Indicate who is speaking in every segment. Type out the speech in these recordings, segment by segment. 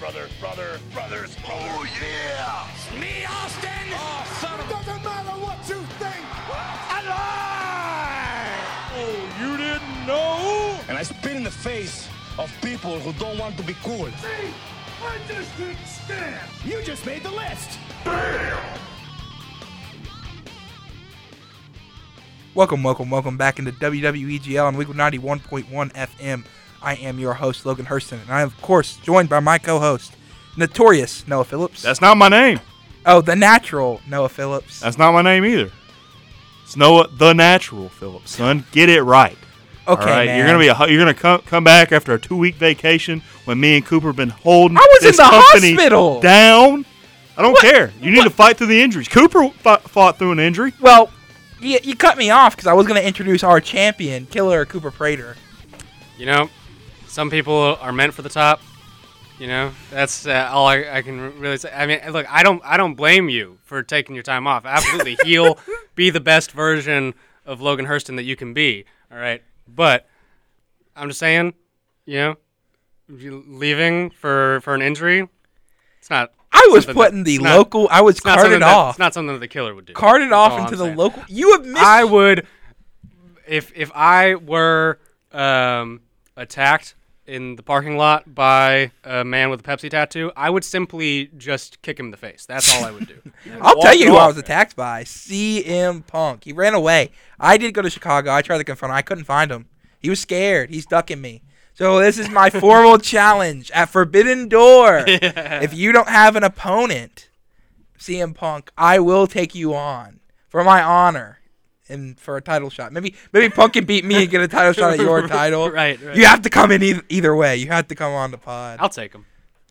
Speaker 1: brother, brother, brothers. Oh yeah! It's me, Austin. Oh, son of
Speaker 2: Doesn't matter what you think.
Speaker 1: Oh, you didn't know?
Speaker 3: and I spit in the face of people who don't want to be cool.
Speaker 2: I just didn't stand. You just made the list.
Speaker 4: Welcome, welcome, welcome back into WWEGL on Weekly 91.1 FM. I am your host, Logan Hurston, and I am, of course, joined by my co host, Notorious Noah Phillips.
Speaker 5: That's not my name.
Speaker 4: oh, the natural Noah Phillips.
Speaker 5: That's not my name either. It's Noah the Natural Phillips, son. Get it right.
Speaker 4: okay,
Speaker 5: all right,
Speaker 4: man.
Speaker 5: you're gonna be a, hu- you're gonna come come back after a two week vacation when me and Cooper been holding.
Speaker 4: I was in
Speaker 5: this
Speaker 4: the
Speaker 5: company
Speaker 4: hospital.
Speaker 5: Down. I don't
Speaker 4: What-
Speaker 5: care. You need
Speaker 4: what-
Speaker 5: to fight through the injuries. Cooper fought, fought through an injury.
Speaker 4: Well, you, you cut me off because I was going to introduce our champion, Killer Cooper Prater.
Speaker 6: You know, some people are meant for the top. You know, that's uh, all I, I can r- really say. I mean, look, I don't I don't blame you for taking your time off. Absolutely, heal, be the best version of Logan Hurston that you can be. All right, but I'm just saying, you know, you leaving for for an injury, it's not.
Speaker 4: I was
Speaker 6: something
Speaker 4: put
Speaker 6: that-
Speaker 4: in the
Speaker 6: it's not-
Speaker 4: local, I was
Speaker 6: it's not something
Speaker 4: carted
Speaker 6: that-
Speaker 4: off.
Speaker 6: It's not something that the killer would do.
Speaker 4: carted
Speaker 6: That's
Speaker 4: off
Speaker 6: all
Speaker 4: into
Speaker 6: I'm
Speaker 4: the
Speaker 6: saying.
Speaker 4: local. You have missed.
Speaker 6: I would, if if I were um, attacked in the parking lot by a man with a Pepsi tattoo, I would simply just kick him in the face. That's all I would do.
Speaker 4: I'll tell you who I
Speaker 5: off.
Speaker 4: was attacked by. CM Punk. He ran away. I did go to Chicago. I tried to confront him. I couldn't find him. He was scared. He's ducking me. So this is my formal challenge at Forbidden Door. If you don't have an opponent, CM Punk, I will take you on for my honor and for a title shot. Maybe maybe Punk can beat me and get a title shot at your title.
Speaker 6: Right, right.
Speaker 4: You have to come in either, either way. You have to come on the pod.
Speaker 6: I'll take him.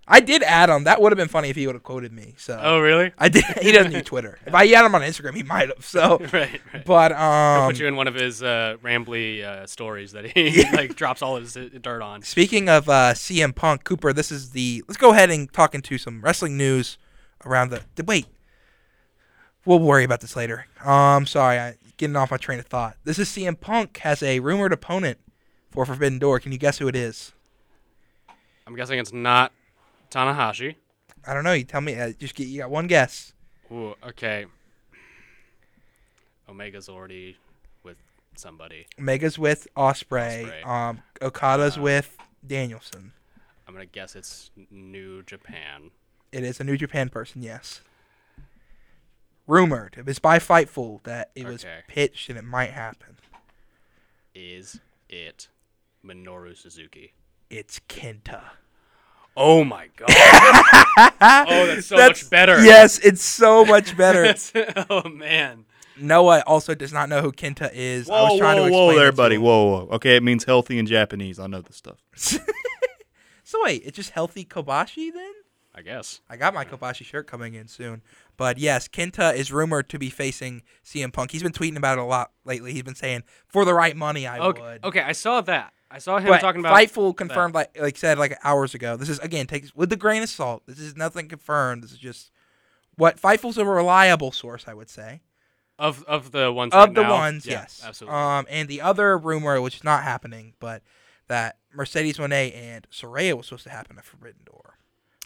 Speaker 4: I did add him. That would have been funny if he would have quoted me. So
Speaker 6: Oh, really?
Speaker 4: I did. He doesn't do Twitter. If I had him on Instagram, he might have. So,
Speaker 6: Right, right.
Speaker 4: but
Speaker 6: I'll
Speaker 4: um,
Speaker 6: put you in one of his uh, rambly uh, stories that he like drops all his uh, dirt on.
Speaker 4: speaking of uh, CM Punk, Cooper, this is the. Let's go ahead and talk into some wrestling news around the. the- wait, we'll worry about this later. Um, sorry, I getting off my train of thought. This is CM Punk has a rumored opponent for Forbidden Door. Can you guess who it is?
Speaker 6: I'm guessing it's not Tanahashi.
Speaker 4: I don't know. You tell me. Uh, just get you got one guess.
Speaker 6: Ooh, okay. Omega's already with somebody.
Speaker 4: Omega's with Osprey.
Speaker 6: Ospreay.
Speaker 4: Um,
Speaker 6: Uh,
Speaker 4: Okada's with Danielson.
Speaker 6: I'm gonna guess it's New Japan.
Speaker 4: It is a New Japan person, yes. Rumored. It was by Fightful that it was
Speaker 6: Okay.
Speaker 4: pitched and it might happen.
Speaker 6: is it Minoru Suzuki?
Speaker 4: It's Kenta.
Speaker 6: Oh my god! oh, that's so
Speaker 4: That's-
Speaker 6: much better.
Speaker 4: Yes, it's so much better.
Speaker 6: That's- oh man.
Speaker 4: Noah also does not know who Kenta is. I
Speaker 5: Whoa,
Speaker 4: was trying
Speaker 5: whoa,
Speaker 4: to
Speaker 5: whoa,
Speaker 4: explain
Speaker 5: there,
Speaker 4: it to
Speaker 5: buddy.
Speaker 4: him.
Speaker 5: Whoa, whoa. Okay, it means healthy in Japanese. I know this stuff.
Speaker 4: So wait, it's just healthy Kobashi then?
Speaker 6: I guess.
Speaker 4: I got my Kobashi shirt coming in soon. But yes, Kenta is rumored to be facing CM Punk. He's been tweeting about it a lot lately. He's been saying, "For the right money, I
Speaker 6: Okay.
Speaker 4: would."
Speaker 6: Okay, I saw that. I saw him
Speaker 4: but
Speaker 6: talking about
Speaker 4: Fightful confirmed, like like said, like hours ago. This is again takes with a grain of salt. This is nothing confirmed. This is just what Fightful's a reliable source, I would say,
Speaker 6: of of the ones
Speaker 4: of
Speaker 6: right
Speaker 4: the
Speaker 6: now.
Speaker 4: ones.
Speaker 6: Yeah,
Speaker 4: yes,
Speaker 6: absolutely.
Speaker 4: Um, and the other rumor, which is not happening, but that Mercedes Monet and Soraya was supposed to happen at Forbidden Door,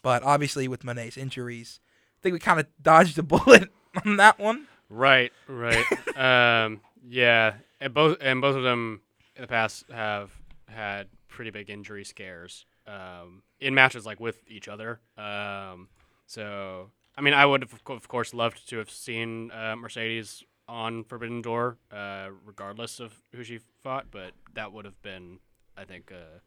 Speaker 4: but obviously with Monet's injuries, I think we kind of dodged a bullet on that one.
Speaker 6: right, right. um, yeah, and both and both of them in the past have had pretty big injury scares um, in matches like with each other. Um, so, I mean, I would have, of course loved to have seen uh, Mercedes on Forbidden Door, uh, regardless of who she fought, but that would have been, I think, uh,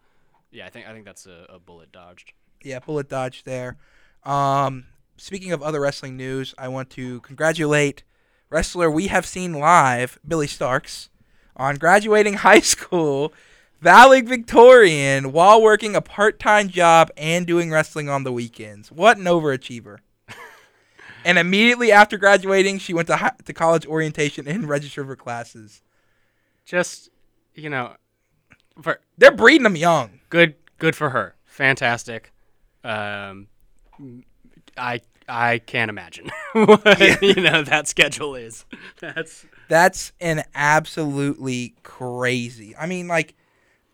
Speaker 6: yeah, I think I think that's a, a bullet dodged.
Speaker 4: Yeah, bullet dodge there. Um, speaking of other wrestling news, I want to congratulate wrestler we have seen live, Billy Starks, on graduating high school, Valley Victorian, while working a part time job and doing wrestling on the weekends. What an overachiever. and immediately after graduating, she went to, hi- to college orientation and registered for classes.
Speaker 6: Just, you know, for
Speaker 4: They're breeding them young.
Speaker 6: good good for her fantastic um i i can't imagine what you know that schedule is that's
Speaker 4: That's an absolutely crazy. I mean, like,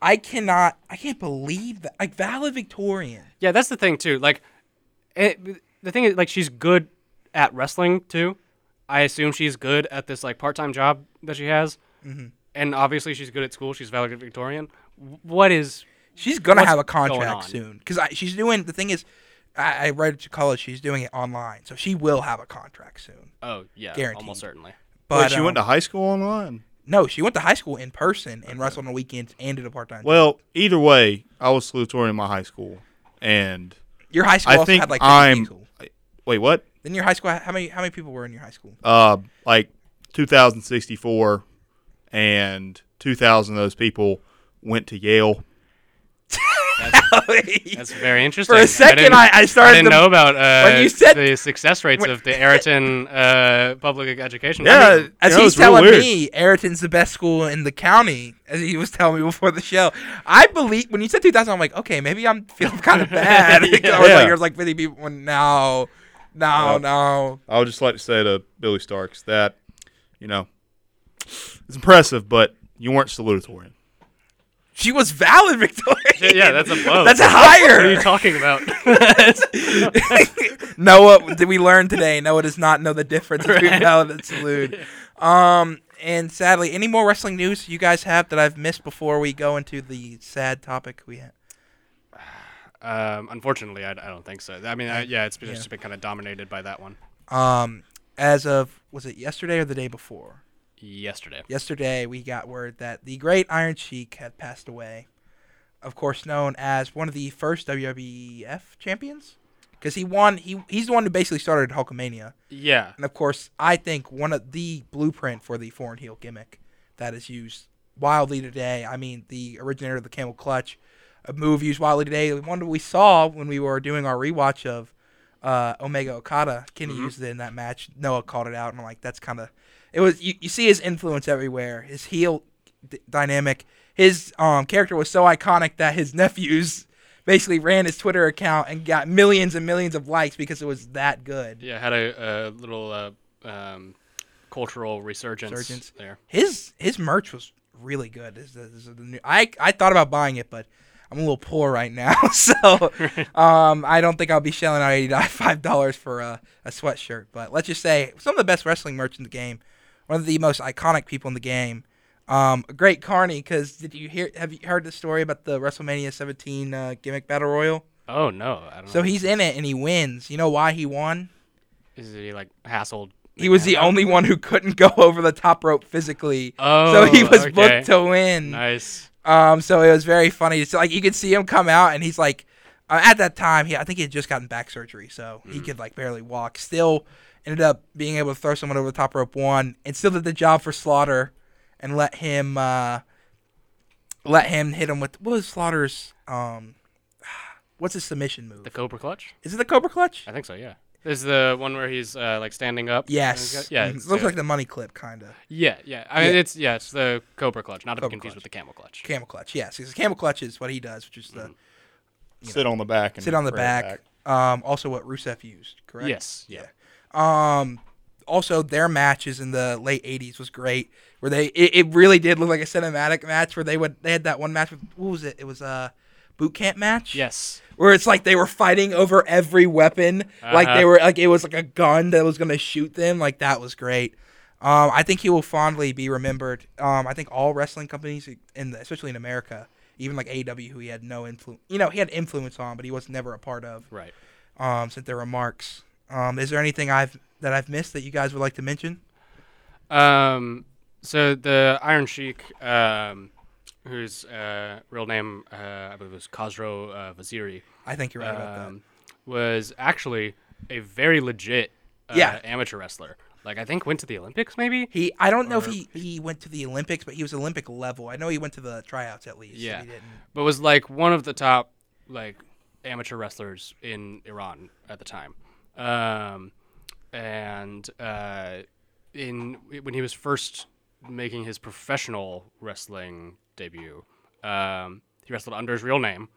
Speaker 4: I cannot, I can't believe that. Like, valedictorian.
Speaker 6: yeah that's the thing too like it, the thing is, like, she's good at wrestling too. I assume she's good at this like part-time job that she has, and obviously she's good at school. She's valedictorian. W- What is?
Speaker 4: She's gonna
Speaker 6: What's
Speaker 4: have a
Speaker 6: going
Speaker 4: contract
Speaker 6: on?
Speaker 4: soon because she's doing the thing is, I, I read to college. She's doing it online, so she will have a contract soon.
Speaker 6: Oh yeah,
Speaker 4: Guaranteed.
Speaker 6: almost certainly.
Speaker 4: But
Speaker 5: Wait, she went to
Speaker 4: um,
Speaker 5: high school online.
Speaker 4: no, she went to high school in person and wrestled on the weekends and did a part time.
Speaker 5: Well, either way, I was salutatorian in my high school, and
Speaker 4: your high school
Speaker 5: I
Speaker 4: also
Speaker 5: think
Speaker 4: had like 30
Speaker 5: I'm.
Speaker 4: people.
Speaker 5: Wait, what?
Speaker 4: Then your high school, how many how many people were in your high school?
Speaker 5: Uh, like 2,064, and 2,000 of those people went to Yale.
Speaker 6: That's very interesting.
Speaker 4: second,
Speaker 6: didn't-
Speaker 4: I- I started
Speaker 6: didn't
Speaker 4: to-
Speaker 6: know about uh,
Speaker 4: when you said-
Speaker 6: the success rates of the Ayrton uh, public education.
Speaker 5: Yeah,
Speaker 6: system.
Speaker 4: As
Speaker 5: you know,
Speaker 4: he's
Speaker 5: it's real
Speaker 4: telling
Speaker 5: weird.
Speaker 4: me, Ayrton's the best school in the county. As he was telling me before the show, I believe when you said 2000, I'm like, okay, maybe I'm feeling kind of bad. 'Cause I was
Speaker 5: Yeah.
Speaker 4: like, there's like 50 people. No, no, no.
Speaker 5: I would just like to say to Billy Starks that, you know, it's impressive, but you weren't salutatorian.
Speaker 4: She was valid, Victoria.
Speaker 6: Yeah, yeah, that's a blow.
Speaker 4: That's a
Speaker 6: What are you
Speaker 4: higher.
Speaker 6: talking about?
Speaker 4: Noah, did we learn today? Noah does not know the difference between valid and salute. Um, and sadly, any more wrestling news you guys have that I've missed before we go into the sad topic we have?
Speaker 6: um, unfortunately, I, I don't think so. I mean, I, yeah, it's just been kind of dominated by that one
Speaker 4: Um, as of was it yesterday or the day before?
Speaker 6: yesterday.
Speaker 4: Yesterday, we got word that the great Iron Sheik had passed away. Of course, known as one of the first WWF champions, because he won. He he's the one who basically started Hulkamania,
Speaker 6: Yeah,
Speaker 4: and of course, I think one of the blueprint for the foreign heel gimmick that is used wildly today. I mean, the originator of the camel clutch, a move used wildly today. One that we saw when we were doing our rewatch of uh, Omega Okada. Kenny
Speaker 6: Mm-hmm.
Speaker 4: used it in that match. Noah called it out, and I'm like, that's kind of it was. You, you see his influence everywhere. His heel d- dynamic. His um, character was so iconic that his nephews basically ran his Twitter account and got millions and millions of likes because it was that good.
Speaker 6: yeah, had a, a little uh, um, cultural resurgence,
Speaker 4: Resurgence.
Speaker 6: there.
Speaker 4: His his merch was really good. This- this is the new- I I thought about buying it, but I'm a little poor right now, so um, I don't think I'll be shelling out eighty five dollars for a, a sweatshirt. But let's just say some of the best wrestling merch in the game, one of the most iconic people in the game. Um, a great Carney, because did you hear? Have you heard the story about the WrestleMania 17 uh, gimmick battle royal?
Speaker 6: Oh no, I don't.
Speaker 4: So
Speaker 6: know.
Speaker 4: he's in it and he wins. You know why he won?
Speaker 6: is he like hassled?
Speaker 4: He was the only one who couldn't go over the top rope physically. so he
Speaker 6: Oh,
Speaker 4: was
Speaker 6: okay.
Speaker 4: booked to win.
Speaker 6: nice.
Speaker 4: Um, so it was very funny. So like you could see him come out, and he's like, uh, at that time, he I think he had just gotten back surgery, so
Speaker 6: Mm-hmm.
Speaker 4: he could like barely walk. Still, ended up being able to throw someone over the top rope one, and still did the job for Slaughter, and let him uh, let him hit him with what was Slaughter's um, what's his submission move?
Speaker 6: The Cobra Clutch.
Speaker 4: Is it the Cobra Clutch?
Speaker 6: I think so. Yeah. This is the one where he's uh, like standing up. and he's
Speaker 4: Yes.
Speaker 6: got- Yeah.
Speaker 4: Mhm.
Speaker 6: it's,
Speaker 4: looks
Speaker 6: uh,
Speaker 4: like the money clip kind of.
Speaker 6: Yeah, yeah. I mean,
Speaker 4: Yeah.
Speaker 6: it's yeah, it's the Cobra Clutch, not to
Speaker 4: Cobra
Speaker 6: be confused
Speaker 4: clutch.
Speaker 6: with the Camel Clutch.
Speaker 4: Camel clutch, yes, because camel clutch is what he does, which is the
Speaker 5: Sit on the back
Speaker 6: Mm-hmm.
Speaker 5: and
Speaker 4: sit on the
Speaker 5: rear
Speaker 4: back. Um, also, what Rusev used, correct?
Speaker 6: Yes. Yeah.
Speaker 4: Um, also, their matches in the late '80s was great, where they it, it really did look like a cinematic match. Where they would they had that one match with what was it? It was a boot camp match.
Speaker 6: Yes.
Speaker 4: where it's like they were fighting over every weapon, like they
Speaker 6: Uh-huh.
Speaker 4: were like it was like a gun that was gonna shoot them. Like that was great. Um, I think he will fondly be remembered. Um, I think all wrestling companies, e, in the, especially in America, even like AEW, who he had no influence, you know, he had influence on, but he was never a part of
Speaker 6: Right.
Speaker 4: um, sent their remarks. Um, is there anything I've that I've missed that you guys would like to mention?
Speaker 6: Um. So the Iron Sheik, um, whose uh, real name uh, I believe was Khosrow uh, Vaziri,
Speaker 4: I think you're right about
Speaker 6: um, was actually a very legit uh,
Speaker 4: Yeah.
Speaker 6: amateur wrestler. Like I think went to the Olympics maybe.
Speaker 4: that. He, I don't know if he, he went to the Olympics, but he was Olympic level. I know he went to the tryouts at least. if
Speaker 6: Yeah.
Speaker 4: he didn't.
Speaker 6: but was like one of the top like amateur wrestlers in Iran at the time. Um, and uh, in when he was first making his professional wrestling debut, um, he wrestled under his real name,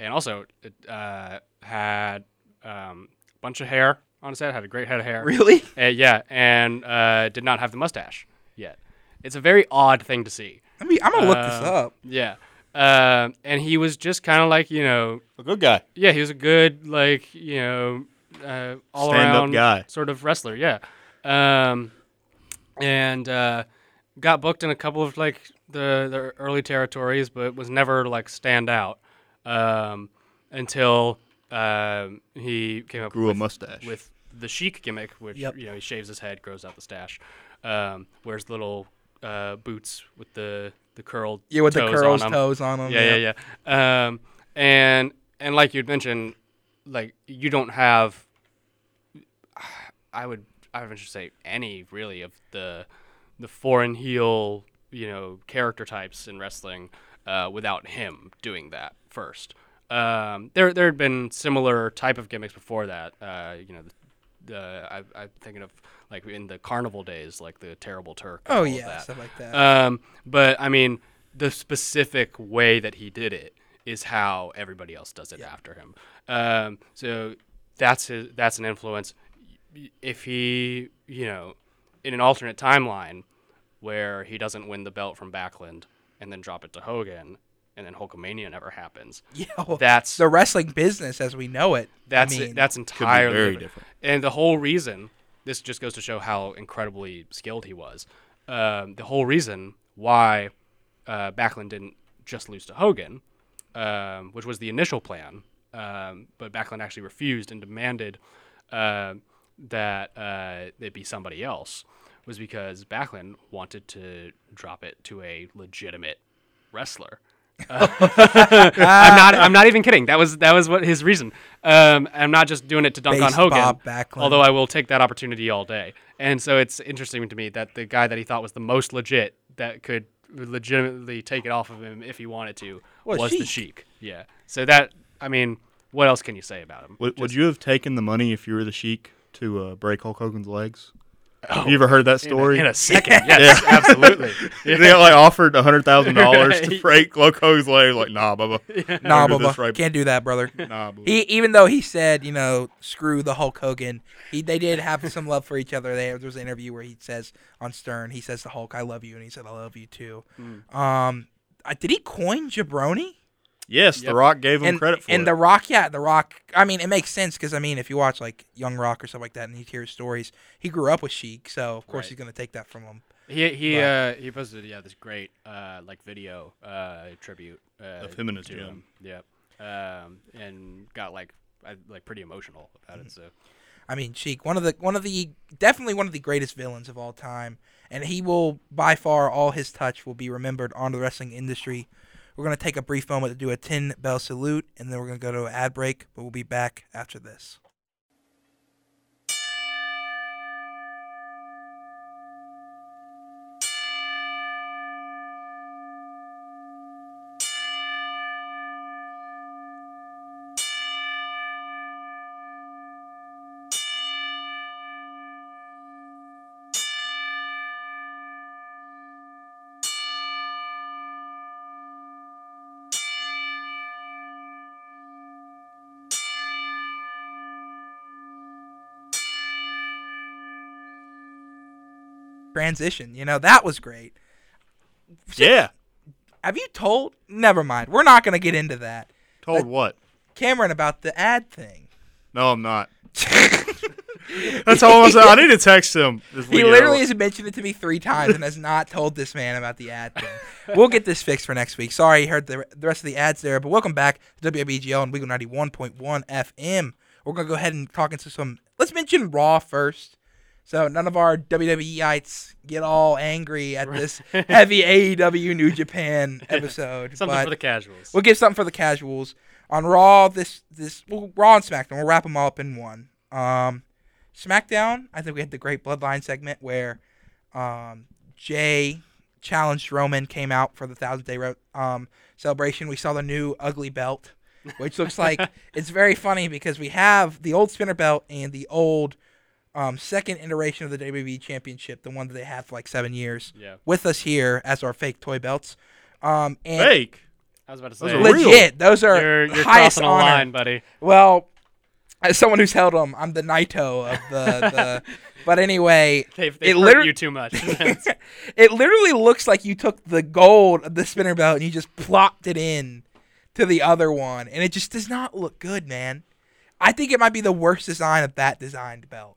Speaker 6: and also uh, had um, a bunch of hair on his head. Had a great head of hair.
Speaker 4: Really?
Speaker 6: Uh, yeah, and uh, did not have the mustache yet. It's a very odd thing to see.
Speaker 4: I mean, I'm gonna look this
Speaker 6: Uh,
Speaker 4: up.
Speaker 6: Yeah. Uh, Um, and he was just kind of like, you know,
Speaker 5: A good guy.
Speaker 6: yeah, he was a good, like, you know, uh, all
Speaker 5: Stand-up
Speaker 6: around
Speaker 5: guy.
Speaker 6: sort of wrestler. Yeah, um, and uh, got booked in a couple of like the, the early territories, but was never like stand out um, until um, he came up
Speaker 5: Grew a
Speaker 6: with,
Speaker 5: mustache.
Speaker 6: with the chic gimmick, which
Speaker 4: Yep.
Speaker 6: you know he shaves his head, grows out the stash, um, wears the little uh, boots with the the curled
Speaker 4: Yeah, with the
Speaker 6: toes
Speaker 4: curls,
Speaker 6: on 'em.
Speaker 4: toes on them.
Speaker 6: Yeah, yeah, yeah. Um, and and like you'd mentioned, like you don't have. I would I would just say any really of the the foreign heel you know character types in wrestling uh, without him doing that first. Um, there there had been similar type of gimmicks before that. Uh, you know. The, the- I, I'm thinking of like in the carnival days, like the terrible Turk. and
Speaker 4: Oh
Speaker 6: all of
Speaker 4: yeah,
Speaker 6: that.
Speaker 4: stuff like that.
Speaker 6: Um, but I mean, the specific way that he did it is how everybody else does it after him. Um, so that's his, that's an influence. If he, you know, in an alternate timeline where he doesn't win the belt from Backlund and then drop it to Hogan and then Hulkamania never happens.
Speaker 4: yeah, well,
Speaker 6: That's
Speaker 4: the wrestling business as we know it.
Speaker 6: that's
Speaker 4: I mean,
Speaker 6: that's entirely
Speaker 5: very
Speaker 6: different. And the whole reason this just goes to show how incredibly skilled he was. Um, the whole reason why uh, Backlund didn't just lose to Hogan, um, which was the initial plan, um, but Backlund actually refused and demanded uh, that uh, it be somebody else, was because Backlund wanted to drop it to a legitimate wrestler. I'm not. I'm not even kidding. That was that was what his reason. Um, I'm not just doing it to dunk on
Speaker 4: Based
Speaker 6: Hogan.
Speaker 4: Bob Backlund.
Speaker 6: Although I will take that opportunity all day. And so it's interesting to me that the guy that he thought was the most legit that could legitimately take it off of him if he wanted to
Speaker 4: Was
Speaker 6: was, the
Speaker 4: Sheik.
Speaker 6: Sheik. Yeah. So that I mean, what else can you say about him?
Speaker 5: Would, would you have taken the money if you were the Sheik to uh, break Hulk Hogan's legs? have you ever heard that story?
Speaker 6: In a second, yes, absolutely.
Speaker 5: They like offered hundred thousand dollars to
Speaker 6: Right.
Speaker 5: break Hulk Hogan's legs. Like, nah, Bubba.
Speaker 4: nah,
Speaker 5: We'll do this
Speaker 4: Bubba,
Speaker 5: right-
Speaker 4: can't do that, brother.
Speaker 5: Nah, Bubba.
Speaker 4: He, even though he said, you know, screw the Hulk Hogan, he, they did have some love for each other. They, there was an interview where he says on Stern, he says to Hulk, "I love you," and he said, "I love you too."
Speaker 5: Hmm.
Speaker 4: Um, I, did he coin jabroni?
Speaker 5: Yes, The
Speaker 6: Yep.
Speaker 5: Rock gave him
Speaker 4: and,
Speaker 5: credit for
Speaker 4: and
Speaker 5: it.
Speaker 4: the rock yeah the rock i mean it makes sense because i mean if you watch like young rock or something like that and you hear his stories he grew up with sheik so of course
Speaker 6: Right.
Speaker 4: he's going to take that from him
Speaker 6: He he uh, he posted yeah this great uh, like video uh, tribute uh, of
Speaker 5: him in his gym.
Speaker 6: Yep. Um, and got like I, like pretty emotional about it. So
Speaker 4: I mean, Sheik, one of the one of the definitely one of the greatest villains of all time, and he will by far all his touch will be remembered on the wrestling industry. We're gonna take a brief moment to do a ten bell salute, and then we're gonna go to an ad break. But we'll be back after this. Transition, you know that was great.
Speaker 5: yeah,
Speaker 4: Have you told? Never mind. We're not gonna get into that,
Speaker 5: told what?
Speaker 4: Cameron, about the ad thing.
Speaker 5: No, I'm not. That's all I'm saying. I need to text him. This
Speaker 4: He
Speaker 5: weekend.
Speaker 4: literally has mentioned it to me three times and has not told this man about the ad thing. we'll get this fixed for next week. Sorry, you heard the, the rest of the ads there, but welcome back to WBGL and Weagle 91.1 FM. We're going to go ahead and talk into some. Let's mention Raw first. So none of our WWEites get all angry at this heavy AEW New Japan episode.
Speaker 6: something
Speaker 4: but
Speaker 6: for the casuals.
Speaker 4: We'll give something for the casuals on Raw. This this well, Raw and SmackDown. We'll wrap them all up in one. Um, SmackDown. I think we had the great Bloodline segment where um, Jay challenged Roman. Came out for the thousand day ro- um, celebration. We saw the new ugly belt, which looks like it's very funny because we have the old spinner belt and the old um, second iteration of the WWE Championship, the one that they had for like seven years,
Speaker 6: Yeah.
Speaker 4: with us here as our fake toy belts. Um, and
Speaker 5: fake.
Speaker 6: I was about to
Speaker 5: Those
Speaker 6: say
Speaker 5: are real.
Speaker 4: legit. Those are
Speaker 6: you're, you're
Speaker 4: highest
Speaker 6: crossing a
Speaker 4: honor.
Speaker 6: line, buddy.
Speaker 4: Well, as someone who's held them, I'm the Naito of the. the but anyway,
Speaker 6: They've, they've
Speaker 4: it
Speaker 6: hurt
Speaker 4: literally
Speaker 6: you too much.
Speaker 4: it literally looks like you took the gold of the spinner belt and you just plopped it in to the other one, and it just does not look good, man. I think it might be the worst design of that designed belt.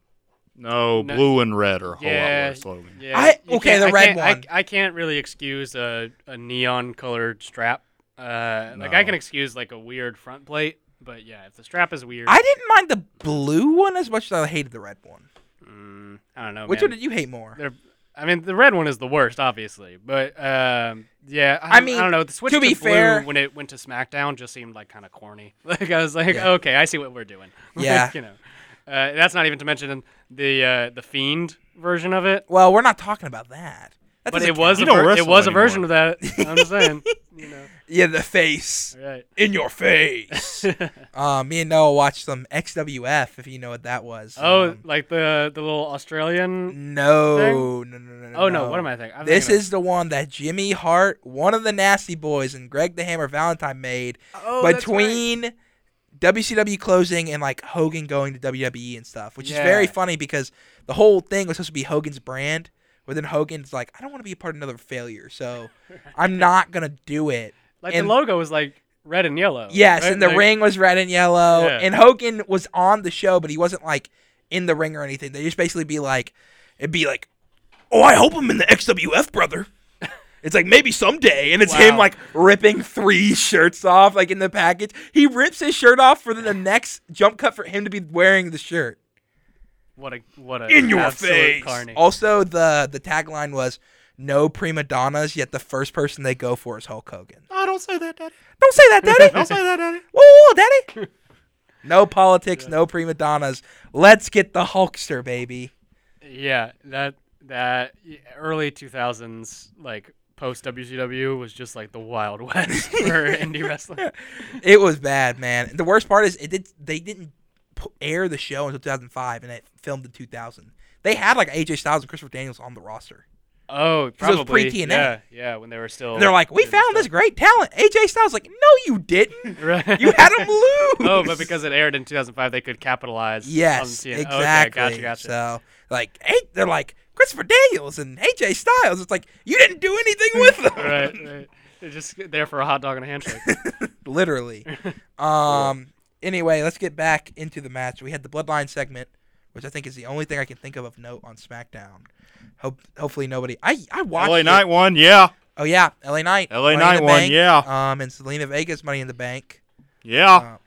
Speaker 5: No,
Speaker 6: No.
Speaker 5: blue and red are a whole lot
Speaker 6: Yeah,
Speaker 5: worse slogan.
Speaker 6: yeah.
Speaker 4: I-
Speaker 6: you
Speaker 4: okay,
Speaker 6: can't-
Speaker 4: the
Speaker 6: I
Speaker 4: red
Speaker 6: can't- I-
Speaker 4: one.
Speaker 6: I, can't really excuse a, a neon colored strap. Uh, Like I
Speaker 5: No.
Speaker 6: can excuse like a weird front plate, but yeah, if the strap is weird,
Speaker 4: I didn't mind the blue one as much as I hated the red one.
Speaker 6: mm, I don't know.
Speaker 4: Which
Speaker 6: man.
Speaker 4: one did you hate more?
Speaker 6: They're, I mean, the red one is the worst, obviously. But um, yeah, I,
Speaker 4: I
Speaker 6: mean,
Speaker 4: mean,
Speaker 6: I don't know. The switch
Speaker 4: to
Speaker 6: to,
Speaker 4: be
Speaker 6: blue
Speaker 4: fair-
Speaker 6: when it went to SmackDown just seemed like kind of corny. Like I was like, okay, I see what we're doing. Like,
Speaker 4: Yeah.
Speaker 6: you know, uh, that's not even to mention the uh, the fiend version of it.
Speaker 4: Well, we're not talking about that. that
Speaker 6: But
Speaker 4: doesn't
Speaker 6: it was a
Speaker 5: You don't
Speaker 6: ver- it
Speaker 5: wrestle
Speaker 6: was a
Speaker 5: anymore.
Speaker 6: version of that. I'm just saying, you know,
Speaker 4: count. yeah the face
Speaker 6: right?
Speaker 4: in your face. uh, me and Noah watched some XWF if you know what that was.
Speaker 6: Oh,
Speaker 4: Um,
Speaker 6: like the the little Australian.
Speaker 4: no, no, no, Mm, no, no.
Speaker 6: Oh no, what am I thinking? I'm
Speaker 4: This
Speaker 6: thinking
Speaker 4: is the one that Jimmy Hart, one of the Nasty Boys, and Greg the Hammer Valentine made
Speaker 6: of- oh, that's right.
Speaker 4: between WCW closing and like Hogan going to WWE and stuff, which
Speaker 6: Yeah.
Speaker 4: is very funny because the whole thing was supposed to be Hogan's brand, but then Hogan's like, I don't want to be a part of another failure, so I'm not gonna do it.
Speaker 6: like
Speaker 4: and-
Speaker 6: the logo was like red and yellow.
Speaker 4: Yes,
Speaker 6: right?
Speaker 4: and the
Speaker 6: Like-
Speaker 4: ring was red and yellow,
Speaker 6: Yeah.
Speaker 4: and Hogan was on the show, but he wasn't like in the ring or anything. They just basically be like, it'd be like, oh, I hope I'm in the XWF, brother. It's like maybe someday, and it's him
Speaker 6: Wow.
Speaker 4: like ripping three shirts off, like in the package. He rips his shirt off for the next jump cut for him to be wearing the shirt.
Speaker 6: What a what a
Speaker 4: In your
Speaker 6: absolute
Speaker 4: face.
Speaker 6: carny.
Speaker 4: Also, the the tagline was "No prima donnas," yet the first person they go for is Hulk Hogan.
Speaker 5: I "Ah, don't say that, Daddy.
Speaker 4: Don't say that, Daddy.
Speaker 5: Don't say that, Daddy.
Speaker 4: Whoa, whoa, whoa, daddy. no politics, no prima donnas. Let's get the Hulkster, baby.
Speaker 6: Yeah, that that y- early two thousands like post WCW was just like the wild west for indie wrestling.
Speaker 4: It was bad, man. The worst part is it did they didn't pu- air the show until 2005, and it filmed in 2000. They had like AJ Styles and Christopher Daniels on the roster. it
Speaker 6: Oh,
Speaker 4: was
Speaker 6: probably.
Speaker 4: pre-TNA.
Speaker 6: Yeah, yeah, when they were still.
Speaker 4: And they're like, "We found this great talent." AJ Styles like, "No, you didn't.
Speaker 6: Right.
Speaker 4: You had him lose."
Speaker 6: Oh, but because it aired in 2005, they could capitalize. on
Speaker 4: yes,
Speaker 6: TNA.
Speaker 4: exactly.
Speaker 6: Okay, gotcha, gotcha.
Speaker 4: So like, hey, they're like Christopher Daniels and AJ Styles. It's like you didn't do anything with them.
Speaker 6: right, right. They're just there for a hot dog and a handshake.
Speaker 4: literally. um. Anyway, let's get back into the match. We had the Bloodline segment, which I think is the only thing I can think of of note on SmackDown. Hope, hopefully nobody. I I watched.
Speaker 5: LA
Speaker 4: it.
Speaker 5: Knight won, yeah.
Speaker 4: Oh yeah, LA Knight.
Speaker 5: LA
Speaker 4: Money in
Speaker 5: Knight
Speaker 4: the
Speaker 5: won,
Speaker 4: Bank,
Speaker 5: yeah.
Speaker 4: Um, and Selena Vega's Money in the Bank.
Speaker 5: Yeah.
Speaker 4: Uh,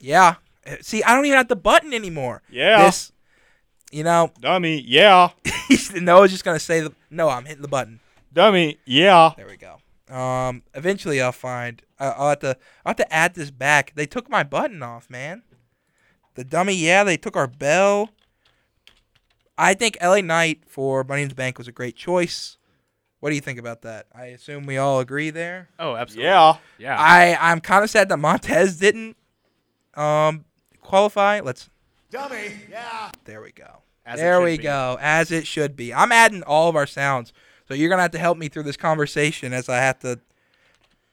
Speaker 4: Yeah. Uh, See, I don't even have the button anymore.
Speaker 5: Yeah.
Speaker 4: This, you know,
Speaker 5: Dummy, yeah.
Speaker 4: Noah's just gonna say the, no. I'm hitting the button.
Speaker 5: Dummy, yeah.
Speaker 4: There we go. Um, eventually I'll find. I, I'll have to. I'll have to add this back. They took my button off, man. The dummy. Yeah, they took our bell. I think L.A. Knight for Money in the Bank was a great choice. What do you think about that? I assume we all agree there.
Speaker 6: Oh, absolutely.
Speaker 5: Yeah.
Speaker 6: Yeah.
Speaker 4: I I'm kind of sad that Montez didn't um qualify. Let's.
Speaker 2: Dummy. Yeah.
Speaker 4: There we go.
Speaker 6: As it
Speaker 4: there
Speaker 6: should
Speaker 4: we
Speaker 6: be.
Speaker 4: go. As it should be. I'm adding all of our sounds. So you're going to have to help me through this conversation as I have to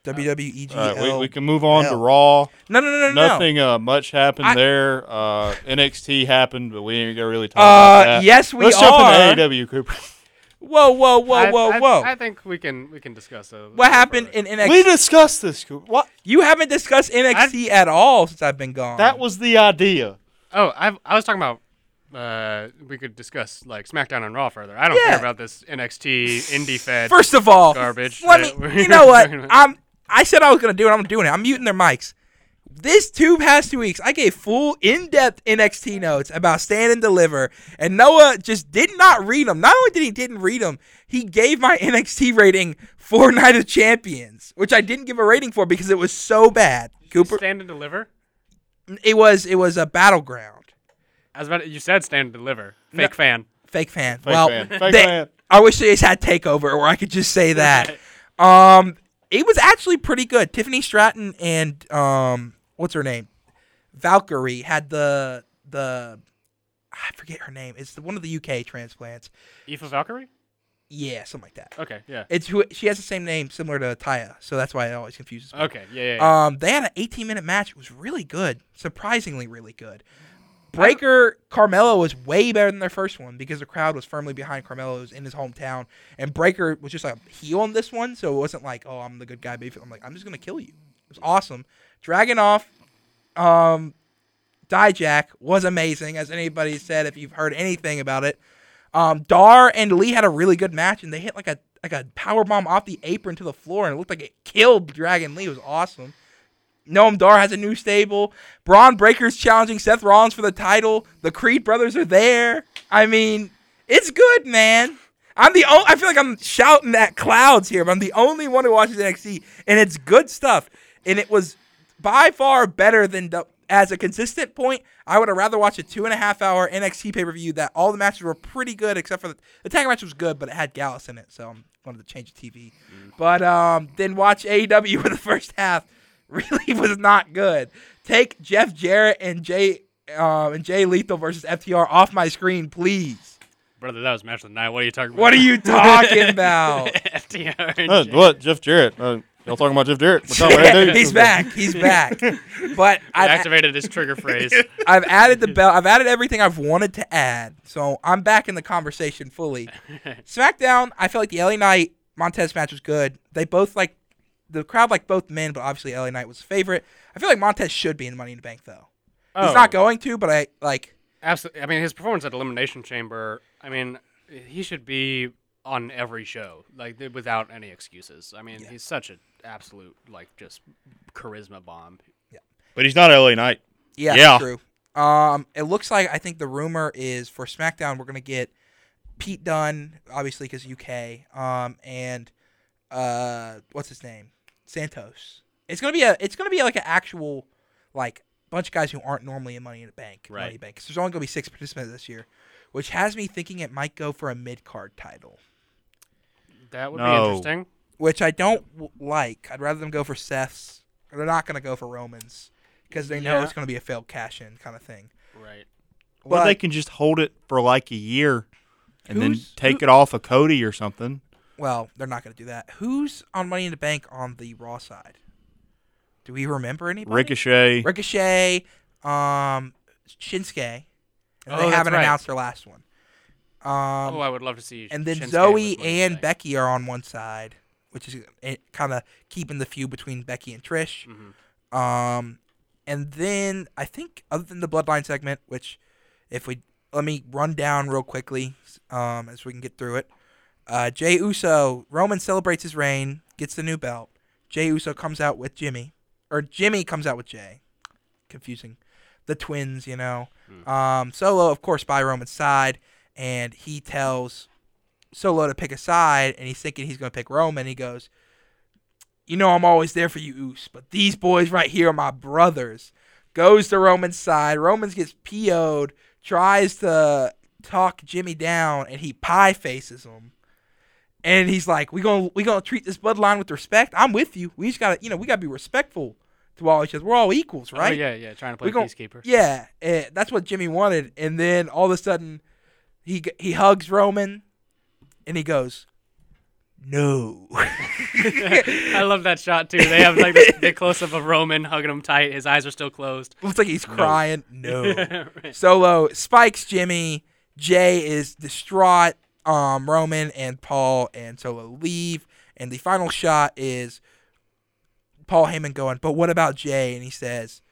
Speaker 4: WWEGL.
Speaker 5: All right, we, we can move on to
Speaker 4: Hell.
Speaker 5: Raw.
Speaker 4: no, no, no, no, no.
Speaker 5: Nothing uh, much happened
Speaker 4: I-
Speaker 5: there. Uh, NXT happened, but we ain't gonna really talk
Speaker 4: Uh,
Speaker 5: about that.
Speaker 4: yes, we
Speaker 5: Let's
Speaker 4: are.
Speaker 5: jump into AEW, Cooper.
Speaker 4: Whoa, whoa, whoa,
Speaker 6: I-
Speaker 4: whoa,
Speaker 6: I,
Speaker 4: whoa.
Speaker 6: I, think we can we can discuss a
Speaker 4: what
Speaker 6: little
Speaker 4: happened
Speaker 6: further.
Speaker 4: in NXT?
Speaker 5: we discussed this, Cooper. What?
Speaker 4: you haven't discussed NXT at all since I've been gone.
Speaker 5: That was the idea.
Speaker 6: Oh, I I was talking about uh, we could discuss like SmackDown and Raw further. I don't
Speaker 4: Yeah.
Speaker 6: care about this NXT indie fed.
Speaker 4: First of all,
Speaker 6: Garbage.
Speaker 4: Let
Speaker 6: Yeah,
Speaker 4: me, you know what?
Speaker 6: we're gonna-
Speaker 4: I'm. I said I was gonna do it. I'm doing it. I'm muting their mics. This two past two weeks, I gave full in-depth NXT notes about stand and deliver, and Noah just did not read them. Not only did he didn't read them, he gave my NXT rating for Night of Champions, which I didn't give a rating for because it was so bad. Cooper,
Speaker 6: stand and deliver.
Speaker 4: it was it was a battleground.
Speaker 6: I was about to- you said stand and deliver. Fake fan.
Speaker 4: Fake fan. well,
Speaker 5: fan. Fake
Speaker 4: they-
Speaker 5: fan.
Speaker 4: I wish they just had takeover, or I could just say that. um, it was actually pretty good. Tiffany Stratton and um, what's her name, Valkyrie had the the I forget her name. It's the, one of the UK transplants.
Speaker 6: Eva Valkyrie.
Speaker 4: Yeah, something like that.
Speaker 6: Okay. Yeah.
Speaker 4: It's who she has the same name, similar to Taya, so that's why it always confuses me.
Speaker 6: Okay. Yeah. yeah, yeah.
Speaker 4: Um, they had an 18 minute match. It was really good, surprisingly really good. Breaker Carmelo was way better than their first one because the crowd was firmly behind Carmelo It was in his hometown, and Breaker was just like a heel on this one, so it wasn't like, oh, I'm the good guy. Baby, I'm like, I'm just gonna kill you. It was awesome. Dragon off, um, Dijak was amazing, as anybody said if you've heard anything about it. Um, Dar and Lee had a really good match, and they hit like a like a power bomb off the apron to the floor, and it looked like it killed Dragon Lee. It was awesome. Noam Dar has a new stable. Braun Breaker's challenging Seth Rollins for the title. The Creed brothers are there. I mean, it's good, man. I'm the only, I feel like I'm shouting at clouds here, but I'm the only one who watches NXT, and it's good stuff. And it was by far better than the, as a consistent point. I would have rather watched a two and a half hour NXT pay per view that all the matches were pretty good, except for the, the tag match was good, but it had Gallus in it, so I wanted to change the TV. But um, then watch AEW for the first half really was not good. Take Jeff Jarrett and Jay um, and Jay Lethal versus FTR off my screen, please.
Speaker 6: Brother, that was match of the night. What are you talking about?
Speaker 4: What are you talking about?
Speaker 6: FTR. and
Speaker 7: Uh,
Speaker 6: Jay.
Speaker 7: what? Jeff Jarrett. Uh, y'all talking about Jeff Jarrett? What's up,
Speaker 5: E
Speaker 7: man, dude?
Speaker 4: He's back. He's back. But
Speaker 6: I
Speaker 4: I've,
Speaker 6: activated his trigger phrase.
Speaker 4: I've added the bell. I've added everything I've wanted to add. So I'm back in the conversation fully. SmackDown. I feel like the LA Knight Montez match was good. They both like the crowd liked both men, but obviously LA Knight was the favorite. I feel like Montez should be in Money in the Bank though. He's not going to, but I like.
Speaker 6: Absolutely. I mean, his performance at Elimination Chamber. I mean, he should be on every show, like th- without any excuses. I mean, he's such an absolute, like, just charisma bomb.
Speaker 5: But he's not LA Knight.
Speaker 4: Yeah,
Speaker 5: Yeah.
Speaker 4: true. Um, it looks like I think the rumor is for SmackDown we're gonna get Pete Dunne, obviously because UK, um, and uh, what's his name, Santos. It's gonna be a, it's gonna be like an actual, like bunch of guys who aren't normally in Money in the Bank,
Speaker 6: Right.
Speaker 4: Money Bank. 'Cause there's only gonna be six participants this year, which has me thinking it might go for a mid card title,
Speaker 6: That would
Speaker 5: No.
Speaker 6: be interesting.
Speaker 4: which I don't w- like. I'd rather them go for Seth's. They're not gonna go for Romans because they know
Speaker 6: Yeah.
Speaker 4: it's gonna be a failed cash in kind of thing.
Speaker 6: Right.
Speaker 5: Well,
Speaker 4: But-
Speaker 5: they can just hold it for like a year and then
Speaker 4: Who's-
Speaker 5: take it off of Cody or something.
Speaker 4: Well, they're not going to do that. Who's on Money in the Bank on the Raw side? Do we remember anybody?
Speaker 5: Ricochet.
Speaker 4: Ricochet, um, Shinsuke. And
Speaker 6: Oh,
Speaker 4: they
Speaker 6: that's
Speaker 4: haven't
Speaker 6: right.
Speaker 4: announced their last one. Um,
Speaker 6: oh, I would love to see.
Speaker 4: and then
Speaker 6: Shinsuke
Speaker 4: Zoe
Speaker 6: with Money in the
Speaker 4: and
Speaker 6: Bank.
Speaker 4: Becky are on one side, which is kind of keeping the feud between Becky and Trish.
Speaker 6: Mm-hmm.
Speaker 4: Um, and then I think other than the Bloodline segment, which if we let me run down real quickly, um, as we can get through it. Uh, Jay Uso Roman celebrates his reign, gets the new belt. Jay Uso comes out with Jimmy, or Jimmy comes out with Jay. Confusing, the twins, you know. Um, Solo, of course, by Roman's side, and he tells Solo to pick a side, and he's thinking he's going to pick Roman. He goes, You know, I'm always there for you, Oos, but these boys right here are my brothers. Goes to Roman's side. Romans gets PO'd, tries to talk Jimmy down, and he pie faces him. And he's like, we gonna we gonna treat this bloodline with respect. I'm with you. We just gotta you know we gotta be respectful to all each other. We're all equals, right?
Speaker 6: Oh, yeah, yeah, trying to play
Speaker 4: We gon-
Speaker 6: peacekeeper.
Speaker 4: Yeah, eh, that's what Jimmy wanted. And then all of a sudden, he g- he hugs Roman, and he goes, "No."
Speaker 6: I love that shot too. They have like this big close up of Roman hugging him tight. His eyes are still closed.
Speaker 4: Looks like he's crying. No.
Speaker 6: Right.
Speaker 4: Solo spikes Jimmy. Jay is distraught. Um, Roman and Paul and Solo leave. And the final shot is Paul Heyman going, But what about Jay? And he says,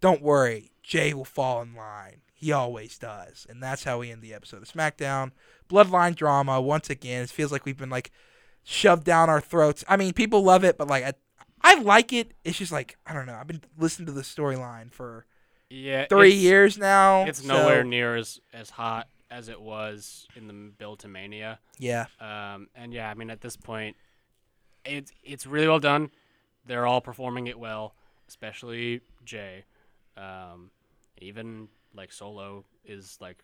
Speaker 4: Don't worry. Jay will fall in line. He always does. And that's how we end the episode of SmackDown. Bloodline drama. Once again, it feels like we've been like shoved down our throats. I mean, people love it, but like, I, I like it. It's just like, I don't know. I've been listening to the storyline for
Speaker 6: Yeah,
Speaker 4: three
Speaker 6: it's-
Speaker 4: years now.
Speaker 6: It's
Speaker 4: so-
Speaker 6: nowhere near as as hot as it was in the build to Mania.
Speaker 4: Yeah,
Speaker 6: Um, and yeah, I mean, at this point, it's it's really well done. They're all performing it well, especially Jay. Um, even like Solo is like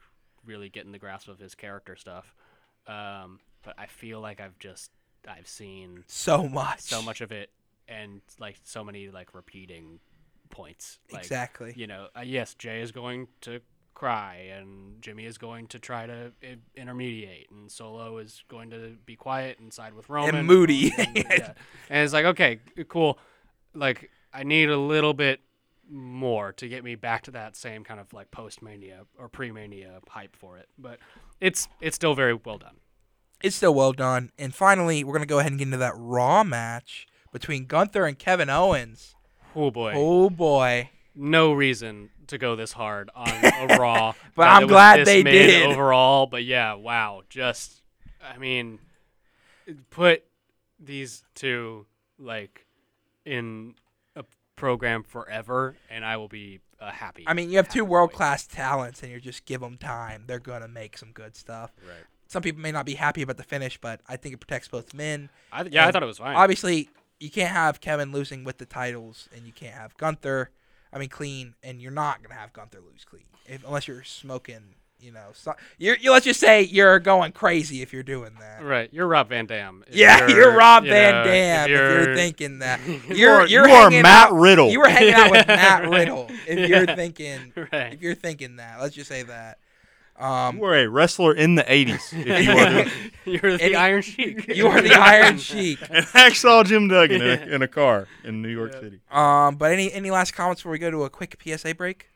Speaker 6: really getting the grasp of his character stuff. Um, but I feel like I've just I've seen
Speaker 4: so much.
Speaker 6: so much of it and like so many like repeating points. Like,
Speaker 4: Exactly.
Speaker 6: You know, uh, yes, Jay is going to cry and Jimmy is going to try to I- intermediate and Solo is going to be quiet and side with Roman
Speaker 4: moody.
Speaker 6: And, yeah. and it's like okay, cool. Like I need a little bit more to get me back to that same kind of like post mania or pre mania hype for it. But it's it's still very well done.
Speaker 4: It's still well done. And finally, we're gonna go ahead and get into that Raw match between Gunther and Kevin Owens.
Speaker 6: Oh boy.
Speaker 4: Oh boy,
Speaker 6: no reason to go this hard on a Raw.
Speaker 4: But
Speaker 6: that
Speaker 4: I'm
Speaker 6: was
Speaker 4: glad
Speaker 6: this
Speaker 4: they
Speaker 6: mid
Speaker 4: did.
Speaker 6: overall. But yeah, wow, just I mean, put these two like in a program forever, and I will be a happy.
Speaker 4: I mean, you have two
Speaker 6: happy boy.
Speaker 4: world class talents, and you just give them time. They're gonna make some good stuff.
Speaker 6: Right.
Speaker 4: Some people may not be happy about the finish, but I think it protects both men.
Speaker 6: I th- yeah, I
Speaker 4: And
Speaker 6: thought it was fine.
Speaker 4: Obviously, you can't have Kevin losing with the titles, and you can't have Gunther. I mean, clean, and you're not gonna have Gunther lose clean if, unless you're smoking. You know, so, you're, you let's just say you're going crazy if you're doing that.
Speaker 6: Right, you're Rob Van Dam. If
Speaker 4: Yeah, you're, Rob
Speaker 6: you
Speaker 4: Van
Speaker 6: know, if
Speaker 4: Dam. If you're,
Speaker 6: you're-
Speaker 4: thinking that, you're
Speaker 5: are-
Speaker 4: you're
Speaker 5: you are
Speaker 4: hanging
Speaker 5: Matt
Speaker 4: out-
Speaker 5: Riddle.
Speaker 4: You were hanging out with Matt Riddle. If you're
Speaker 6: Yeah.
Speaker 4: thinking,
Speaker 6: Right.
Speaker 4: if you're thinking that, let's just say that. Um,
Speaker 5: You were a wrestler in the 80s, if you were.
Speaker 6: You're the
Speaker 4: Any-
Speaker 6: Iron Sheik.
Speaker 4: you are the Iron Sheik.
Speaker 5: and hacksaw Jim Duggan in a, in a car in New York City.
Speaker 4: Um, but any any last comments before we go to a quick PSA break?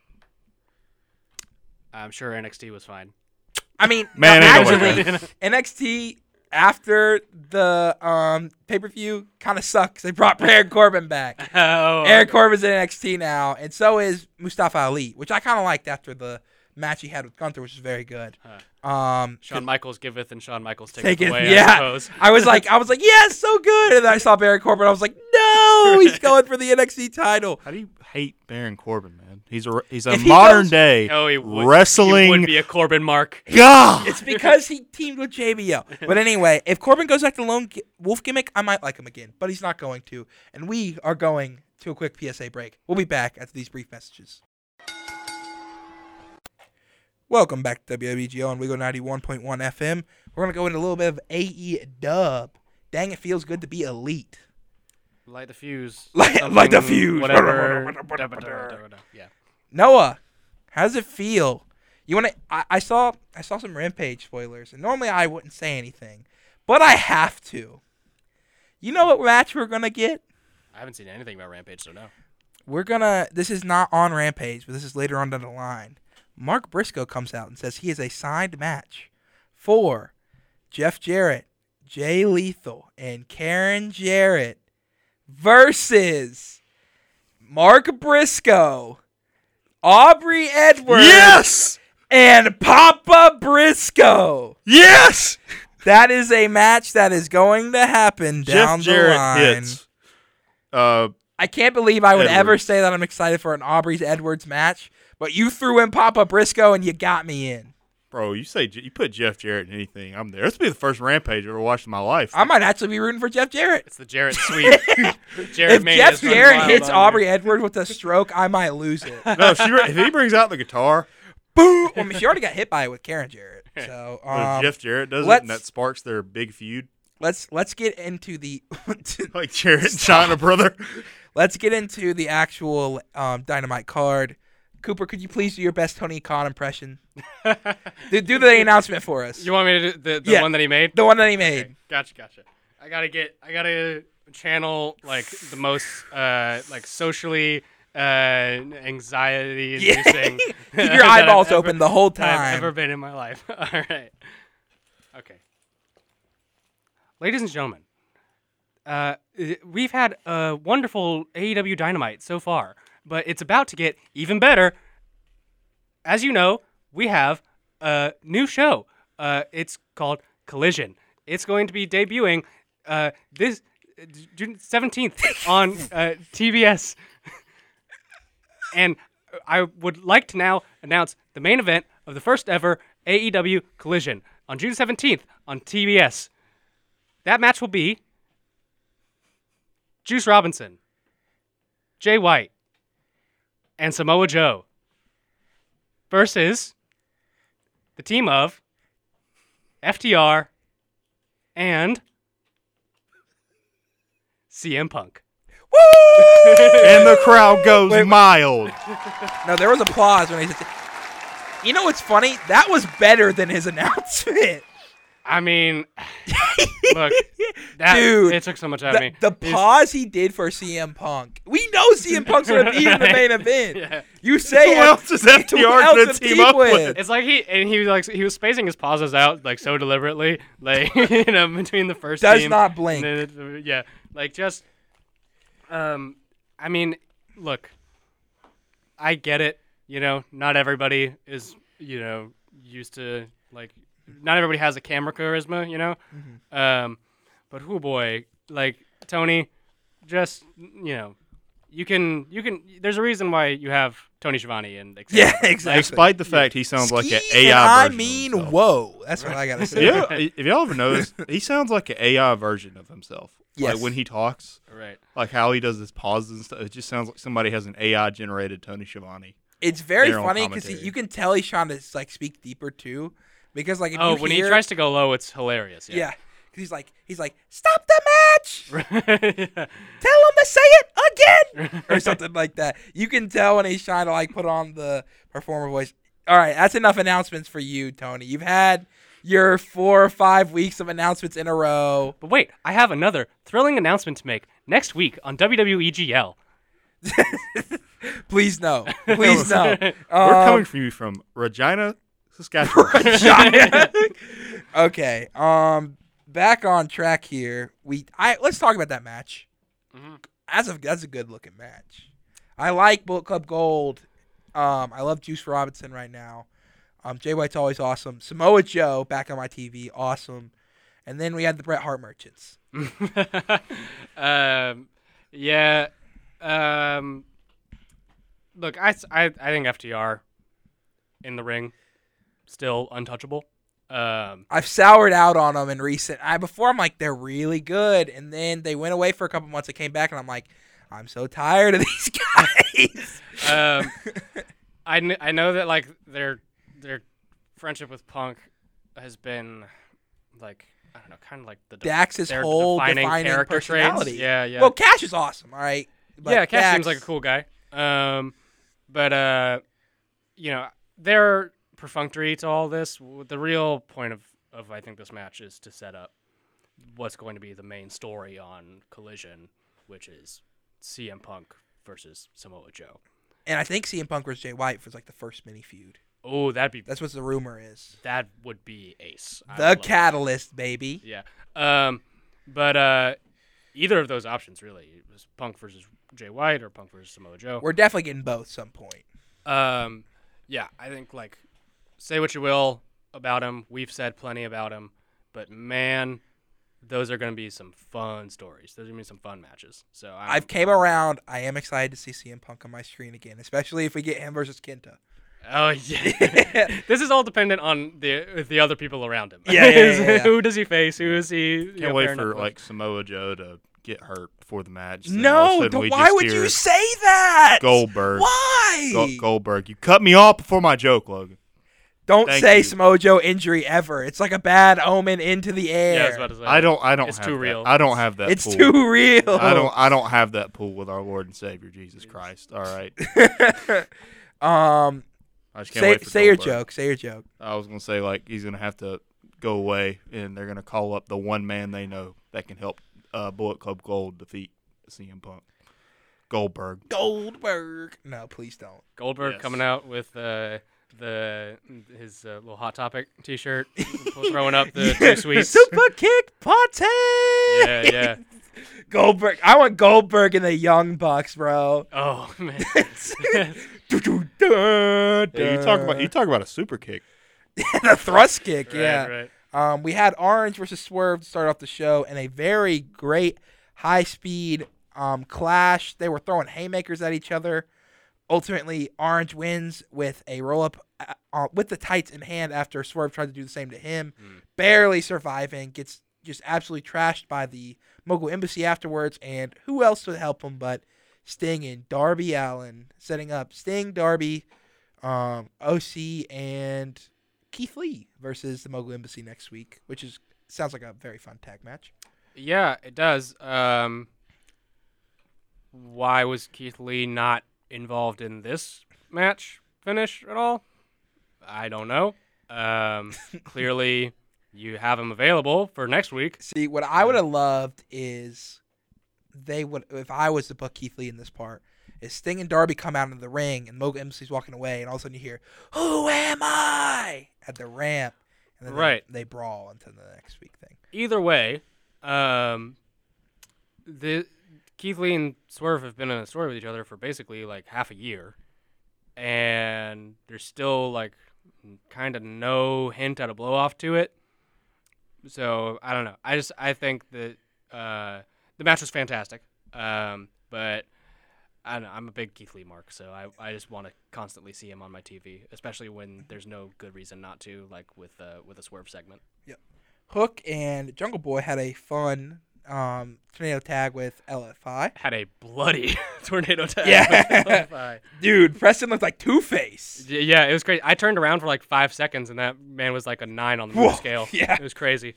Speaker 6: I'm sure NXT was fine.
Speaker 4: I mean,
Speaker 5: Man, ain't nobody
Speaker 4: actually, NXT after the um, pay per view kind of sucks. They brought Baron Corbin back.
Speaker 6: Oh,
Speaker 4: Eric Corbin's in NXT now, and so is Mustafa Ali, which I kind of liked after the match he had with Gunther, which was very good. Um,
Speaker 6: Shawn Michaels giveth and Shawn Michaels taketh
Speaker 4: take it,
Speaker 6: away. I
Speaker 4: yeah.
Speaker 6: suppose.
Speaker 4: I was like, I was like, yes, so good. And then I saw Baron Corbin, I was like, no, he's going for the NXT title.
Speaker 5: How do you hate Baron Corbin, man? He's a he's a
Speaker 4: If he
Speaker 5: modern
Speaker 4: goes-
Speaker 5: day
Speaker 6: Oh, he would,
Speaker 5: wrestling
Speaker 6: he would be a Corbin mark.
Speaker 5: god.
Speaker 4: It's because he teamed with JBL. But anyway, if Corbin goes back to lone gi- wolf gimmick, I might like him again, but he's not going to. And we are going to a quick PSA break. We'll be back after these brief messages. Welcome back to WWGO on Wiggle 91.1 FM. We're going to go into a little bit of AE dub. Dang, it feels good to be elite.
Speaker 6: Light the fuse.
Speaker 4: Light- light the
Speaker 6: something,
Speaker 4: fuse.
Speaker 6: Whatever. Da- da- da- da- da- yeah.
Speaker 4: Noah, how does it feel? You want to? I, I saw I saw some Rampage spoilers, and normally I wouldn't say anything, but I have to. You know what match we're gonna get?
Speaker 6: I haven't seen anything about Rampage, so no.
Speaker 4: We're gonna. This is not on Rampage, but this is later on down the line. Mark Briscoe comes out and says he is a signed match for Jeff Jarrett, Jay Lethal, and Karen Jarrett versus Mark Briscoe, Aubrey Edwards,
Speaker 5: Yes.
Speaker 4: and Papa Briscoe.
Speaker 5: Yes.
Speaker 4: That is a match that is going to happen down
Speaker 5: Jeff
Speaker 4: the
Speaker 5: Jarrett
Speaker 4: line.
Speaker 5: hits. Uh,
Speaker 4: I can't believe I would ever
Speaker 5: Edwards.
Speaker 4: say that I'm excited for an Aubrey's Edwards match, but you threw in Papa Briscoe and you got me in.
Speaker 5: bro, you say you put Jeff Jarrett in anything, I'm there. This will be the first rampage I've ever watched in my life.
Speaker 4: I might actually be rooting for Jeff Jarrett.
Speaker 6: It's the Jarrett sweep. Jarrett
Speaker 4: If
Speaker 6: Mania
Speaker 4: Jeff
Speaker 6: has run
Speaker 4: Jarrett
Speaker 6: wild
Speaker 4: hits
Speaker 6: on me.
Speaker 4: Aubrey Edwards with a stroke, I might lose it.
Speaker 5: no, if, she, if he brings out the guitar,
Speaker 4: Boom! I mean, she already got hit by it with Karen Jarrett. So
Speaker 5: if
Speaker 4: um,
Speaker 5: Jeff Jarrett does it,
Speaker 4: let's-
Speaker 5: and that sparks their big feud,
Speaker 4: let's let's get into the
Speaker 5: like Jarrett and China brother.
Speaker 4: let's get into the actual um, dynamite card. Cooper, could you please do your best Tony Khan impression? do, do the announcement for us.
Speaker 6: You want me to do the, the
Speaker 4: Yeah.
Speaker 6: one that he made?
Speaker 4: the one that he made.
Speaker 6: Okay, Gotcha, gotcha. I gotta get, I gotta channel like the most uh like socially uh anxiety inducing.
Speaker 4: Keep your eyeballs open the whole
Speaker 6: I've
Speaker 4: time.
Speaker 6: ever been in my life. All right. Okay. Ladies and gentlemen, uh, i- we've had a wonderful AEW Dynamite so far, but it's about to get even better. As you know, we have a new show. Uh, it's called Collision. It's going to be debuting uh, this uh, June seventeenth on uh, TBS. And I would like to now announce the main event of the first ever AEW Collision on June 17th on TBS. That match will be Juice Robinson, Jay White, and Samoa Joe versus the team of FTR and CM Punk.
Speaker 5: and the crowd goes mild.
Speaker 4: No, there was applause when he said. You know what's funny? That was better than his announcement.
Speaker 6: I mean, look, that,
Speaker 4: Dude,
Speaker 6: it took so much out of
Speaker 4: The,
Speaker 6: me.
Speaker 4: the pause he did for CM Punk. We know CM Punk's gonna be in the main event. You say
Speaker 5: Who else is FTR
Speaker 4: else
Speaker 5: going
Speaker 4: to
Speaker 5: to team up with?
Speaker 6: It's like he and he was like he was spacing his pauses out like so deliberately, like you know between the first
Speaker 4: Does
Speaker 6: team
Speaker 4: not blink.
Speaker 6: and then it- yeah, like just um, I mean, look, I get it. You know, not everybody is you know used to like. Not everybody has a camera charisma. You know,
Speaker 4: Mm-hmm.
Speaker 6: um, but who boy, like Tony, just you know, you can you can. There's a reason why you have Tony Schiavone and
Speaker 4: Yeah, exactly.
Speaker 5: Despite the fact he sounds like an
Speaker 4: Ski and
Speaker 5: AI
Speaker 4: I
Speaker 5: version. of
Speaker 4: mean,
Speaker 5: himself.
Speaker 4: whoa. That's what I gotta say.
Speaker 5: yeah. If y'all ever noticed, he sounds like an AI version of himself.
Speaker 4: Yes.
Speaker 5: Like when he talks,
Speaker 6: Right.
Speaker 5: like how he does his pauses and stuff. It just sounds like somebody has an AI generated Tony Schiavone.
Speaker 4: It's very
Speaker 5: Their own
Speaker 4: funny because
Speaker 5: commentary.
Speaker 4: you can tell he's trying to like speak deeper too, because like if
Speaker 6: Oh,
Speaker 4: you
Speaker 6: when
Speaker 4: hear,
Speaker 6: he tries to go low, it's hilarious.
Speaker 4: yeah,
Speaker 6: Yeah.
Speaker 4: 'Cause he's like he's like stop the match,
Speaker 6: Yeah.
Speaker 4: tell him to say it again or something like that. You can tell when he's trying to like put on the performer voice. All right, that's enough announcements for you, Tony. You've had your four or five weeks of announcements in a row.
Speaker 6: but wait, I have another thrilling announcement to make next week on E WWEGL.
Speaker 4: Please no, please no.
Speaker 5: We're
Speaker 4: Um,
Speaker 5: coming from you from Regina, Saskatchewan.
Speaker 4: okay. Um, back on track here. We I let's talk about that match. That's a that's a good looking match. I like Bullet Club Gold. Um, I love Juice Robinson right now. Um, Jay White's always awesome. Samoa Joe back on my TV, awesome. And then we had the Bret Hart merchants.
Speaker 6: um, yeah. Um, look, I, s- I- I think FTR in the ring still untouchable. Um,
Speaker 4: I've soured out on them in recent. I before I'm like they're really good, and then they went away for a couple months. They came back, and I'm like, I'm so tired of these guys.
Speaker 6: um, I, kn- I know that like their their friendship with Punk has been like I don't know, kind of like the de-
Speaker 4: Dax's
Speaker 6: their
Speaker 4: whole
Speaker 6: defining,
Speaker 4: defining,
Speaker 6: character traits.
Speaker 4: personality.
Speaker 6: Yeah, yeah.
Speaker 4: Well, Cash is awesome. All right. But
Speaker 6: yeah, Cash seems
Speaker 4: Dax-
Speaker 6: like a cool guy. Um, but uh, you know, they're perfunctory to all this. W- The real point of, of I think this match is to set up what's going to be the main story on Collision, which is CM Punk versus Samoa Joe.
Speaker 4: And I think CM Punk versus Jay White was like the first mini feud.
Speaker 6: Oh, that'd be
Speaker 4: That's what the rumor is.
Speaker 6: that would be ace. I would
Speaker 4: The
Speaker 6: love that.
Speaker 4: catalyst, baby.
Speaker 6: Yeah. Um, but uh, either of those options really it was Punk versus Jay White or Punk versus Samoa Joe.
Speaker 4: We're definitely getting both some point.
Speaker 6: Um, yeah, I think like say what you will about him. We've said plenty about him, but man, those are going to be some fun stories. Those are going to be some fun matches. So I'm,
Speaker 4: I've came around. I am excited to see CM Punk on my screen again, especially if we get him versus Kenta.
Speaker 6: Oh yeah. this is all dependent on the the other people around him.
Speaker 4: Yeah, yeah, yeah, yeah.
Speaker 6: Who does he face? Who is he? you know,
Speaker 5: Can't wait
Speaker 6: pairing
Speaker 5: for
Speaker 6: up with?
Speaker 5: like Samoa Joe to get hurt before the match. then all of a
Speaker 4: No,
Speaker 5: sudden
Speaker 4: don't-
Speaker 5: we
Speaker 4: why
Speaker 5: just
Speaker 4: would
Speaker 5: hear
Speaker 4: you say that?
Speaker 5: Goldberg?
Speaker 4: Why?
Speaker 5: Go- Goldberg, you cut me off before my joke, Logan.
Speaker 4: don't
Speaker 5: Thank
Speaker 4: say
Speaker 5: you.
Speaker 4: Samoa Joe injury ever. It's like a bad omen into the air.
Speaker 6: Yeah, I was about to say.
Speaker 5: I don't. I don't.
Speaker 6: It's
Speaker 5: have
Speaker 6: too
Speaker 5: that.
Speaker 6: real.
Speaker 5: I don't have that.
Speaker 4: it's
Speaker 5: pool.
Speaker 4: too real.
Speaker 5: I don't. I don't have that pool with our Lord and Savior Jesus Christ. All right.
Speaker 4: um,
Speaker 5: I just can't
Speaker 4: say
Speaker 5: wait for
Speaker 4: say your
Speaker 5: Goldberg.
Speaker 4: joke. Say your joke.
Speaker 5: I was gonna say like he's gonna have to go away, and they're gonna call up the one man they know that can help uh, Bullet Club Gold defeat CM Punk. Goldberg.
Speaker 4: Goldberg. No, please don't.
Speaker 6: Goldberg
Speaker 5: Yes.
Speaker 6: coming out with uh, the his uh, little hot topic T-shirt, throwing up the two sweets.
Speaker 4: Super kick Ponte.
Speaker 6: Yeah, yeah.
Speaker 4: Goldberg. I want Goldberg in the Young Bucks, bro.
Speaker 6: Oh man.
Speaker 5: Yeah, you talk about you talk about a super kick.
Speaker 4: the thrust kick. yeah.
Speaker 6: Right, right.
Speaker 4: Um, we had Orange versus Swerve to start off the show, and a very great high speed um, clash. They were throwing haymakers at each other. Ultimately, Orange wins with a roll up uh, uh, with the tights in hand after Swerve tried to do the same to him, barely surviving. Gets just absolutely trashed by the Mogul Embassy afterwards, and who else would help him but Sting and Darby Allen, setting up Sting, Darby, um, OC, and Keith Lee versus the Mogul Embassy next week, which is sounds like a very fun tag match.
Speaker 6: Yeah, it does. Um, why was Keith Lee not involved in this match finish at all? I don't know. Um, clearly, you have him available for next week.
Speaker 4: See, what I would have loved is they would if I was to book Keith Lee in this part, is Sting and Darby come out into the ring and Mogul Embassy's walking away and all of a sudden you hear, Who am I? at the ramp and then they-
Speaker 6: Right.
Speaker 4: they, brawl into the next week thing.
Speaker 6: Either way, um, the Keith Lee and Swerve have been in a story with each other for basically like half a year, and there's still like kind of no hint at a blow off to it. So I don't know. I just I think that uh, the match was fantastic, um, but I don't know. I'm a big Keith Lee mark, so I, I just want to constantly see him on my TV, especially when there's no good reason not to, like with uh, with a swerve segment.
Speaker 4: Hook and Jungle Boy had a fun um, tornado tag with LFI.
Speaker 6: Had a bloody tornado tag.
Speaker 4: Yeah.
Speaker 6: with LFI.
Speaker 4: Dude, Preston looked like Two Face.
Speaker 6: Y- Yeah, it was crazy. I turned around for like five seconds, and that man was like a nine on the move
Speaker 4: Whoa,
Speaker 6: scale.
Speaker 4: yeah.
Speaker 6: it was crazy.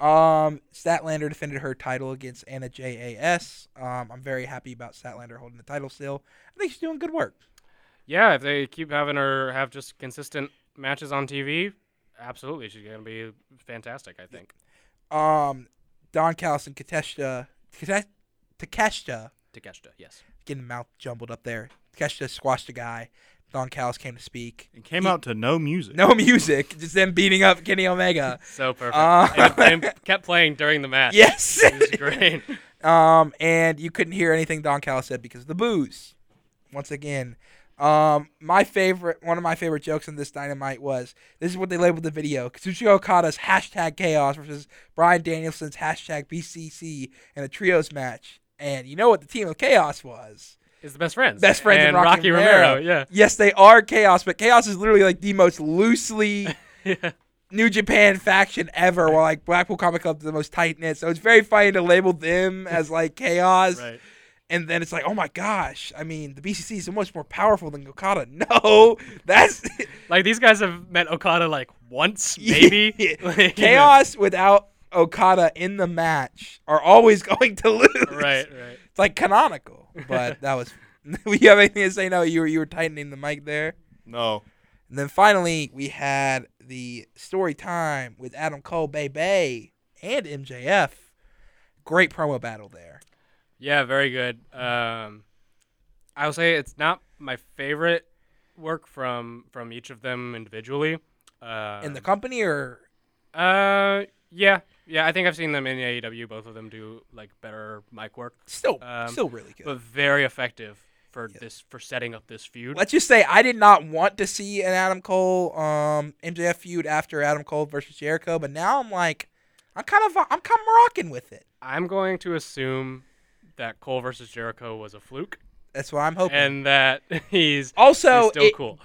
Speaker 4: Um, Statlander defended her title against Anna JAS. Um, I'm very happy about Statlander holding the title still. I think she's doing good work.
Speaker 6: Yeah, if they keep having her have just consistent matches on TV, absolutely, she's gonna be fantastic. I think
Speaker 4: Um, Don Callis and Kateshta, Kate- Takeshita,
Speaker 6: Takeshita, yes.
Speaker 4: getting mouth jumbled up there. Takeshita squashed a guy. Don Callis came to speak.
Speaker 5: It came out to no music.
Speaker 4: No music, just them beating up Kenny Omega.
Speaker 6: So perfect.
Speaker 4: Uh,
Speaker 6: and, and kept playing during the match.
Speaker 4: yes.
Speaker 6: it was great.
Speaker 4: Um, and you couldn't hear anything Don Callis said because of the booze. Once again, um, my favorite, one of my favorite jokes in this dynamite was this is what they labeled the video: Kazuchika Okada's hashtag Chaos versus Brian Danielson's hashtag BCC in a trios match. And you know what the team of Chaos was?
Speaker 6: It's the best friends.
Speaker 4: Best friends
Speaker 6: and
Speaker 4: of Rocky, Romero.
Speaker 6: Yeah.
Speaker 4: Yes, they are Chaos, but Chaos is literally like the most loosely New Japan faction ever. While like Blackpool Comic Club is the most tight knit, so it's very funny to label them as like Chaos.
Speaker 6: Right.
Speaker 4: And then it's like, oh my gosh! I mean, the BCC is so much more powerful than Okada. No, that's
Speaker 6: Like these guys have met Okada like once,
Speaker 4: Yeah.
Speaker 6: maybe. Like,
Speaker 4: chaos without Okada in the match are always going to lose.
Speaker 6: Right. Right.
Speaker 4: It's like canonical. But that was. you have anything to say? No, you were you were tightening the mic there.
Speaker 7: No.
Speaker 4: And then finally, we had the story time with Adam Cole, Bay Bay, and MJF. Great promo battle there.
Speaker 6: Yeah, very good. Um, I will say it's not my favorite work from from each of them individually. Uh,
Speaker 4: In the company, or
Speaker 6: uh, yeah, yeah. I think I've seen them in AEW. Both of them do like better mic work,
Speaker 4: still,
Speaker 6: Um,
Speaker 4: still really good.
Speaker 6: but very effective for this for setting up this feud.
Speaker 4: Let's just say I did not want to see an Adam Cole um, MJF feud after Adam Cole versus Jericho, but now I'm like, I'm kind of I'm kind of rocking with it.
Speaker 6: I'm going to assume that Cole versus Jericho was a fluke,
Speaker 4: That's what I'm hoping.
Speaker 6: and that he's
Speaker 4: also,
Speaker 6: he's still
Speaker 4: it-
Speaker 6: cool.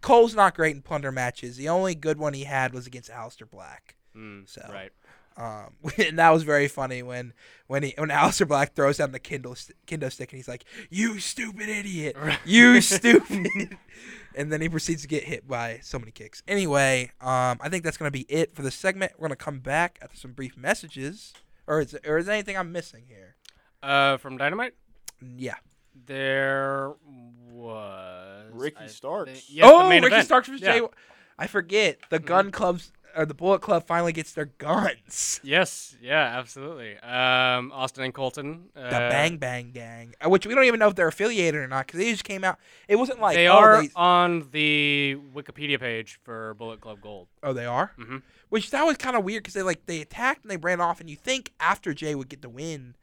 Speaker 4: Cole's not great in plunder matches. The only good one he had was against Aleister Black.
Speaker 6: Mm,
Speaker 4: So
Speaker 6: right.
Speaker 4: Um, and that was very funny when when he when Alistair Black throws down the Kindle st- Kindle stick and he's like, "You stupid idiot,
Speaker 6: Right.
Speaker 4: you stupid," and then he proceeds to get hit by so many kicks. Anyway, um, I think that's gonna be it for the segment. We're gonna come back after some brief messages, or is or is there anything I'm missing here? Mm,
Speaker 6: Uh, from Dynamite.
Speaker 4: Yeah.
Speaker 6: There was
Speaker 7: Ricky
Speaker 6: I
Speaker 7: Starks.
Speaker 6: think- yes, the
Speaker 4: oh,
Speaker 6: main
Speaker 4: Ricky
Speaker 6: event.
Speaker 4: Starks versus
Speaker 6: yeah. Mm-hmm.
Speaker 4: Jay. I forget the gun clubs or the Bullet Club finally gets their guns.
Speaker 6: Yes, yeah, absolutely. Um, Austin and Colton. Uh,
Speaker 4: The Bang Bang Gang, uh, which we don't even know if they're affiliated or not because they just came out. It wasn't like
Speaker 6: they
Speaker 4: oh,
Speaker 6: are
Speaker 4: they-
Speaker 6: on the Wikipedia page for Bullet Club Gold.
Speaker 4: Oh, they are.
Speaker 6: Mhm.
Speaker 4: Which that was kind of weird because they like they attacked and they ran off, and you think after Jay would get the win,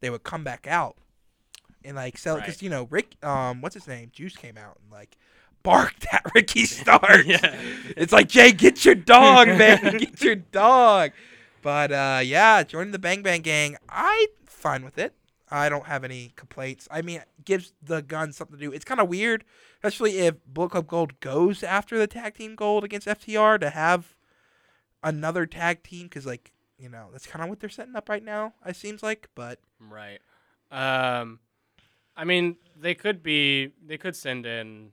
Speaker 4: they would come back out and like sell because
Speaker 6: Right.
Speaker 4: you know Rick, um, what's his name, Juice came out and like barked at Ricky Stark.
Speaker 6: Yeah.
Speaker 4: It's like Jay, get your dog, man, get your dog. But uh, yeah, joining the Bang Bang Gang, I fine with it. I don't have any complaints. I mean, it gives the gun something to do. It's kind of weird, especially if Bullet Club Gold goes after the tag team gold against FTR to have another tag team because, like, you know, that's kind of what they're setting up right now. It seems like, but
Speaker 6: Right. Um, I mean, they could be. They could send in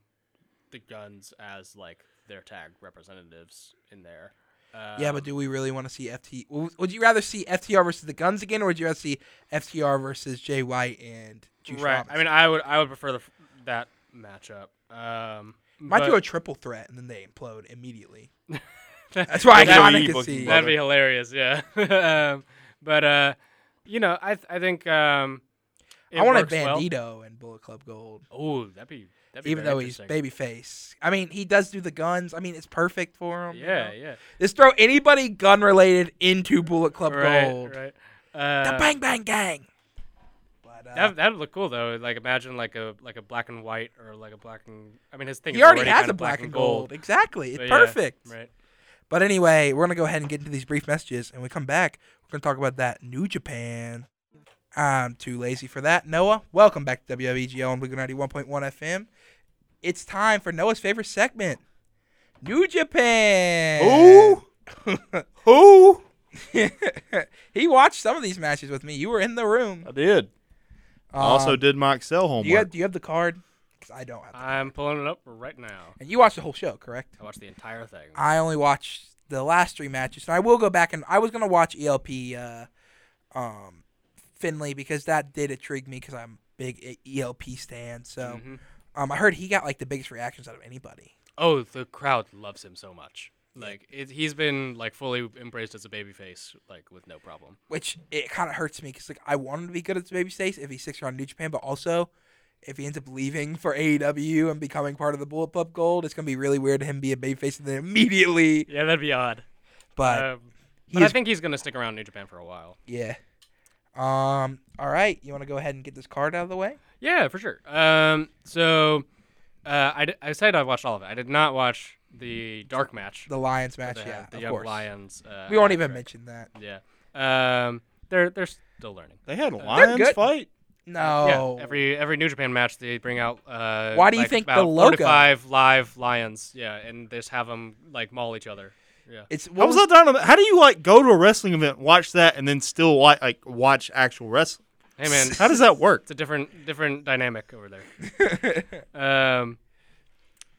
Speaker 6: the guns as like their tag representatives in there. Um,
Speaker 4: yeah. But do we really want to see FT? w- Would you rather see FTR versus the Guns again, or would you rather see FTR versus Jay White and Juice
Speaker 6: right. I
Speaker 4: Robinson?
Speaker 6: mean, I would. I would prefer the, f- that matchup. Um,
Speaker 4: might
Speaker 6: but-
Speaker 4: do a triple threat and then they implode immediately. That's why
Speaker 6: That'd
Speaker 7: be
Speaker 4: iconic to
Speaker 7: fucking
Speaker 4: see.
Speaker 7: bad.
Speaker 6: That'd be hilarious, yeah. um, but uh, you know, I th- I think um,
Speaker 4: I wanted Bandito and Bullet Club Gold.
Speaker 6: Oh, that'd be that'd be
Speaker 4: even
Speaker 6: very
Speaker 4: though he's
Speaker 6: interesting.
Speaker 4: babyface. I mean, he does do the guns. I mean, it's perfect for him. you
Speaker 6: Yeah,
Speaker 4: know?
Speaker 6: yeah.
Speaker 4: Just throw anybody gun related into Bullet Club
Speaker 6: Right,
Speaker 4: Gold.
Speaker 6: right.
Speaker 4: The
Speaker 6: Uh,
Speaker 4: Bang Bang Gang. But But uh,
Speaker 6: That that would look cool though. Like imagine like a like a black and white or like a black and I mean his thing.
Speaker 4: he
Speaker 6: is
Speaker 4: already
Speaker 6: kind
Speaker 4: has a
Speaker 6: of
Speaker 4: black and gold. Exactly. It's
Speaker 6: So, yeah,
Speaker 4: perfect.
Speaker 6: right.
Speaker 4: But anyway, we're gonna go ahead and get into these brief messages, and when we come back, we're gonna talk about that New Japan. I'm too lazy for that. Noah, welcome back to E WWEGL on Blue 91.1 FM. It's time for Noah's favorite segment, New Japan.
Speaker 7: Who?
Speaker 4: Ooh. he watched some of these matches with me. You were in the room.
Speaker 7: I did.
Speaker 5: I Uh, also
Speaker 4: Um,
Speaker 5: did my Excel
Speaker 4: do you have,
Speaker 5: homework.
Speaker 4: do you have the card? 'Cause I don't have. The
Speaker 6: I'm pulling it up right now.
Speaker 4: And you watched the whole show, correct?
Speaker 6: I watched the entire thing.
Speaker 4: I only watched the last three matches, and I will go back and I was gonna watch ELP uh, um, Finley because that did intrigue me because I'm a big E- ELP stan. So
Speaker 6: Mhm.
Speaker 4: um, I heard he got like the biggest reactions out of anybody.
Speaker 6: Oh, the crowd loves him so much. Like it, he's been like fully embraced as a babyface, like with no problem.
Speaker 4: which it kind of hurts me because like I want him to be good at the baby stakes if he sticks around New Japan, but also if he ends up leaving for AEW and becoming part of the Bullet Club Gold, it's gonna be really weird to him be a babyface and then immediately.
Speaker 6: Yeah, that'd be odd.
Speaker 4: But
Speaker 6: Um,
Speaker 4: he
Speaker 6: but I
Speaker 4: is-
Speaker 6: think he's gonna stick around New Japan for a while.
Speaker 4: yeah. Um. All right, you want to go ahead and get this card out of the way?
Speaker 6: Yeah, for sure. Um, so uh, I, d- I said I watched all of it. I did not watch the dark match.
Speaker 4: The Lions
Speaker 6: that
Speaker 4: match,
Speaker 6: they
Speaker 4: yeah,
Speaker 6: had, the
Speaker 4: of
Speaker 6: young
Speaker 4: course.
Speaker 6: lions. Uh,
Speaker 4: We won't
Speaker 6: after
Speaker 4: even
Speaker 6: it.
Speaker 4: mention that.
Speaker 6: Yeah. Um, they're they're still learning.
Speaker 7: They had lions
Speaker 4: good.
Speaker 7: fight.
Speaker 4: No.
Speaker 6: Yeah, every every New Japan match they bring out. Uh,
Speaker 4: Oh. Why do you
Speaker 6: like,
Speaker 4: think the
Speaker 6: about
Speaker 4: logo-
Speaker 6: 45 live lions? Yeah, and just have them like maul each other. Yeah.
Speaker 4: it's what
Speaker 7: How was that done? How do you like go to a wrestling event, watch that, and then still like, like watch actual wrestling?
Speaker 6: Hey man,
Speaker 7: How does that work?
Speaker 6: it's a different different dynamic over there. um,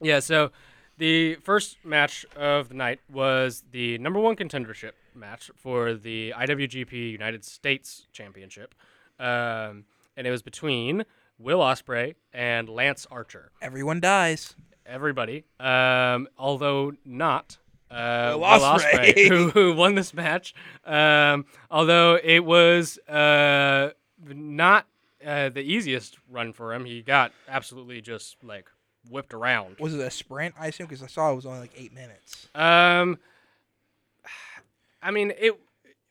Speaker 6: yeah. So the first match of the night was the number one contendership match for the IWGP United States Championship, um, and it was between Will Osprey and Lance Archer.
Speaker 4: Everyone dies.
Speaker 6: Everybody, um, although not. Uh,
Speaker 4: Will
Speaker 6: Will
Speaker 4: Ospreay.
Speaker 6: Ospreay, who, who won this match. Um, although it was uh, not uh, the easiest run for him, he got absolutely just like whipped around.
Speaker 4: Was it a sprint? I assume because I saw it was only like eight minutes.
Speaker 6: Um, I mean, it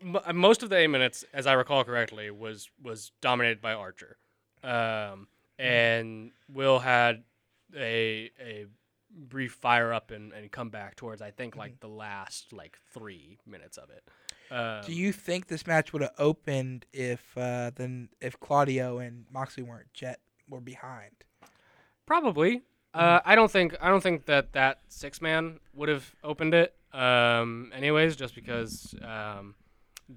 Speaker 6: m- most of the eight minutes, as I recall correctly, was was dominated by Archer, um, and Will had a a brief fire up and, and come back towards I think like the last like three minutes of it. Um,
Speaker 4: Do you think this match would have opened if uh, then if Claudio and Moxley weren't Jet were behind?
Speaker 6: Probably. Uh, I don't think I don't think that that six man would have opened it. Um, anyways, just because um,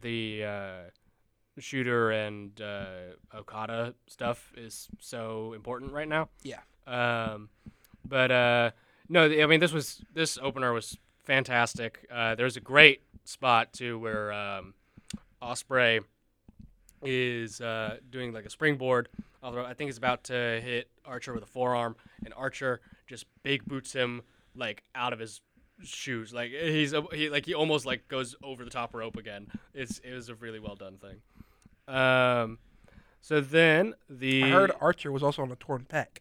Speaker 6: the uh, shooter and uh, Okada stuff is so important right now.
Speaker 4: Yeah.
Speaker 6: Um, but uh, no, th- I mean this was this opener was fantastic. Uh, there's a great spot too where um, Osprey is uh, doing like a springboard. Although I think he's about to hit Archer with a forearm, and Archer just big boots him like out of his shoes. Like he's he like he almost like goes over the top rope again. It's it was a really well done thing. Um, so then the
Speaker 4: I heard Archer was also on a torn pec,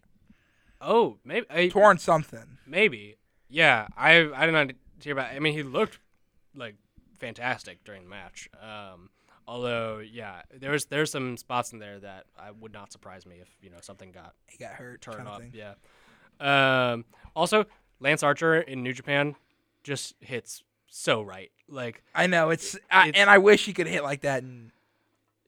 Speaker 6: oh maybe I,
Speaker 4: torn something.
Speaker 6: Maybe. Yeah, I I did not hear about. I mean, he looked like fantastic during the match. Um, although, yeah, there's there's some spots in there that I would not surprise me if you know something got
Speaker 4: He got hurt.
Speaker 6: turned
Speaker 4: kind of
Speaker 6: up.
Speaker 4: thing.
Speaker 6: Yeah. Um, also, Lance Archer in New Japan just hits so right. Like
Speaker 4: I know it's, I,
Speaker 6: It's-
Speaker 4: and I wish he could hit like that. And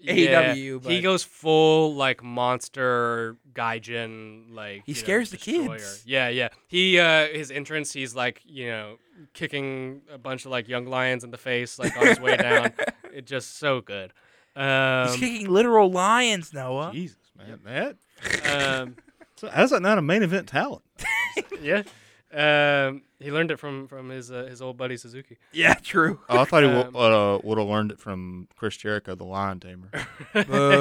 Speaker 4: AEW,
Speaker 6: he
Speaker 4: E but-
Speaker 6: goes full like monster gaijin like
Speaker 4: He
Speaker 6: you know,
Speaker 4: scares the
Speaker 6: destroyer.
Speaker 4: kids.
Speaker 6: Yeah, yeah. He uh his entrance, he's like you know kicking a bunch of like young lions in the face like on his way down. It's just so good.
Speaker 4: he's
Speaker 6: Um,
Speaker 4: kicking literal lions, Noah.
Speaker 5: Jesus, man, that
Speaker 6: um,
Speaker 5: so how's that not a main event talent?
Speaker 6: yeah. Um, he learned it from from his uh, his old buddy Suzuki.
Speaker 4: Yeah, true.
Speaker 5: Oh, I thought he
Speaker 6: Um,
Speaker 5: w- uh, would have learned it from Chris Jericho, the Lion Tamer.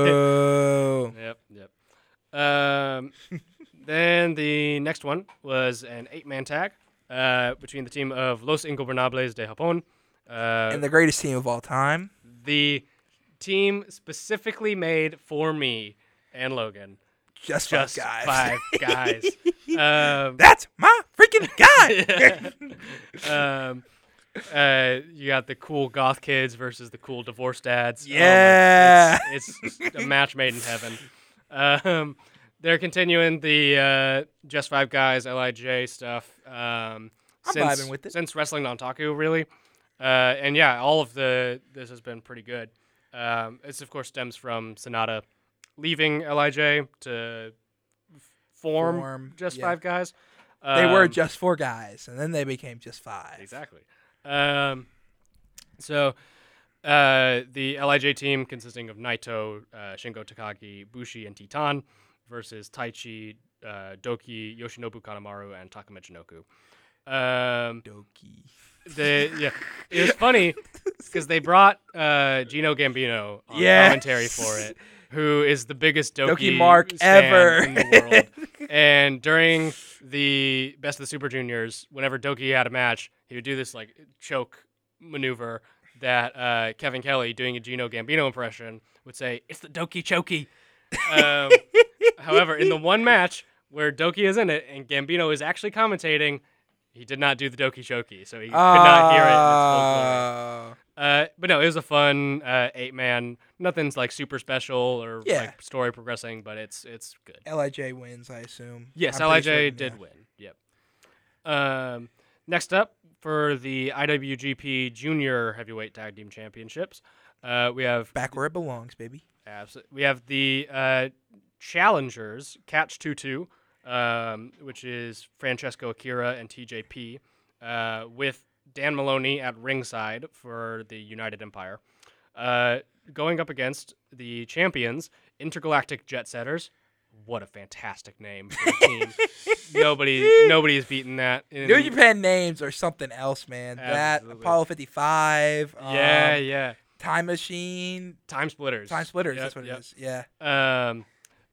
Speaker 4: Boo.
Speaker 6: Yep, yep. Um, then the next one was an eight-man tag uh, between the team of Los Ingobernables de Japón, uh,
Speaker 4: and the greatest team of all time.
Speaker 6: the team specifically made for me and Logan,
Speaker 4: Just, five
Speaker 6: just
Speaker 4: guys.
Speaker 6: five guys. Um,
Speaker 4: That's my freaking guy.
Speaker 6: um, uh, you got the cool goth kids versus the cool divorced dads. Oh my-
Speaker 4: Yeah.
Speaker 6: it's, it's a match made in heaven. Um, they're continuing the uh, Just Five Guys LIJ stuff. Um,
Speaker 4: I'm
Speaker 6: since,
Speaker 4: vibing with it.
Speaker 6: Since wrestling on Taku, really. Uh, and yeah, all of the this has been pretty good. Um, this, of course, stems from Sonata leaving LIJ to f- form,
Speaker 4: Form,
Speaker 6: Just
Speaker 4: yeah.
Speaker 6: Five Guys.
Speaker 4: They were
Speaker 6: Um,
Speaker 4: just four guys, and then they became just five.
Speaker 6: Exactly. Um, so uh, the Lij team consisting of Naito, uh, Shingo Takagi, Bushi, and Titan versus Taichi, uh, Doki, Yoshinobu Kanemaru, and Takuma Jinoku. Um,
Speaker 4: Doki.
Speaker 6: the yeah, it was funny because they brought uh, Gino Gambino on
Speaker 4: Yes.
Speaker 6: commentary for it, who is the biggest Doki,
Speaker 4: Doki Mark
Speaker 6: stan
Speaker 4: ever.
Speaker 6: in the world. and during the Best of the Super Juniors, whenever Doki had a match, he would do this like choke maneuver that uh, Kevin Kelly, doing a Gino Gambino impression, would say, "It's the Doki Choki." Um, however, in the one match where Doki is in it and Gambino is actually commentating, he did not do the Doki Choki, so he could not hear it. in its full
Speaker 4: Oh.
Speaker 6: glory. Uh, but no, it was a fun uh, eight man. Nothing's like super special or
Speaker 4: Yeah.
Speaker 6: like story progressing, but it's it's good.
Speaker 4: Lij wins, I assume.
Speaker 6: Yes,
Speaker 4: I'm
Speaker 6: Lij
Speaker 4: pretty certain,
Speaker 6: did
Speaker 4: yeah.
Speaker 6: win. Yep. Um, next up for the IWGP Junior Heavyweight Tag Team Championships, uh, we have
Speaker 4: Back where it belongs, baby.
Speaker 6: Abs- We have the uh, challengers, Catch Two Two, um, which is Francesco Akira and TJP, uh, with Dan Maloney at ringside for the United Empire, uh, going up against the champions, Intergalactic Jet Setters. What a fantastic name for a team! nobody, nobody has beaten that. In,
Speaker 4: New Japan names are something else, man. That
Speaker 6: Absolutely.
Speaker 4: Apollo 55. Um,
Speaker 6: Yeah, yeah.
Speaker 4: Time Machine.
Speaker 6: Time splitters.
Speaker 4: Time Splitters.
Speaker 6: Yep,
Speaker 4: that's what
Speaker 6: yep.
Speaker 4: it is. Yeah.
Speaker 6: Um,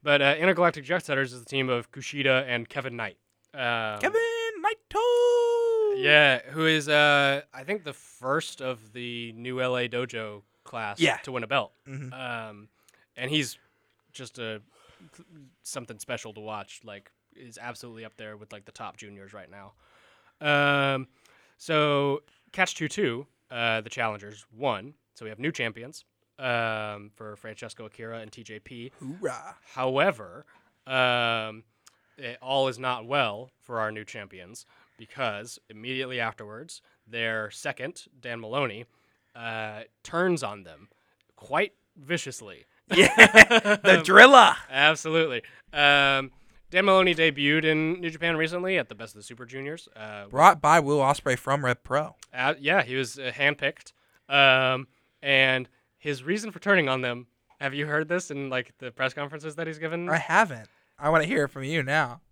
Speaker 6: but uh, Intergalactic Jet Setters is the team of Kushida and Kevin Knight. Um,
Speaker 4: Kevin Naito.
Speaker 6: Yeah, who is uh, I think the first of the new LA Dojo class
Speaker 4: Yeah.
Speaker 6: to win a belt.
Speaker 4: Mhm.
Speaker 6: Um, and he's just a something special to watch. Like, is absolutely up there with like the top juniors right now. Um, so catch two two. Uh, the challengers won. So we have new champions. Um, for Francesco Akira and TJP.
Speaker 4: Hoorah.
Speaker 6: However, um, it all is not well for our new champions because immediately afterwards, their second, Dan Maloney, uh, turns on them quite viciously. Yeah,
Speaker 4: The Drilla.
Speaker 6: absolutely. Um, Dan Maloney debuted in New Japan recently at the Best of the Super Juniors. Uh,
Speaker 4: Brought by Will Osprey from Rep Pro.
Speaker 6: uh, yeah, he was uh, handpicked. Um, and his reason for turning on them. Have you heard this in like the press conferences that he's given?
Speaker 4: I haven't. I want to hear it from you now.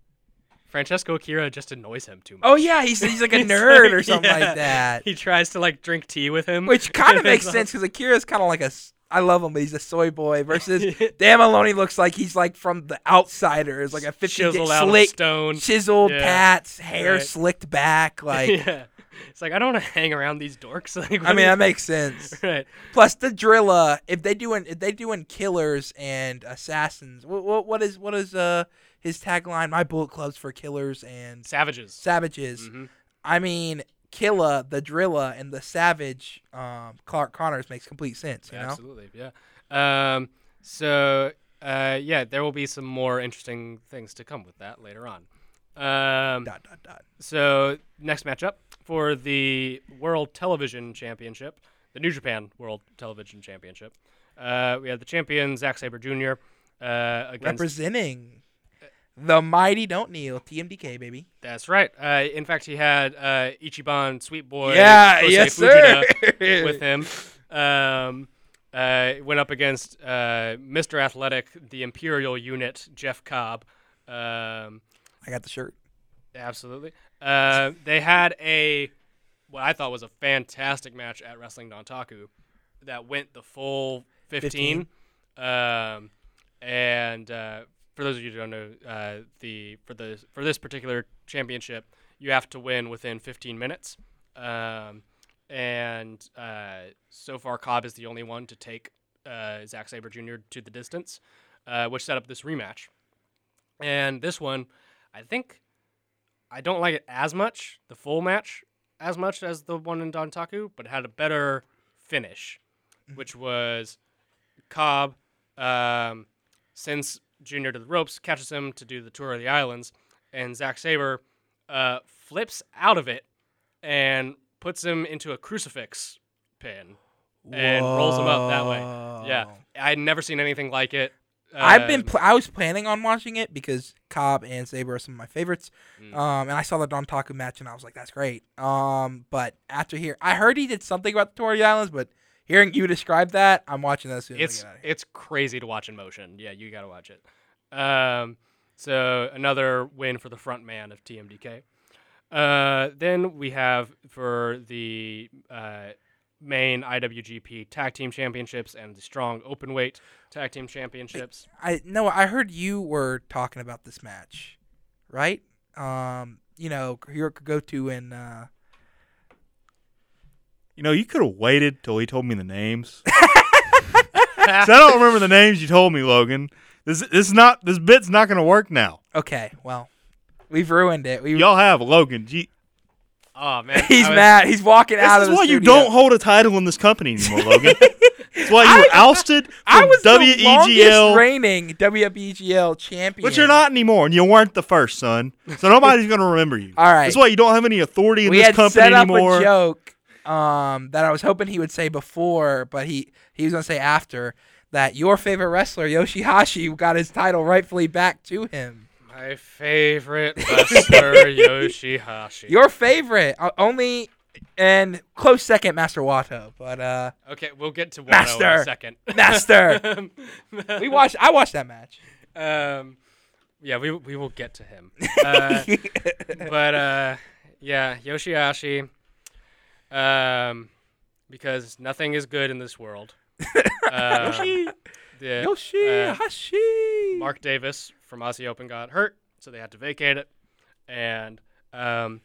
Speaker 6: Francesco Akira just annoys him too much.
Speaker 4: Oh yeah, he's, he's like a
Speaker 6: He's
Speaker 4: nerd
Speaker 6: like-
Speaker 4: or something
Speaker 6: yeah.
Speaker 4: like that.
Speaker 6: He tries to like drink tea with him,
Speaker 4: Which kind of
Speaker 6: It's
Speaker 4: makes
Speaker 6: like-
Speaker 4: sense because Akira's kind of like a. s- I love him, but he's a soy boy. Versus Dan Maloney looks like he's like from the outsiders, like a fifty
Speaker 6: Chiseled out of
Speaker 4: slick,
Speaker 6: stone.
Speaker 4: chiseled
Speaker 6: Yeah.
Speaker 4: tats, hair
Speaker 6: Right.
Speaker 4: slicked back. Like,
Speaker 6: yeah, it's like I don't want to hang around these dorks. Like,
Speaker 4: I mean, that makes sense.
Speaker 6: right.
Speaker 4: Plus the Drilla, if they doing if they doing killers and assassins, what what, what is what is uh his tagline? My bullet clubs for killers and
Speaker 6: Savages.
Speaker 4: savages.
Speaker 6: Mhm.
Speaker 4: I mean, Killa, the Drilla, and the Savage, um, Clark Connors makes complete sense. You know,
Speaker 6: Absolutely. Yeah. Um. So, uh, yeah, there will be some more interesting things to come with that later on. Um.
Speaker 4: dot dot dot.
Speaker 6: So next matchup for the World Television Championship, the New Japan World Television Championship. Uh, we have the champion Zack Saber Jr. Uh, against
Speaker 4: Representing the mighty don't kneel, TMDK baby.
Speaker 6: that's right. Uh, in fact, he had uh, Ichiban, Sweet Boy,
Speaker 4: Yeah,
Speaker 6: Jose
Speaker 4: yes,
Speaker 6: Fujita
Speaker 4: sir.
Speaker 6: with him. Um, uh, went up against uh, Mr. Athletic, the Imperial Unit, Jeff Cobb. Um,
Speaker 4: I got the shirt.
Speaker 6: Absolutely. Uh, they had a what I thought was a fantastic match at Wrestling Dontaku that went the full 15. Um, and uh, for those of you who don't know, uh, the for the for this particular championship, you have to win within 15 minutes. Um, and uh, so far, Cobb is the only one to take uh, Zack Saber Jr. to the distance, uh, which set up this rematch. And this one, I think I don't like it as much, the full match, as much as the one in Dontaku, but it had a better finish, which was Cobb um, sends Junior to the ropes, catches him to do the tour of the islands, and Zack Saber uh, flips out of it and puts him into a crucifix pin and rolls him up that way. Yeah,
Speaker 4: Whoa.
Speaker 6: I'd never seen anything like it.
Speaker 4: I've been.
Speaker 6: Um,
Speaker 4: Pl- I was planning on watching it because Cobb and Saber are some of my favorites.
Speaker 6: Mm.
Speaker 4: Um, and I saw the Don Taku match and I was like, that's great. Um, but after here, I heard he did something about the Tory Islands, but hearing you describe that, I'm watching that as soon as
Speaker 6: it's
Speaker 4: I get out of here.
Speaker 6: it's crazy to watch in motion. Yeah, you gotta watch it. Um, so another win for the front man of TMDK. Uh, then we have for the uh, main IWGP Tag Team Championships and the Strong Openweight Tag Team Championships.
Speaker 4: I no, I heard you were talking about this match, right? Um, you know, Hiro Kagoto and uh,
Speaker 7: You know, you could have waited till he told me the names. 'Cause I don't remember the names you told me, Logan. This this is not this bit's not going to work now.
Speaker 4: okay, well, we've ruined it. We
Speaker 7: Y'all have Logan. Gee,
Speaker 6: Oh man,
Speaker 4: he's
Speaker 6: I was-
Speaker 4: mad. He's walking out
Speaker 7: this
Speaker 4: of
Speaker 7: is
Speaker 4: the
Speaker 7: why you
Speaker 4: studio.
Speaker 7: don't hold a title in this company anymore, Logan. That's why you were ousted from
Speaker 4: I was the longest
Speaker 7: WEGL,
Speaker 4: reigning WBGL champion.
Speaker 7: E but you're not anymore, and you weren't the first son. So nobody's going to remember you.
Speaker 4: All right.
Speaker 7: That's why you don't have any authority in
Speaker 4: we
Speaker 7: this
Speaker 4: had
Speaker 7: company
Speaker 4: set up
Speaker 7: anymore.
Speaker 4: a joke um, that I was hoping he would say before, but he he was gonna say after that your favorite wrestler Yoshihashi got his title rightfully back to him.
Speaker 6: My favorite wrestler Yoshihashi.
Speaker 4: Your favorite, uh, only and close second, Master Wato. But uh,
Speaker 6: okay, we'll get to Wano in
Speaker 4: Master.
Speaker 6: a second.
Speaker 4: Master, we watched. I watched that match.
Speaker 6: Um, yeah, we we will get to him. Uh, but uh, yeah, Yoshiashi. Um, because nothing is good in this world. Um, the, uh,
Speaker 7: Uh,
Speaker 4: Yoshihashi.
Speaker 6: Mark Davis from Aussie Open got hurt, so they had to vacate it. And um,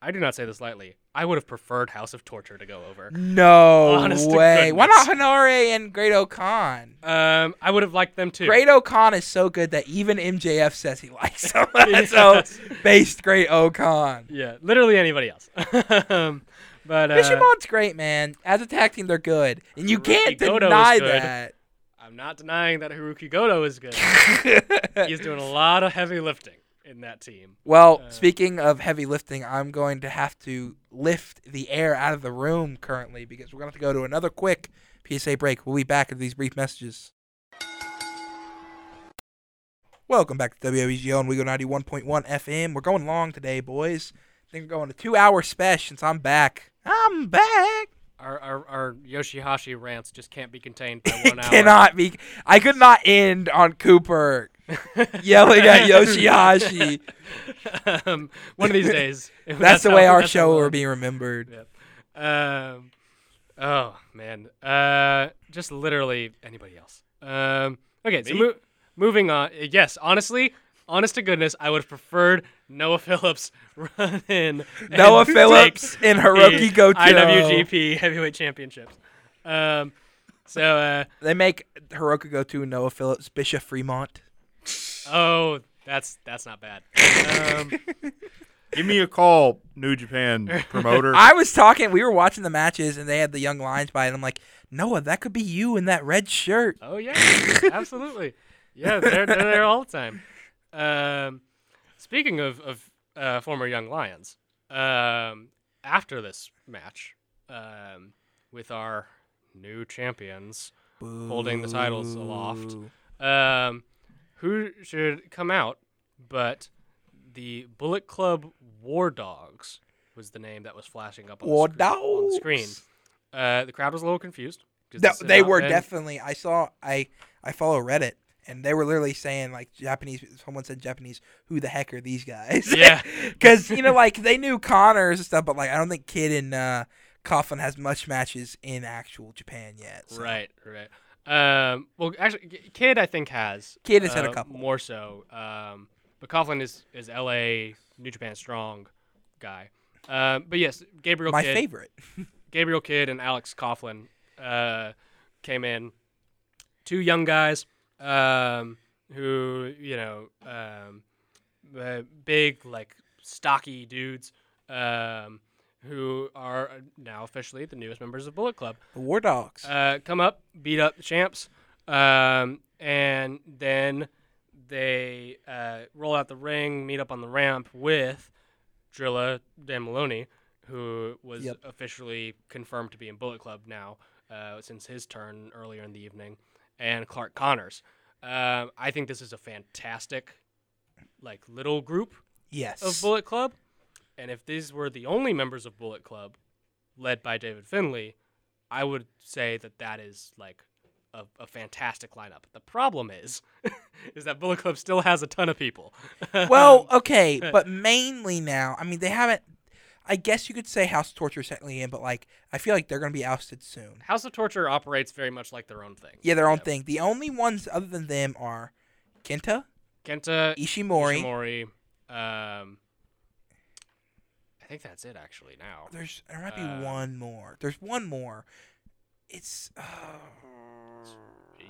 Speaker 6: I do not say this lightly. I would have preferred House of Torture to go over.
Speaker 4: no
Speaker 6: Honest to
Speaker 4: way. Why not
Speaker 6: goodness.
Speaker 4: Honore and Great O'Con?
Speaker 6: Um, I would have liked them too.
Speaker 4: Great O'Con is so good that even MJF says he likes him. so based Great O'Con.
Speaker 6: Yeah, literally anybody else. um, but uh,
Speaker 4: Bishamon's great, man. As a tag team, they're good, and you can't
Speaker 6: Goto is
Speaker 4: deny
Speaker 6: good.
Speaker 4: that.
Speaker 6: I'm not denying that Haruki Goto is good. He's doing a lot of heavy lifting in that team.
Speaker 4: well, speaking of heavy lifting, I'm going to have to lift the air out of the room currently because we're going to have to go to another quick PSA break. We'll be back after these brief messages. Welcome back to WWEGO and WeGo 91.1 FM. We're going long today, boys. I think we're going a two hour special since I'm back. I'm back.
Speaker 6: Our, our, our Yoshihashi rants just can't be contained by one hour.
Speaker 4: cannot be. I could not end on Cooper yelling at Yoshihashi.
Speaker 6: um, one of these days. if
Speaker 4: That's the way
Speaker 6: how-
Speaker 4: our
Speaker 6: that's
Speaker 4: show
Speaker 6: how
Speaker 4: will
Speaker 6: we'll-
Speaker 4: be remembered.
Speaker 6: Um, oh man. Uh, just literally anybody else. Um, okay, so mo- moving on. Uh, Yes, honestly, honest to goodness, I would have preferred Noah Phillips run in
Speaker 4: Noah
Speaker 6: and E, take
Speaker 4: Phillips and
Speaker 6: the
Speaker 4: Hiroki Goto.
Speaker 6: IWGP Heavyweight Championships. Um, so uh,
Speaker 4: They make Hiroki Goto, Noah Phillips, Bishop Fremont.
Speaker 6: oh, that's that's not bad. Um,
Speaker 7: Give me a call, New Japan promoter.
Speaker 4: I was talking. We were watching the matches, and they had the young lions by, and I'm like, Noah, that could be you in that red shirt.
Speaker 6: Oh yeah, absolutely. Yeah, they're they're there all the time. Um, speaking of of uh, former young lions, um, after this match, um, with our new champions holding the titles aloft, um, who should come out? But the Bullet Club War Dogs was the name that was flashing up on,
Speaker 4: War
Speaker 6: the, screen, on the screen.
Speaker 4: Dogs.
Speaker 6: Uh, the crowd was a little confused. 'cause
Speaker 4: Th-
Speaker 6: this had
Speaker 4: they
Speaker 6: not
Speaker 4: were
Speaker 6: been-
Speaker 4: definitely. I saw. I I follow Reddit, and they were literally saying like Japanese. Someone said Japanese. Who the heck are these guys?
Speaker 6: Yeah.
Speaker 4: because you know, like they knew Connors and stuff, but like I don't think Kid and uh, Coughlin has much matches in actual Japan yet. so.
Speaker 6: Right, right. Um, well, actually, K- Kid I think has.
Speaker 4: Kid has had a
Speaker 6: uh,
Speaker 4: couple.
Speaker 6: more so. Um, but Coughlin is is L.A. New Japan strong guy. Um, but yes, Gabriel
Speaker 4: My
Speaker 6: Kidd,
Speaker 4: favorite.
Speaker 6: Gabriel Kidd and Alex Coughlin uh, came in. Two young guys um, who, you know, um, uh, big, like, stocky dudes um, who are now officially the newest members of Bullet Club
Speaker 4: The War Dogs.
Speaker 6: uh, come up, beat up the champs, um, and then they uh, roll out the ring, meet up on the ramp with Drilla Dan Maloney, who was
Speaker 4: Yep.
Speaker 6: officially confirmed to be in Bullet Club now uh, since his turn earlier in the evening, and Clark Connors. Um, I think this is a fantastic, like little group
Speaker 4: Yes.
Speaker 6: of Bullet Club, and if these were the only members of Bullet Club, led by David Finley, I would say that that is like a, a fantastic lineup. The problem is, is that Bullet Club still has a ton of people. Um,
Speaker 4: well, okay, but mainly now. I mean, they haven't. I guess you could say House Torture certainly in, but like I feel like they're gonna be ousted soon.
Speaker 6: House of Torture operates very much like their own thing.
Speaker 4: Yeah, their own thing. The only ones other than them are Kenta,
Speaker 6: Kenta
Speaker 4: Ishimori.
Speaker 6: Ishimori, um, I think that's it actually now.
Speaker 4: There's there might be
Speaker 6: Uh,
Speaker 4: one more. There's one more. It's. Uh,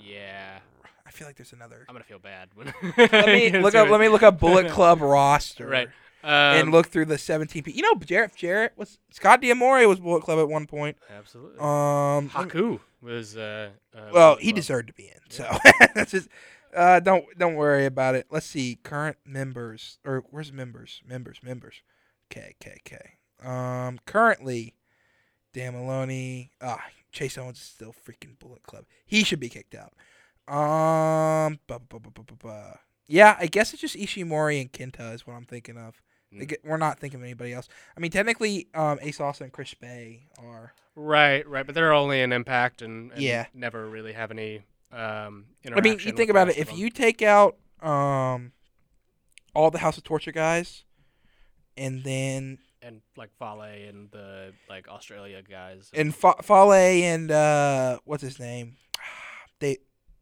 Speaker 6: Yeah,
Speaker 4: I feel like there's another.
Speaker 6: I'm gonna feel bad when.
Speaker 4: Let me look up. Let me look up Bullet Club roster.
Speaker 6: Right. Um,
Speaker 4: and look through the 17 people. You know, Jarrett Jarrett was Scott D'Amore was Bullet Club at one point.
Speaker 6: Absolutely.
Speaker 4: Um,
Speaker 6: Haku was. Uh, uh,
Speaker 4: well,
Speaker 6: Bullet
Speaker 4: he
Speaker 6: Club.
Speaker 4: deserved to be in. So that's just uh, don't don't worry about it. Let's see current members or where's members members members. Okay, okay, okay. Um, currently, Dan Maloney. Ah, Chase Owens is still freaking Bullet Club. He should be kicked out. Um, bu- bu- bu- bu- bu- bu- yeah, I guess it's just Ishimori and Kenta is what I'm thinking of. I gue- We're not thinking of anybody else. I mean, technically, um, Ace Austin and Chris Bay are.
Speaker 6: Right, right, but they're only an impact and, and
Speaker 4: Yeah.
Speaker 6: never really have any um,
Speaker 4: I mean, you
Speaker 6: interaction
Speaker 4: think
Speaker 6: with
Speaker 4: about
Speaker 6: the
Speaker 4: it.
Speaker 6: rest
Speaker 4: If
Speaker 6: of
Speaker 4: you take out um, all the House of Torture guys, and then
Speaker 6: them. and like Fale and the like Australia guys,
Speaker 4: and Fa- Fale and uh, what's his name, they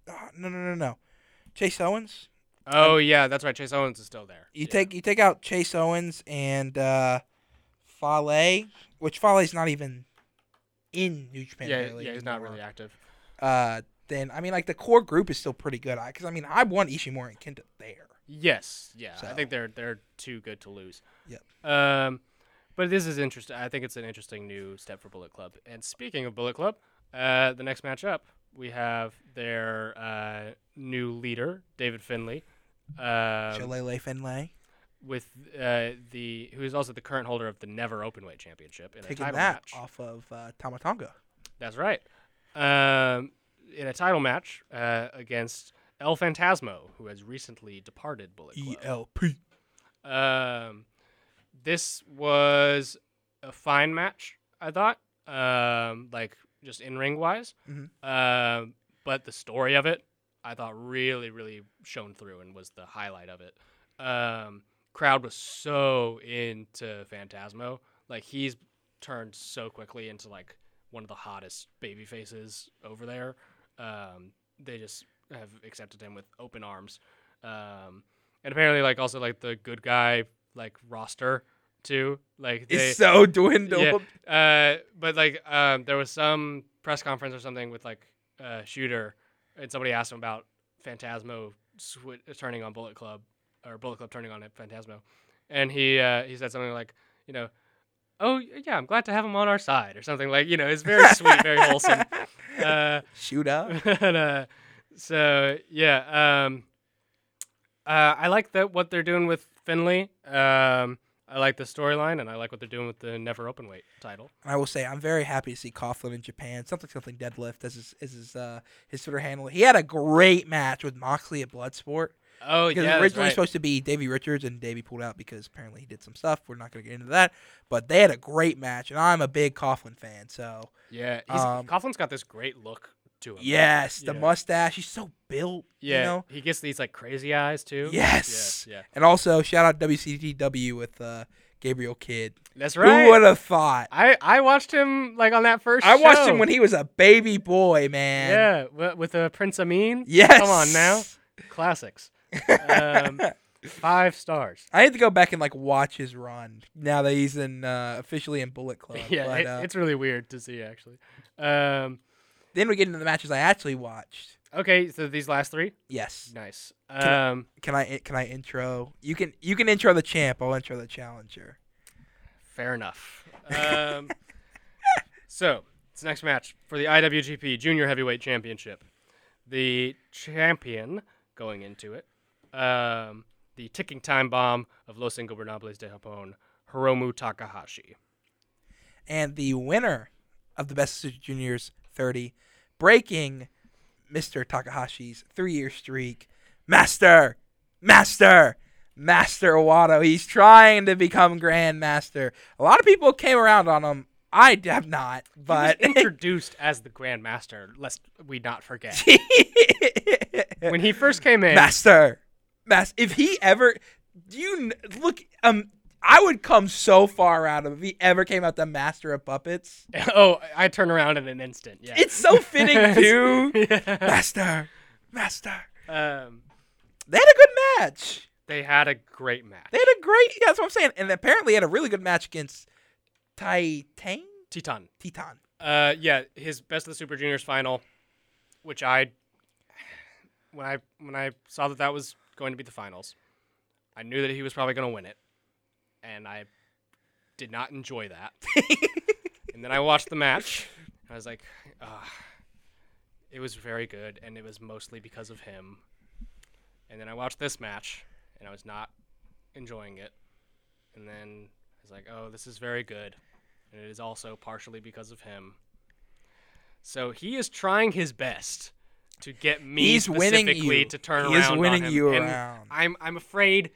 Speaker 4: ah, no no no no, Chase Owens.
Speaker 6: oh yeah, that's right. Chase Owens is still there.
Speaker 4: You
Speaker 6: Yeah.
Speaker 4: take you take out Chase Owens and uh, Fale, which Fale's not even in New Japan.
Speaker 6: yeah,
Speaker 4: really
Speaker 6: yeah, he's not
Speaker 4: anymore.
Speaker 6: really active.
Speaker 4: Uh, then I mean, like the core group is still pretty good. I because I mean, I want Ishimori and Kenta there.
Speaker 6: Yes, yeah, I
Speaker 4: So-
Speaker 6: think they're they're too good to lose.
Speaker 4: Yep.
Speaker 6: Um, but this is interesting. I think it's an interesting new step for Bullet Club. And speaking of Bullet Club, uh, the next matchup we have their uh, new leader David Finley. Um,
Speaker 4: Shalele Finlay.
Speaker 6: with uh, the who is also the current holder of the never openweight championship in a
Speaker 4: taking
Speaker 6: title
Speaker 4: that
Speaker 6: match.
Speaker 4: off of uh, Tamatanga.
Speaker 6: That's right. Um, in a title match uh, against El Fantasmo, who has recently departed Bullet Club.
Speaker 4: ELP.
Speaker 6: Um, this was a fine match, I thought. Um, like just in ring wise.
Speaker 4: Mhm.
Speaker 6: Um, but the story of it, I thought really, really shone through and was the highlight of it. Um, crowd was so into Phantasmo. Like he's turned so quickly into like one of the hottest baby faces over there. Um, they just have accepted him with open arms. Um, and apparently like also like the good guy like roster too. Like they,
Speaker 4: It's so dwindled.
Speaker 6: yeah. Uh, but like, um, there was some press conference or something with like uh, Shooter, and somebody asked him about Phantasmo swi turning on Bullet Club or Bullet Club turning on Phantasmo, and he uh, he said something like, you know, oh yeah, I'm glad to have him on our side or something like, you know, it's very sweet, very wholesome. Uh,
Speaker 4: Shoot up.
Speaker 6: and, uh, so yeah, um, uh, I like that what they're doing with Finley. Um, I like the storyline, and I like what they're doing with the never open weight title.
Speaker 4: I will say I'm very happy to see Coughlin in Japan. Something something deadlift as his as his uh his Twitter handle. He had a great match with Moxley at Bloodsport.
Speaker 6: Oh
Speaker 4: Because
Speaker 6: yeah,
Speaker 4: originally supposed to be Davey Richards and Davey pulled out because apparently he did some stuff. We're not gonna get into that. But they had a great match and I'm a big Coughlin fan, so
Speaker 6: yeah, he's,
Speaker 4: um,
Speaker 6: Coughlin's got this great look to him.
Speaker 4: yes, the
Speaker 6: Yeah.
Speaker 4: mustache, he's so built,
Speaker 6: yeah,
Speaker 4: you know.
Speaker 6: he gets these like crazy eyes too.
Speaker 4: Yes.
Speaker 6: yeah, yeah.
Speaker 4: And also shout out WCTW with uh Gabriel Kidd.
Speaker 6: that's right.
Speaker 4: Who would have thought?
Speaker 6: I I watched him like on that first.
Speaker 4: I watched him
Speaker 6: show.
Speaker 4: when he was a baby boy, man.
Speaker 6: yeah wi- with uh, Prince Amin.
Speaker 4: Yes.
Speaker 6: come on now, classics. Um, five stars.
Speaker 4: I need to go back and like watch his run now that he's in uh, officially in Bullet Club.
Speaker 6: Yeah,
Speaker 4: but,
Speaker 6: it-
Speaker 4: uh,
Speaker 6: it's really weird to see actually. Um,
Speaker 4: then we get into the matches I actually watched.
Speaker 6: okay, so these last three,
Speaker 4: Yes.
Speaker 6: nice.
Speaker 4: I-
Speaker 6: Um,
Speaker 4: Can I can I intro? You can you can intro the champ. I'll intro the challenger.
Speaker 6: fair enough. Um, so it's next match for the IWGP Junior Heavyweight Championship. The champion going into it um, the ticking time bomb of Los Ingobernables de Japón, Hiromu Takahashi.
Speaker 4: and the winner of the Best of Juniors 30, breaking Mr. Takahashi's three-year streak. Master, master, master Wado. He's trying to become grandmaster. A lot of people came around on him. I d- have not, but
Speaker 6: He was introduced as the Grand Master, lest we not forget. when he first came in,
Speaker 4: master, master. If he ever, do you kn- look? Um, I would come so far out of if he ever came out the master of puppets.
Speaker 6: oh, I turn around in an instant. Yeah.
Speaker 4: It's so fitting too.
Speaker 6: Yeah.
Speaker 4: Master, master.
Speaker 6: Um,
Speaker 4: They had a good match.
Speaker 6: they had a great match.
Speaker 4: They had a great. Yeah, that's what I'm saying. And apparently, had a really good match against Titan.
Speaker 6: Titan.
Speaker 4: Titan.
Speaker 6: Uh, yeah, his best of the Super Juniors final, which I when I when I saw that that was going to be the finals, I knew that he was probably going to win it, and I did not enjoy that. and then I watched the match, and I was like, ah, it was very good, and it was mostly because of him. And then I watched this match, and I was not enjoying it. And then I was like, oh, this is very good and it is also partially because of him. So he is trying his best to get me
Speaker 4: He's winning
Speaker 6: specifically
Speaker 4: you.
Speaker 6: to turn
Speaker 4: He is
Speaker 6: around. on
Speaker 4: winning
Speaker 6: him,
Speaker 4: you
Speaker 6: and
Speaker 4: around.
Speaker 6: I'm I'm afraid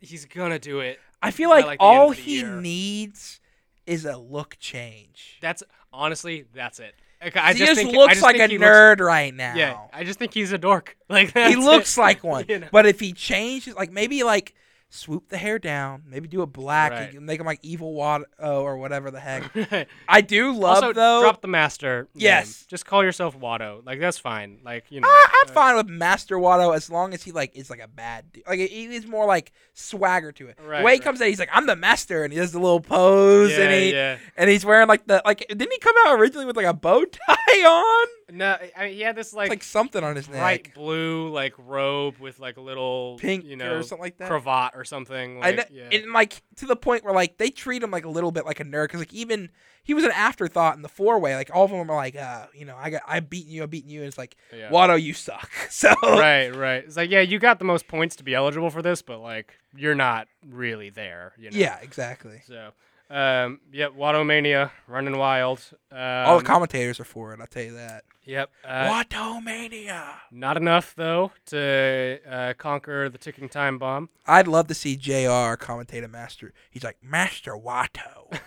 Speaker 6: he's gonna do it.
Speaker 4: I feel
Speaker 6: by,
Speaker 4: like,
Speaker 6: like, the end
Speaker 4: all
Speaker 6: of the
Speaker 4: he
Speaker 6: year.
Speaker 4: needs is a look change.
Speaker 6: That's honestly that's it. Okay, I
Speaker 4: he
Speaker 6: just
Speaker 4: just
Speaker 6: think, I
Speaker 4: looks
Speaker 6: just
Speaker 4: like
Speaker 6: think
Speaker 4: a
Speaker 6: he looks-
Speaker 4: nerd right now.
Speaker 6: yeah, I just think he's a dork. Like that's
Speaker 4: he
Speaker 6: it.
Speaker 4: looks like one.
Speaker 6: You know?
Speaker 4: But if he changes, like maybe like swoop the hair down, maybe do a black,
Speaker 6: Right.
Speaker 4: and make him like evil water or whatever the heck.
Speaker 6: Right.
Speaker 4: I do love
Speaker 6: also,
Speaker 4: though.
Speaker 6: drop the master. name.
Speaker 4: Yes.
Speaker 6: just call yourself Watto. Like that's fine. Like you know,
Speaker 4: I, I'm
Speaker 6: uh,
Speaker 4: fine with Master Watto as long as he like is like a bad dude. Like he is more like swagger to it.
Speaker 6: Right,
Speaker 4: the way he
Speaker 6: right.
Speaker 4: comes out, he's like I'm the master, and he does the little pose,
Speaker 6: Yeah,
Speaker 4: and he
Speaker 6: yeah.
Speaker 4: and he's wearing like the like. Didn't he come out originally with like a bow tie on?
Speaker 6: No, I mean, he had this
Speaker 4: It's
Speaker 6: like
Speaker 4: like something on his
Speaker 6: bright
Speaker 4: neck.
Speaker 6: blue like robe with like a little
Speaker 4: Pink
Speaker 6: you
Speaker 4: or
Speaker 6: know
Speaker 4: something like that.
Speaker 6: cravat or something
Speaker 4: I kn-
Speaker 6: like yeah.
Speaker 4: And like to the point where like they treat him like a little bit like a nerd because like even he was an afterthought in the four way. Like all of them are like, uh, you know, I got I beaten you, I beaten you. And it's like
Speaker 6: Yeah.
Speaker 4: Watto, you suck. So
Speaker 6: right right it's like yeah you got the most points to be eligible for this but like you're not really there you know
Speaker 4: yeah, exactly.
Speaker 6: so um yep Watto mania running wild um,
Speaker 4: all the commentators are for it. I'll tell you that.
Speaker 6: yep uh,
Speaker 4: Watto mania.
Speaker 6: not enough though to uh, conquer the ticking time bomb
Speaker 4: I'd love to see JR commentate a master. He's like, Master Watto.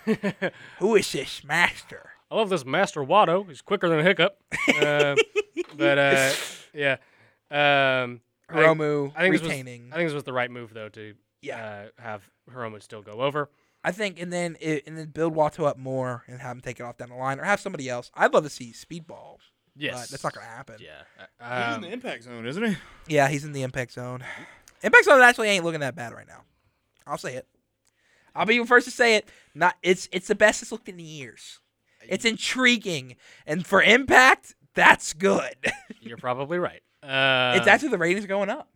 Speaker 4: Who is this master?
Speaker 6: I love this Master Watto. He's quicker than a hiccup. Uh, but uh, yeah, um, I think-
Speaker 4: Hiromu
Speaker 6: I think this was-
Speaker 4: retaining.
Speaker 6: I think this was the right move though to
Speaker 4: Yeah.
Speaker 6: uh, have Hiromu still go over.
Speaker 4: I think, and then it, and then build Watto up more and have him take it off down the line, or have somebody else. I'd love to see Speedball,
Speaker 6: Yes,
Speaker 4: but that's not gonna happen. Yeah.
Speaker 6: Yeah, um,
Speaker 7: impact zone, isn't he?
Speaker 4: he's in the Impact Zone. Impact Zone actually ain't looking that bad right now. I'll say it. I'll be the first to say it. Not it's it's the best it's looked in years.
Speaker 6: Uh,
Speaker 4: It's intriguing, and for Impact, that's good.
Speaker 6: you're probably right. Uh,
Speaker 4: it's actually the ratings going up.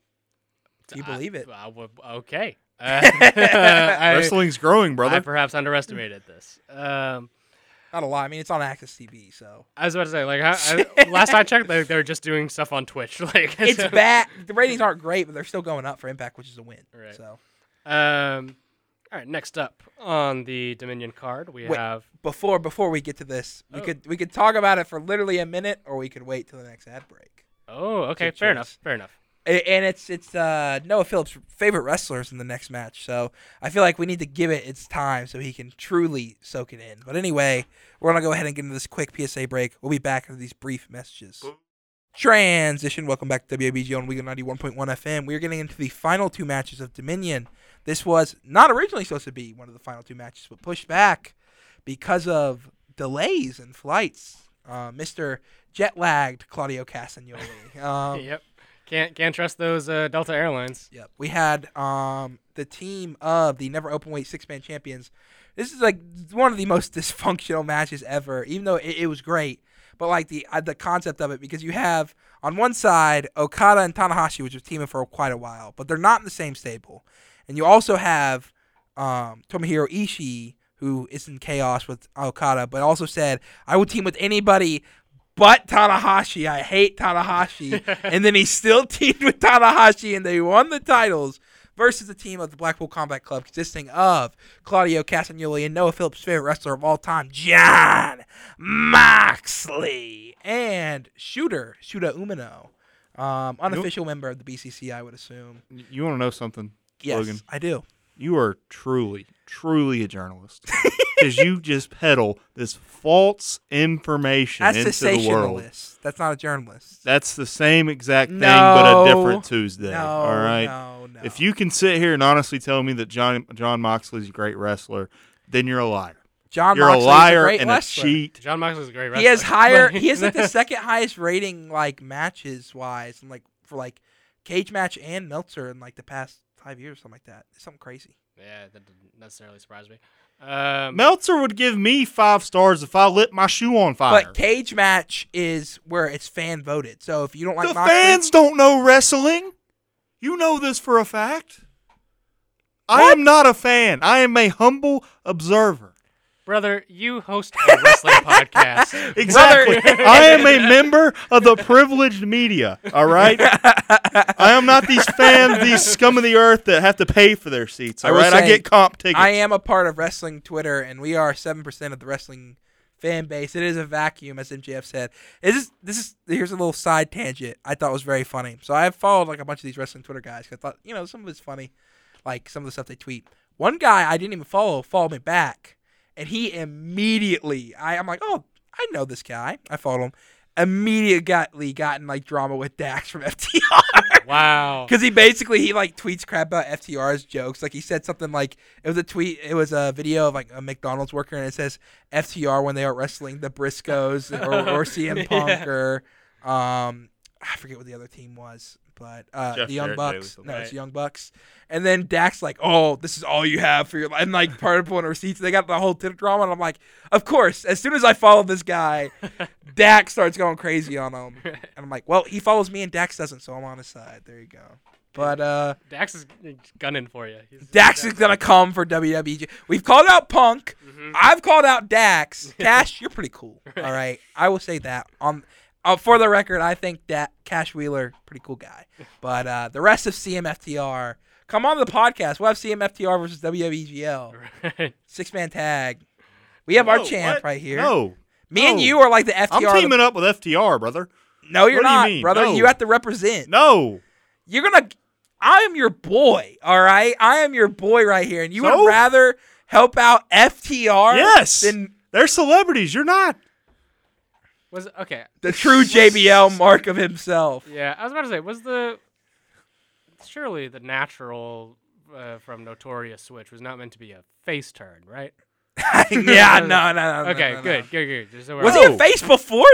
Speaker 4: Do you
Speaker 6: I-
Speaker 4: believe it?
Speaker 6: I would- okay. Uh, I,
Speaker 7: Wrestling's growing,
Speaker 6: I
Speaker 7: brother.
Speaker 6: perhaps underestimated this. Um,
Speaker 4: Not a lot. I mean, it's on Access TV, so
Speaker 6: I was about to say, like, I, I, last I checked, they, they're just doing stuff on Twitch. Like,
Speaker 4: it's
Speaker 6: so-
Speaker 4: bad. The ratings aren't great, but they're still going up for Impact, which is a win.
Speaker 6: Right.
Speaker 4: So
Speaker 6: Um, all right, next up on the Dominion card, we
Speaker 4: Wait.
Speaker 6: have
Speaker 4: before before we get to this, we
Speaker 6: Oh.
Speaker 4: could we could talk about it for literally a minute, or we could wait till the next ad break.
Speaker 6: Oh, okay,
Speaker 4: Good
Speaker 6: fair
Speaker 4: choice.
Speaker 6: enough. Fair enough.
Speaker 4: A- And it's it's uh, Noah Phillips' favorite wrestlers in the next match, so I feel like we need to give it its time so he can truly soak it in. But anyway, we're gonna go ahead and get into this quick PSA break. We'll be back after these brief messages. Transition. Welcome back to WABG on Week 91.1 FM. We are getting into the final two matches of Dominion. This was not originally supposed to be one of the final two matches, but pushed back because of delays and flights. Uh, Mr. Jet lagged Claudio Castagnoli. Um,
Speaker 6: Yep. Can't can't trust those uh, Delta Airlines.
Speaker 4: Yep. We had um, the team of the never open weight six man champions. This is like one of the most dysfunctional matches ever, even though it, it was great. But like the uh, the concept of it, because you have on one side Okada and Tanahashi, which was teaming for quite a while, but they're not in the same stable, and you also have um, Tomohiro Ishii, who is in chaos with Okada, but also said, "I will team with anybody but Tanahashi. I hate Tanahashi. and then he still teamed with Tanahashi and they won the titles versus the team of the Blackpool Combat Club consisting of Claudio Castagnoli and Noah Phillips' favorite wrestler of all time, John Moxley, and Shooter, Shooter Umino. Um, unofficial member of the BCC, I would assume.
Speaker 5: You want to know something,
Speaker 4: Yes,
Speaker 5: Logan?
Speaker 4: I do.
Speaker 5: You are truly, truly a journalist because you just peddle this false information
Speaker 4: That's
Speaker 5: into the world.
Speaker 4: sensationalist. That's not a journalist.
Speaker 5: That's the same exact thing, but a
Speaker 4: No.
Speaker 5: different Tuesday.
Speaker 4: No,
Speaker 5: all right.
Speaker 4: no, no.
Speaker 5: If you can sit here and honestly tell me that John John Moxley's a great wrestler, then you're a liar.
Speaker 4: John
Speaker 5: you're
Speaker 4: Moxley
Speaker 5: a
Speaker 4: is
Speaker 5: liar
Speaker 4: great
Speaker 5: and
Speaker 4: wrestler.
Speaker 5: a cheat.
Speaker 6: John Moxley's a great wrestler.
Speaker 4: He has higher.
Speaker 6: Like-
Speaker 4: he has like the second highest rating, like matches wise, and like for like cage match and Meltzer in like the past five years, or something like that. It's something crazy.
Speaker 6: yeah, that doesn't necessarily surprise me. Um,
Speaker 5: Meltzer would give me five stars if I lit my shoe on fire.
Speaker 4: But cage match is where it's fan voted. So if you don't like
Speaker 5: the
Speaker 4: Moxley,
Speaker 5: fans don't know wrestling. You know this for a fact. I am not a fan. I am a humble observer.
Speaker 6: brother, you host a wrestling podcast.
Speaker 5: Exactly. I am a member of the privileged media. All right. I am not these fans, these scum of the earth that have to pay for their seats.
Speaker 4: I
Speaker 5: All
Speaker 4: will
Speaker 5: right. I
Speaker 4: say,
Speaker 5: get comp tickets.
Speaker 4: I am a part of wrestling Twitter, and we are seven percent of the wrestling fan base. It is a vacuum, as MJF said. This is this is here's a little side tangent I thought was very funny. So I've followed like a bunch of these wrestling Twitter guys. 'cause I thought you know some of it's funny, like some of the stuff they tweet. One guy I didn't even follow followed me back, and he immediately I, I'm like, oh, I know this guy. I followed him. Immediately gotten like drama with Dax from FTR.
Speaker 6: wow.
Speaker 4: Because he basically he like tweets crap about FTR's jokes. Like he said something like it was a tweet, it was a video of like a McDonald's worker, and it says FTR when they are wrestling the Briscoes or, or CM Punk or um I forget what the other team was, but uh,
Speaker 5: Jeff
Speaker 4: the Young
Speaker 5: Jarrett, Jay
Speaker 4: Bucks.
Speaker 5: Lethal.
Speaker 4: No, it's the Young Bucks. And then Dax like, oh, this is all you have for your life. And like part of one receipts, they got the whole Twitter drama, and I'm like, of course. As soon as I follow this guy, Dax starts going crazy on him, and I'm like, well, he follows me, and Dax doesn't, so I'm on his side. There you go. But uh,
Speaker 6: Dax is gunning for you. He's-
Speaker 4: Dax is gonna come for WWE. We've called out Punk.
Speaker 5: Mm-hmm.
Speaker 4: I've called out Dax. Cash, you're pretty cool. All right, I will say that. Um, uh, for the record, I think that Cash Wheeler, pretty cool guy. But uh, the rest of CMFTR, come on to the podcast. We'll have CMFTR versus E WWEGL six man tag. We have our
Speaker 5: No,
Speaker 4: champ
Speaker 5: what?
Speaker 4: right here.
Speaker 5: No.
Speaker 4: Me and
Speaker 5: no.
Speaker 4: you are like the FTR.
Speaker 5: I'm
Speaker 4: of the-
Speaker 5: teaming up with FTR, brother. What
Speaker 4: no, you're
Speaker 5: do you
Speaker 4: not,
Speaker 5: mean?
Speaker 4: brother.
Speaker 5: No.
Speaker 4: You have to represent.
Speaker 5: No.
Speaker 4: You're gonna. I am your boy, all right. I am your boy right here, and you
Speaker 5: So?
Speaker 4: would rather help out FTR
Speaker 5: Yes.
Speaker 4: than
Speaker 5: They're celebrities. You're not.
Speaker 6: Was okay.
Speaker 4: the true JBL mark of himself.
Speaker 6: Yeah, I was about to say, was the surely the natural uh, from Notorious Switch was not meant to be a face turn, right?
Speaker 4: yeah, no, no, no. no,
Speaker 6: okay,
Speaker 4: no, no.
Speaker 6: good, good, good. Just so we're
Speaker 4: Was
Speaker 6: all-
Speaker 4: he a face before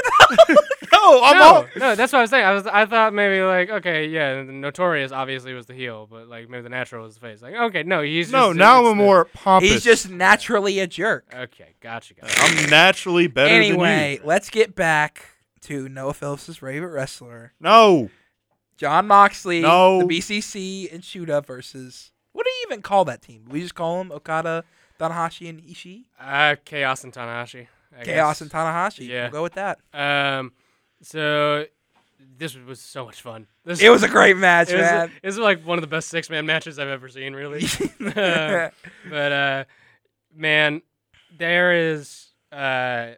Speaker 4: though?
Speaker 5: No, I'm all.
Speaker 6: No, no, that's what I was saying. I was, I thought maybe like, okay, yeah, the Notorious obviously was the heel, but like maybe the natural was the face. Like, okay, no, he's just,
Speaker 5: No, now
Speaker 6: it's
Speaker 5: I'm
Speaker 6: the-
Speaker 5: more pompous.
Speaker 4: He's just naturally a jerk.
Speaker 6: Okay, gotcha, gotcha.
Speaker 5: I'm naturally better
Speaker 4: Anyway,
Speaker 5: than you.
Speaker 4: let's get back to Noah Phillips' favorite wrestler,
Speaker 5: No.
Speaker 4: John Moxley,
Speaker 5: No.
Speaker 4: the BCC, and Shuda versus. What do you even call that team? We just call them Okada, Tanahashi, and Ishii.
Speaker 6: Uh, Chaos and Tanahashi. I
Speaker 4: Chaos
Speaker 6: guess.
Speaker 4: and Tanahashi.
Speaker 6: Yeah.
Speaker 4: We'll go with that.
Speaker 6: Um, so this was so much fun. This
Speaker 4: It was a great match,
Speaker 6: it was,
Speaker 4: man.
Speaker 6: it was like one of the best six man matches I've ever seen, really. Uh, but uh, man, there is uh,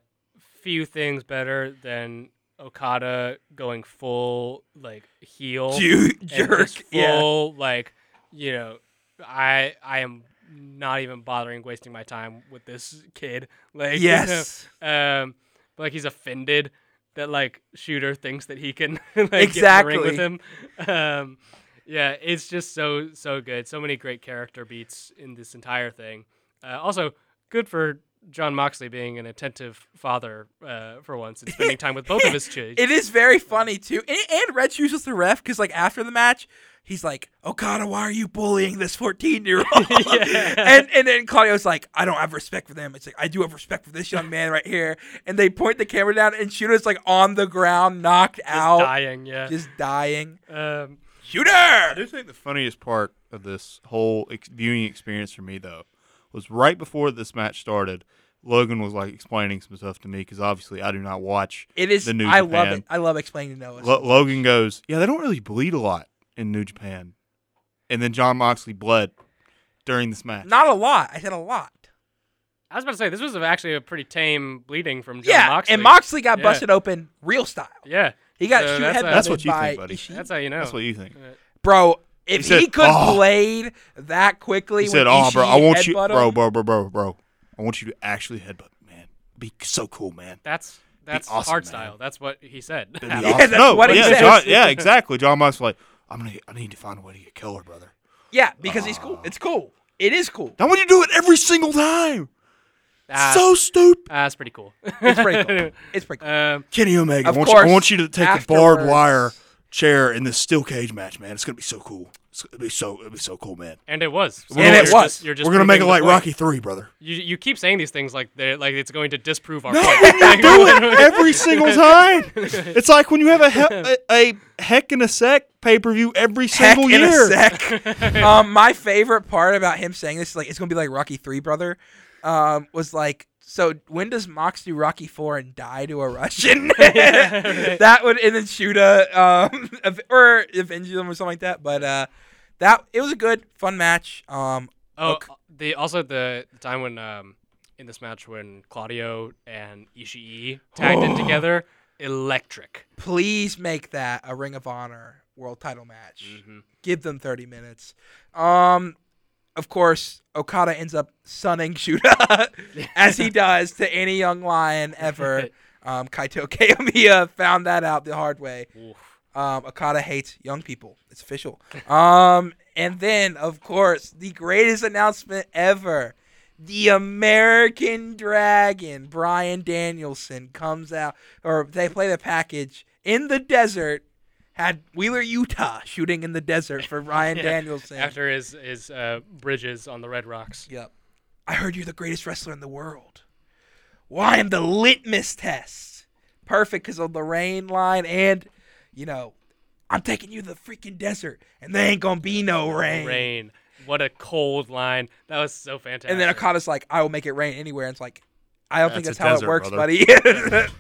Speaker 6: few things better than Okada going full like heel,
Speaker 4: Ju-
Speaker 6: and
Speaker 4: jerk,
Speaker 6: just
Speaker 4: yeah.
Speaker 6: full like you know, I I am not even bothering wasting my time with this kid. Like you know,
Speaker 4: Yes.
Speaker 6: um, but, like he's offended that like shooter thinks that he can like get in the ring with
Speaker 4: Exactly.
Speaker 6: him. Um, yeah, it's just so so good. So many great character beats in this entire thing. Uh, also, good for John Moxley being an attentive father uh, for once and spending time with both of his children.
Speaker 4: It is very funny too, and, and Red Shoes was the ref because like after the match, he's like, "Okada, why are you bullying this fourteen-year-old?" And and then Claudio's like, "I don't have respect for them." It's like I do have respect for this young man right here, and they point the camera down, and Shooter's like on the ground, knocked out,
Speaker 6: dying, yeah.
Speaker 4: just dying.
Speaker 6: um,
Speaker 5: I
Speaker 4: Shooter.
Speaker 5: do think the funniest part of this whole ex- viewing experience for me, though, was right before this match started Logan was like explaining some stuff to me because obviously I do not watch
Speaker 4: It is.
Speaker 5: the New
Speaker 4: I
Speaker 5: Japan.
Speaker 4: love it. I love explaining to Noah.
Speaker 5: Lo- Logan goes, "Yeah, they don't really bleed a lot in New Japan," and then John Moxley bled during this match.
Speaker 4: Not a lot. I said a lot.
Speaker 6: I was about to say this was actually a pretty tame bleeding from John
Speaker 4: yeah,
Speaker 6: Moxley.
Speaker 4: and Moxley got
Speaker 6: Yeah.
Speaker 4: busted open real style.
Speaker 6: Yeah,
Speaker 4: He got
Speaker 6: So
Speaker 4: shoot
Speaker 6: that's
Speaker 4: headbutted
Speaker 6: a- That's
Speaker 5: what you
Speaker 4: by
Speaker 5: think, buddy.
Speaker 4: Ishii.
Speaker 6: that's how you know.
Speaker 5: That's what you think.
Speaker 4: bro. If
Speaker 5: He
Speaker 4: he,
Speaker 5: said,
Speaker 4: could
Speaker 5: "Oh."
Speaker 4: blade that quickly,
Speaker 5: He said,
Speaker 4: when
Speaker 5: "Oh, bro,
Speaker 4: Ishii
Speaker 5: I want you,
Speaker 4: headbutt him,"
Speaker 5: bro, bro, bro, bro, bro. I want you to actually headbutt, man. Be so cool, man."
Speaker 6: that's that's
Speaker 5: awesome,
Speaker 6: art
Speaker 5: man.
Speaker 6: style. That's what he said.
Speaker 5: That'd be
Speaker 4: Yeah,
Speaker 5: awesome.
Speaker 4: that's
Speaker 5: no,
Speaker 4: what he
Speaker 5: yeah,
Speaker 4: said.
Speaker 5: John, yeah, exactly. John Moxley, like, I'm gonna, I need to find a way to get killer, brother.
Speaker 4: Yeah, because he's cool. It's cool. It is cool.
Speaker 5: Now, when you do it every single time,
Speaker 4: Uh,
Speaker 6: Ah,
Speaker 5: so stupid.
Speaker 6: that's pretty cool.
Speaker 4: It's pretty cool. It's pretty cool.
Speaker 6: Um,
Speaker 5: Kenny Omega, I
Speaker 4: Of
Speaker 5: want, you, I
Speaker 4: course,
Speaker 5: want you to take a barbed
Speaker 4: afterwards-
Speaker 5: wire chair in this steel cage match, man. It's gonna be so cool. It's gonna be so, it'll be so cool, man.
Speaker 6: and it was. So
Speaker 5: And it
Speaker 6: you're just-
Speaker 4: was.
Speaker 6: you're just
Speaker 5: We're gonna make it
Speaker 6: proving the
Speaker 5: like
Speaker 6: point.
Speaker 5: Rocky Three, brother.
Speaker 6: You, you keep saying these things like they're like it's going to disprove our
Speaker 5: No,
Speaker 6: point.
Speaker 5: when you do it every single time. It's like when you have a he- a, a heck in a sec pay per view every
Speaker 4: Heck
Speaker 5: single
Speaker 4: in
Speaker 5: year.
Speaker 4: a sec. um, my favorite part about him saying this is like it's gonna be like Rocky Three, brother. Um, was like, so when does Mox do Rocky Four and die to a Russian? that would and then shoot a um av- or avenge them or something like that. But uh, that it was a good fun match. Um,
Speaker 6: Oh,
Speaker 4: Okay.
Speaker 6: the also the, the time when um in this match when Claudio and Ishii tagged
Speaker 5: Oh.
Speaker 6: in together, electric.
Speaker 4: please make that a Ring of Honor World Title match.
Speaker 5: Mm-hmm.
Speaker 4: Give them 30 minutes. Um, of course, Okada ends up sunning Shuda as he does to any young lion ever. Um, Kaito Kiyomiya found that out the hard way. Um, Okada hates young people. It's official. Um, and then, of course, the greatest announcement ever. The American Dragon, Brian Danielson, comes out, or they play the package in the desert. Had Wheeler, Utah, shooting in the desert for Brian Danielson.
Speaker 6: After his his uh, bridges on the Red Rocks.
Speaker 4: Yep. I heard you're the greatest wrestler in the world. Well, I am the litmus test. Perfect because of the rain line, and, you know, I'm taking you to the freaking desert, and there ain't going to be no rain.
Speaker 6: Rain. What a cold line. That was so fantastic.
Speaker 4: And then Okada's like, I will make it rain anywhere. And it's like, I don't think
Speaker 5: That's
Speaker 4: that's
Speaker 5: a desert,
Speaker 4: how it works,
Speaker 5: brother.
Speaker 4: buddy.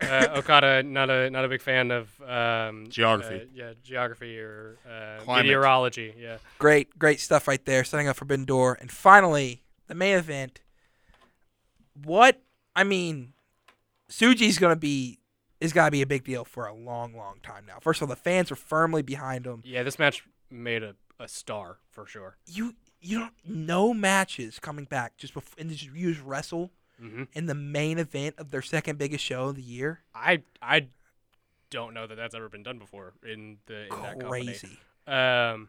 Speaker 6: uh, Okada, not a not a big fan of um,
Speaker 5: Geography.
Speaker 6: uh, yeah, geography or uh,
Speaker 5: Climate.
Speaker 6: meteorology. Yeah.
Speaker 4: great, great stuff right there. Setting up Forbidden Door, and finally the main event. What I mean, Suji's gonna be is gotta be a big deal for a long, long time now. First of all, the fans are firmly behind him.
Speaker 6: Yeah. This match made a, a star for sure.
Speaker 4: You you don't no matches coming back just before and just you just wrestle
Speaker 6: Mhm.
Speaker 4: in the main event of their second biggest show of the year.
Speaker 6: I I don't know that that's ever been done before in the in that company.
Speaker 4: Crazy.
Speaker 6: Um.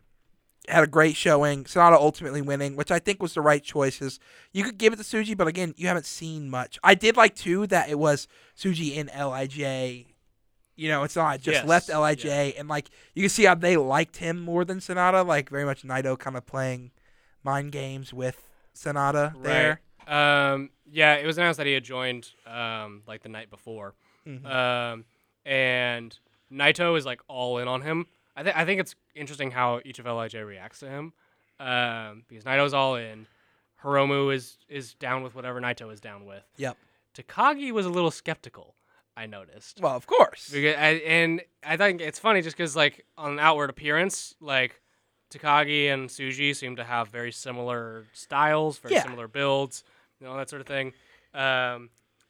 Speaker 4: had a great showing. Sonata ultimately winning, which I think was the right choice. Is you could give it to Suji, but again, you haven't seen much. I did like too that it was Suji and Lij. You know, it's not I just
Speaker 6: Yes,
Speaker 4: left Lij,
Speaker 6: yeah.
Speaker 4: and like you can see how they liked him more than Sonata. Like very much Naito kind of playing mind games with Sonata there.
Speaker 6: Right. Um, yeah, it was announced that he had joined um, like the night before, um, and Naito is like all in on him. I think I think it's interesting how each of Lij reacts to him, um, because Naito's all in, Hiromu is is down with whatever Naito is down with.
Speaker 4: Yep.
Speaker 6: Takagi was a little skeptical. I noticed.
Speaker 4: Well, of course.
Speaker 6: Because I, and I think it's funny just because like on an outward appearance, like Takagi and Suji seem to have very similar styles, very
Speaker 4: Yeah.
Speaker 6: similar builds, you know that sort of thing. Um,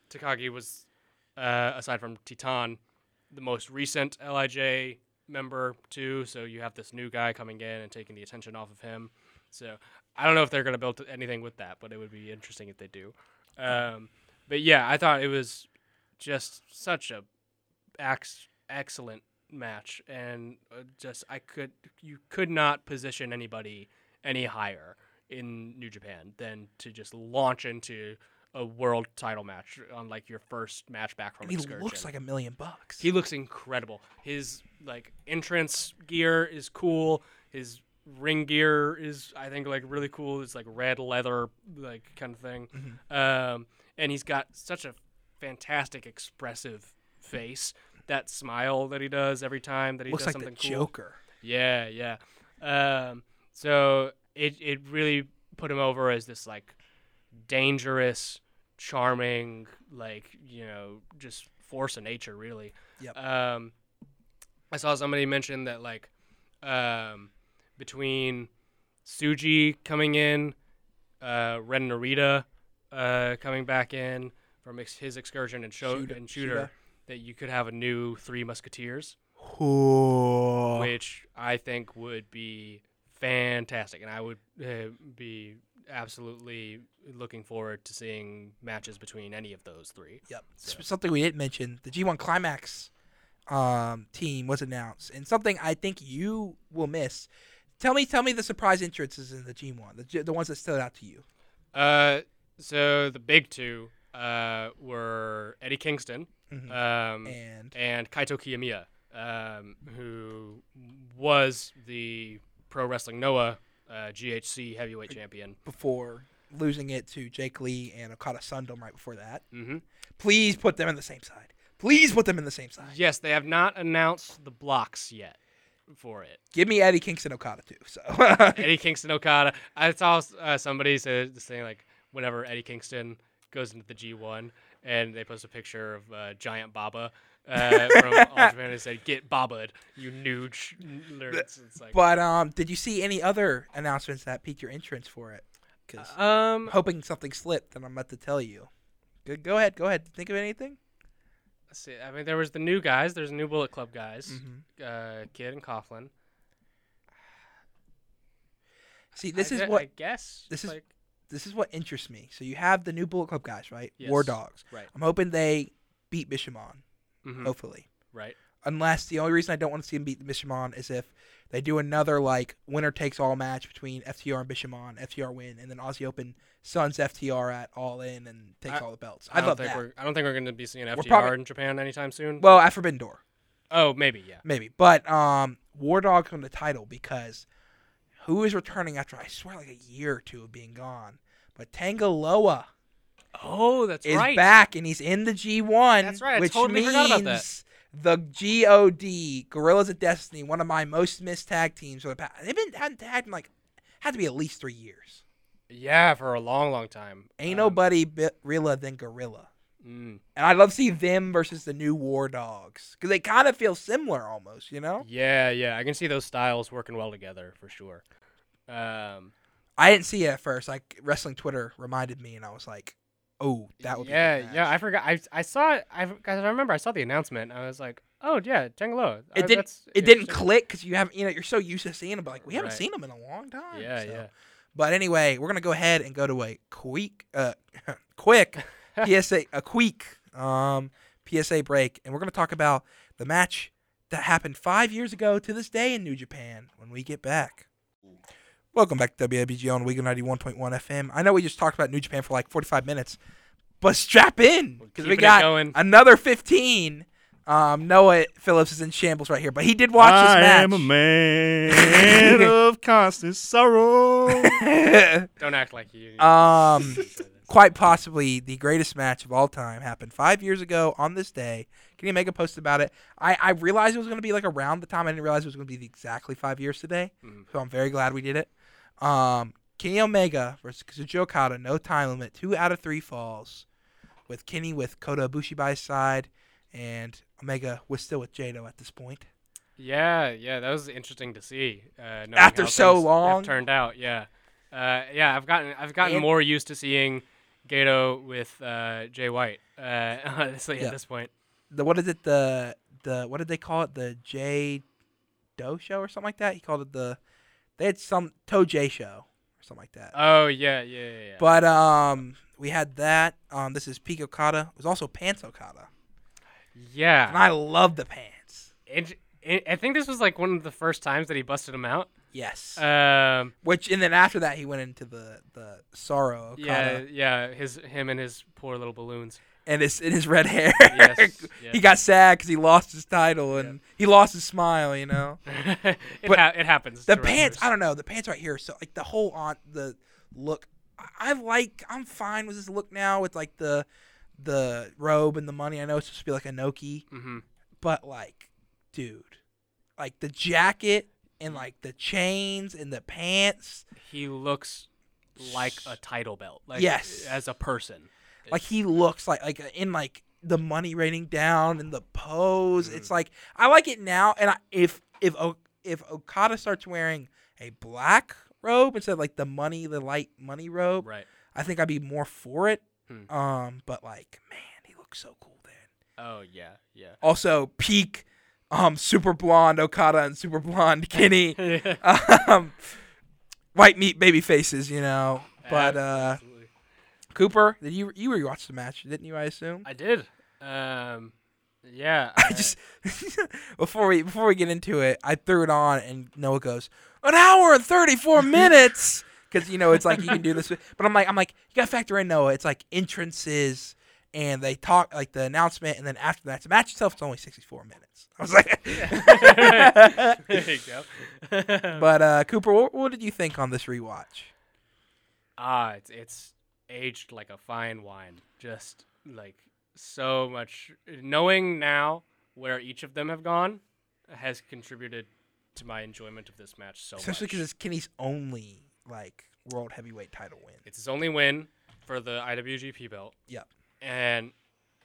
Speaker 6: Takagi was, uh, aside from Titan, the most recent Lij member too. So you have this new guy coming in and taking the attention off of him. So I don't know if they're gonna build anything with that, but it would be interesting if they do. Um, but yeah, I thought it was just such a ex- excellent match and uh, just I could you could not position anybody any higher in New Japan than to just launch into a world title match on like your first match back from
Speaker 4: And he
Speaker 6: excursion.
Speaker 4: looks like a million bucks.
Speaker 6: He looks incredible. His like entrance gear is cool. His ring gear is I think like really cool. It's like red leather like kind of thing.
Speaker 4: Mm-hmm.
Speaker 6: Um, and he's got such a fantastic expressive face. That smile that he does every time that he
Speaker 4: looks like
Speaker 6: does
Speaker 4: the
Speaker 6: something cool.
Speaker 4: Joker.
Speaker 6: Yeah, yeah. Um, so it it really put him over as this like dangerous charming, like you know, just force of nature, really.
Speaker 4: Yep.
Speaker 6: Um, I saw somebody mention that like um, between Suji coming in, uh, Ren Narita uh, coming back in from ex- his excursion and, show-
Speaker 4: Shuda-
Speaker 6: and shooter,
Speaker 4: Shuda.
Speaker 6: that you could have a new Three Musketeers,
Speaker 4: Cool.
Speaker 6: which I think would be fantastic, and I would uh, be absolutely looking forward to seeing matches between any of those three.
Speaker 4: Yep. S- Something we didn't mention: the G1 Climax um, team was announced, and something I think you will miss. Tell me, tell me the surprise entrances in the G1, the, G- the ones that stood out to you.
Speaker 6: Uh, so the big two uh, were Eddie Kingston um,
Speaker 4: And-
Speaker 6: Kaito Kiyomiya, um, who was the Pro Wrestling Noah uh, GHC heavyweight champion.
Speaker 4: Before losing it to Jake Lee and Okada Sundom right before that,
Speaker 6: Mhm.
Speaker 4: please put them in the same side. Please put them in the same side.
Speaker 6: Yes, they have not announced the blocks yet for it.
Speaker 4: Give me Eddie Kingston Okada too. So
Speaker 6: Eddie Kingston Okada. I saw uh, somebody said this thing like whenever Eddie Kingston goes into the G1 and they post a picture of uh, Giant Baba uh, from All Japan and said, "Get Baba'd, you nooge nerds." It's like,
Speaker 4: But um, did you see any other announcements that piqued your interest for it? Because
Speaker 6: um,
Speaker 4: I'm hoping something slipped and I'm about to tell you. Good. Go ahead. Go ahead. Think of anything?
Speaker 6: let's see. I mean, there was the new guys. There's new Bullet Club guys,
Speaker 4: Mm-hmm.
Speaker 6: uh, Kid and Coughlin.
Speaker 4: See, this
Speaker 6: I
Speaker 4: is
Speaker 6: gue-
Speaker 4: what
Speaker 6: I guess.
Speaker 4: this is-
Speaker 6: like,
Speaker 4: this is what interests me. So you have the new Bullet Club guys, right?
Speaker 6: Yes.
Speaker 4: War Dogs.
Speaker 6: Right.
Speaker 4: I'm hoping they beat Bishamon,
Speaker 6: mhm,
Speaker 4: hopefully.
Speaker 6: right.
Speaker 4: Unless the only reason I don't want to see them beat Bishamon is if they do another like winner takes all match between FTR and Bishamon, FTR win, and then Aussie Open sons FTR at All In and takes
Speaker 6: I-
Speaker 4: all the belts.
Speaker 6: I
Speaker 4: I,
Speaker 6: don't
Speaker 4: love
Speaker 6: think
Speaker 4: that.
Speaker 6: we're. I don't think we're going to be seeing FTR
Speaker 4: probably-
Speaker 6: in Japan anytime soon.
Speaker 4: Well, at Forbidden Door.
Speaker 6: oh, maybe yeah.
Speaker 4: maybe. But um, War Dogs on the title because who is returning after I swear like a year or two of being gone? But Tangaloa
Speaker 6: Oh, that's
Speaker 4: is
Speaker 6: right.
Speaker 4: back and he's in the G one.
Speaker 6: That's right, I
Speaker 4: Which
Speaker 6: totally
Speaker 4: means
Speaker 6: forgot about that.
Speaker 4: the God Gorillas of Destiny, one of my most missed tag teams for the past. They've been hadn't tagged in like had to be at least three years.
Speaker 6: Yeah, for a long, long time.
Speaker 4: Ain't
Speaker 6: Um,
Speaker 4: nobody bi- realer than Gorilla.
Speaker 6: mm,
Speaker 4: And I'd love to see them versus the new War Dogs because they kind of feel similar almost, you know?
Speaker 6: yeah, yeah. I can see those styles working well together for sure. Um,
Speaker 4: I didn't see it at first. Like wrestling Twitter reminded me, and I was like, "Oh, that would
Speaker 6: yeah,
Speaker 4: be a good
Speaker 6: yeah. I
Speaker 4: match.
Speaker 6: forgot. I I saw it. I because I remember I saw the announcement. and I was like, oh yeah, Tangaloa. I-
Speaker 4: It didn't.
Speaker 6: that's
Speaker 4: It didn't
Speaker 6: interesting.
Speaker 4: click because you haven't. You know, you're so used to seeing them, but like we haven't
Speaker 6: Right.
Speaker 4: seen them in a long time.
Speaker 6: Yeah,
Speaker 4: so.
Speaker 6: yeah.
Speaker 4: But anyway, we're gonna go ahead and go to a quick, uh, quick PSA, a quick um, PSA break, and we're gonna talk about the match that happened five years ago to this day in New Japan when we get back. Welcome back to WABG on Week 91.1 FM. I know we just talked about New Japan for like 45 minutes, but strap in because we
Speaker 6: keeping it
Speaker 4: got
Speaker 6: going.
Speaker 4: another 15. Um, Noah Phillips is in shambles right here, but he did watch this
Speaker 7: I
Speaker 4: match.
Speaker 7: am a man of constant sorrow.
Speaker 6: Don't act like you.
Speaker 4: Um, quite possibly the greatest match of all time happened five years ago on this day. Can you make a post about it? I, I realized it was going to be like around the time. I didn't realize it was going to be the exactly five years today. So I'm very glad we did it. Um, Kenny Omega versus Kazuchi Okada, no time limit, two out of three falls, with Kenny with Kota Ibushi by his side, and Omega was still with Jado at this point.
Speaker 6: yeah, yeah. That was interesting to see. Uh, knowing
Speaker 4: After
Speaker 6: how
Speaker 4: so
Speaker 6: things have
Speaker 4: long.
Speaker 6: turned out. Yeah, uh, yeah. I've gotten I've gotten
Speaker 4: And-
Speaker 6: more used to seeing Gato with uh, Jay White. Uh, honestly,
Speaker 4: Yeah.
Speaker 6: at this point.
Speaker 4: The what is it? The the what did they call it? The J Doe show or something like that. He called it the. They had some Toe J show or something like that.
Speaker 6: Oh yeah, yeah, yeah. yeah.
Speaker 4: But um, we had that. Um, this is Peak Okada. It was also Pants Okada,
Speaker 6: yeah.
Speaker 4: and I love the pants.
Speaker 6: And and I think this was like one of the first times that he busted him out.
Speaker 4: Yes.
Speaker 6: Um,
Speaker 4: Which and then after that he went into the the sorrow Okada
Speaker 6: yeah, yeah, his him and his poor little balloons.
Speaker 4: and his in his red hair.
Speaker 6: Yes,
Speaker 4: He
Speaker 6: yes.
Speaker 4: got sad because he lost his title and he lost his smile. You know.
Speaker 6: it,
Speaker 4: But
Speaker 6: ha- it happens.
Speaker 4: the
Speaker 6: to
Speaker 4: pants i
Speaker 6: wrestlers.
Speaker 4: don't know the pants right here so like the whole on the look I, I like i'm fine with this look now with like the the robe and the money i know it's supposed to be like a noki
Speaker 6: Mhm.
Speaker 4: but like dude like the jacket and like the chains and the pants
Speaker 6: He looks like a title belt. Like,
Speaker 4: Yes.
Speaker 6: as a person.
Speaker 4: Like he looks like like in like the money raining down and the pose. It's like I like it now. And I, if if o, if Okada starts wearing a black robe instead of like the money the light money robe,
Speaker 6: Right.
Speaker 4: I think I'd be more for it.
Speaker 6: Hmm.
Speaker 4: Um, but like man, he looks so cool then.
Speaker 6: Oh yeah, yeah.
Speaker 4: Also peak. Um, super blonde Okada and super blonde Kenny.
Speaker 6: but
Speaker 4: um, white meat baby faces, you know. But uh, Cooper, did you you rewatched the match, didn't you? I assume.
Speaker 6: I did. Um, yeah.
Speaker 4: I just before we before we get into it, I threw it on and Noah goes an hour and thirty four minutes because you know it's like you can do this, with- but I'm like I'm like you got to factor in Noah. It's like entrances and they talk like the announcement, and then after that, the match itself it's only sixty four minutes. I was like,
Speaker 6: there you go.
Speaker 4: but uh, Cooper, what, what did you think on this rewatch?
Speaker 6: ah, it's it's aged like a fine wine. Just like so much knowing now where each of them have gone has contributed to my enjoyment of this match so
Speaker 4: Especially
Speaker 6: much.
Speaker 4: because it's Kenny's only like world heavyweight title win.
Speaker 6: It's his only win for the IWGP belt.
Speaker 4: Yeah.
Speaker 6: And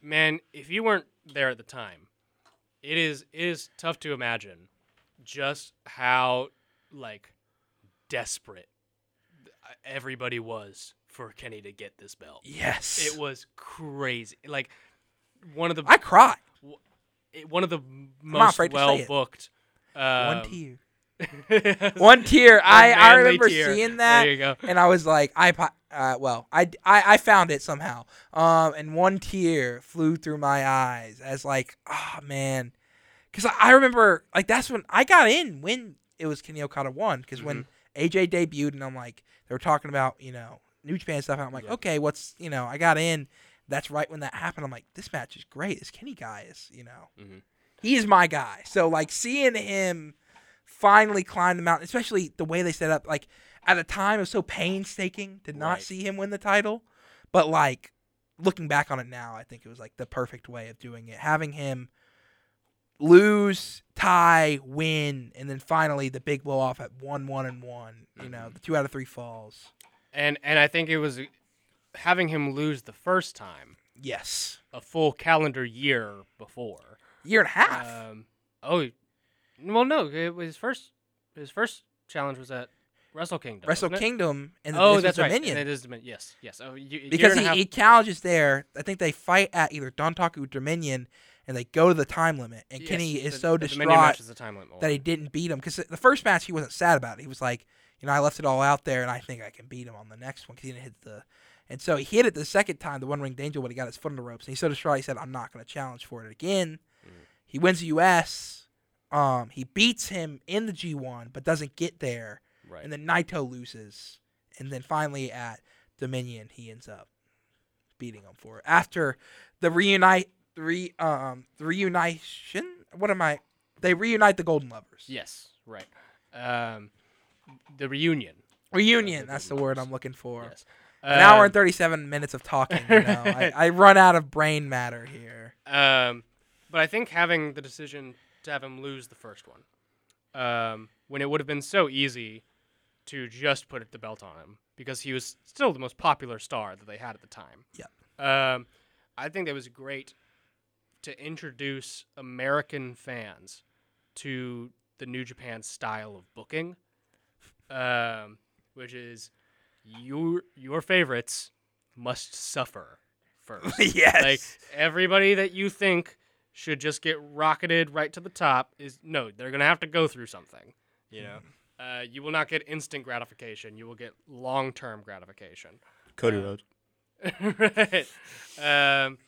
Speaker 6: man, if you weren't there at the time, it is it is tough to imagine just how like desperate everybody was for Kenny to get this belt.
Speaker 4: Yes,
Speaker 6: It was crazy. Like one of the
Speaker 4: I cried.
Speaker 6: it- one of the
Speaker 4: not
Speaker 6: most
Speaker 4: afraid to say
Speaker 6: well
Speaker 4: it.
Speaker 6: booked. Um,
Speaker 4: one tear.
Speaker 6: tear.
Speaker 4: One tear. I, I
Speaker 6: manly
Speaker 4: remember
Speaker 6: tear.
Speaker 4: seeing that,
Speaker 6: There you go.
Speaker 4: and I was like, I po- uh, well, I, I I found it somehow. Um, and one tear flew through my eyes as like, ah man, because I, I remember like that's when I got in when it was Kenny Okada won because when AJ debuted and I'm like they were talking about you know New Japan stuff and I'm like okay what's you know I got in. That's right when that happened. I'm like, this match is great. This Kenny guy is, you know, he is my guy. So like seeing him finally climb the mountain, especially the way they set up. Like at the time, it was so painstaking to not
Speaker 6: Right.
Speaker 4: see him win the title, but like looking back on it now, I think it was like the perfect way of doing it. Having him lose, tie, win, and then finally the big blow off at one, one, and one. You know, the two out of three falls.
Speaker 6: and and I think it was having him lose the first time
Speaker 4: Yes,
Speaker 6: a full calendar year before.
Speaker 4: year and a half.
Speaker 6: Um, oh, well, no, it was his first. His first challenge was at Wrestle Kingdom.
Speaker 4: Wrestle
Speaker 6: wasn't it?
Speaker 4: Kingdom and
Speaker 6: Oh,
Speaker 4: this
Speaker 6: that's
Speaker 4: was
Speaker 6: right.
Speaker 4: Dominion.
Speaker 6: And it is Dominion. Yes, yes. Oh, you, a year
Speaker 4: because
Speaker 6: and a
Speaker 4: he,
Speaker 6: half-
Speaker 4: he challenges there. I think they fight at either Dontaku or Dominion, and they go to the time limit. And
Speaker 6: yes,
Speaker 4: Kenny is
Speaker 6: the-
Speaker 4: so
Speaker 6: the Dominion match
Speaker 4: distraught
Speaker 6: is the time limit
Speaker 4: that he didn't beat him because the first match he wasn't sad about. It. He was like, you know, I left it all out there, and I think I can beat him on the next one because he didn't hit the. And so he hit it the second time, the one ring danger when he got his foot in the ropes, and he's so distraught he said, "I'm not going to challenge for it again."
Speaker 6: Mm.
Speaker 4: He wins the U.S. Um, he beats him in the G1, but doesn't get there.
Speaker 6: Right.
Speaker 4: And then Naito loses, and then finally at Dominion he ends up beating him for it after the reunite re um the reunition. What am I? They reunite the Golden Lovers.
Speaker 6: Yes, right. Um, the reunion.
Speaker 4: Reunion. That's the word I'm looking for.
Speaker 6: Yes.
Speaker 4: An hour
Speaker 6: Um,
Speaker 4: and 37 minutes of talking. You know? I, I run out of brain matter here.
Speaker 6: Um, but I think having the decision to have him lose the first one, um, when it would have been so easy to just put the belt on him because he was still the most popular star that they had at the time. Yeah. Um, I think that was great to introduce American fans to the New Japan style of booking, um, which is your your favorites must suffer first.
Speaker 4: Yes.
Speaker 6: Like everybody that you think should just get rocketed right to the top is no, they're gonna have to go through something. You know,
Speaker 4: Mm-hmm.
Speaker 6: uh, you will not get instant gratification. You will get long term gratification.
Speaker 7: Cody Rhodes.
Speaker 6: right. Um,